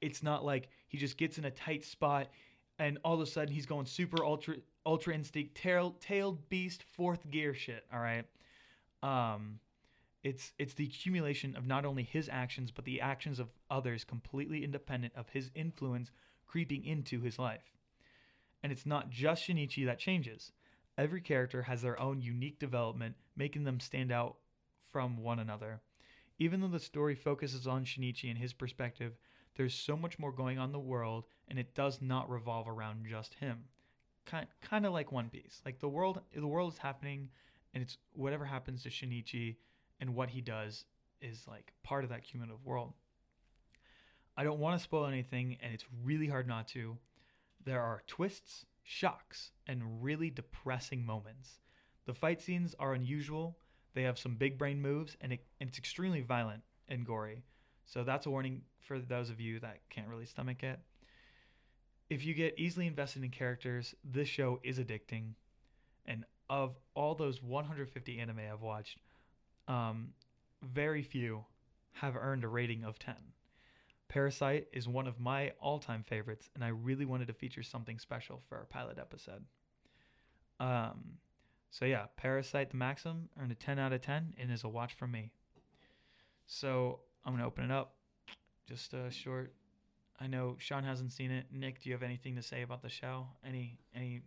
Speaker 1: It's not like he just gets in a tight spot and all of a sudden he's going super ultra ultra instinct tail tailed beast fourth gear shit. All right. Um, it's it's the accumulation of not only his actions but the actions of others completely independent of his influence creeping into his life. And it's not just Shinichi that changes. Every character has their own unique development, making them stand out from one another. Even though the story focuses on Shinichi and his perspective, there's so much more going on in the world, and it does not revolve around just him. Kind, kind of like One Piece. Like the world, the world is happening, and it's whatever happens to Shinichi and what he does is like part of that cumulative world. I don't want to spoil anything, and it's really hard not to. There are twists, shocks, and really depressing moments. The fight scenes are unusual. They have some big brain moves, and, it, and it's extremely violent and gory. So that's a warning for those of you that can't really stomach it. If you get easily invested in characters, this show is addicting. And of all those 150 anime I've watched, um, very few have earned a rating of 10. Parasite is one of my all time favorites, and I really wanted to feature something special for our pilot episode. Um, so, yeah, Parasite the Maxim earned a 10 out of 10 and is a watch from me. So, I'm going to open it up. Just a short. I know Sean hasn't seen it. Nick, do you have anything to say about the show? Any any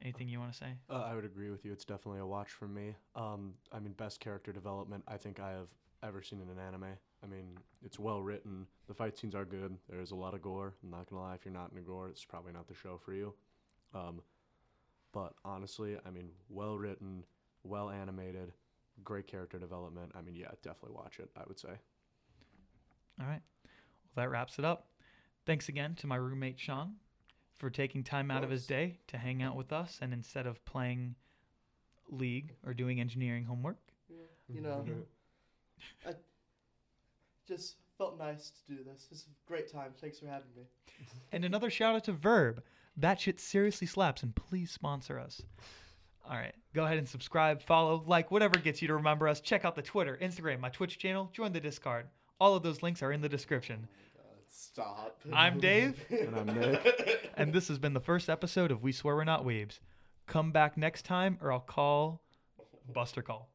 Speaker 1: anything you want to say?
Speaker 2: Uh, I would agree with you. It's definitely a watch from me. Um, I mean, best character development I think I have ever seen in an anime. I mean, it's well written. The fight scenes are good. There is a lot of gore. I'm not gonna lie. If you're not into gore, it's probably not the show for you. Um, but honestly, I mean, well written, well animated, great character development. I mean, yeah, definitely watch it. I would say.
Speaker 1: All right. Well, that wraps it up. Thanks again to my roommate Sean for taking time out of his
Speaker 3: course.
Speaker 1: day to hang out with us and instead of playing league or doing engineering homework.
Speaker 3: You know, I just felt nice to do this. This is a great time. Thanks for having me.
Speaker 1: And another shout out to Verb. That shit seriously slaps and please sponsor us. All right. Go ahead and subscribe, follow, like, whatever gets you to remember us. Check out the Twitter, Instagram, my Twitch channel, join the Discord. All of those links are in the description.
Speaker 3: Stop.
Speaker 1: I'm Dave.
Speaker 2: Uh, And I'm Nick.
Speaker 1: And this has been the first episode of We Swear We're Not Weebs. Come back next time or I'll call Buster Call.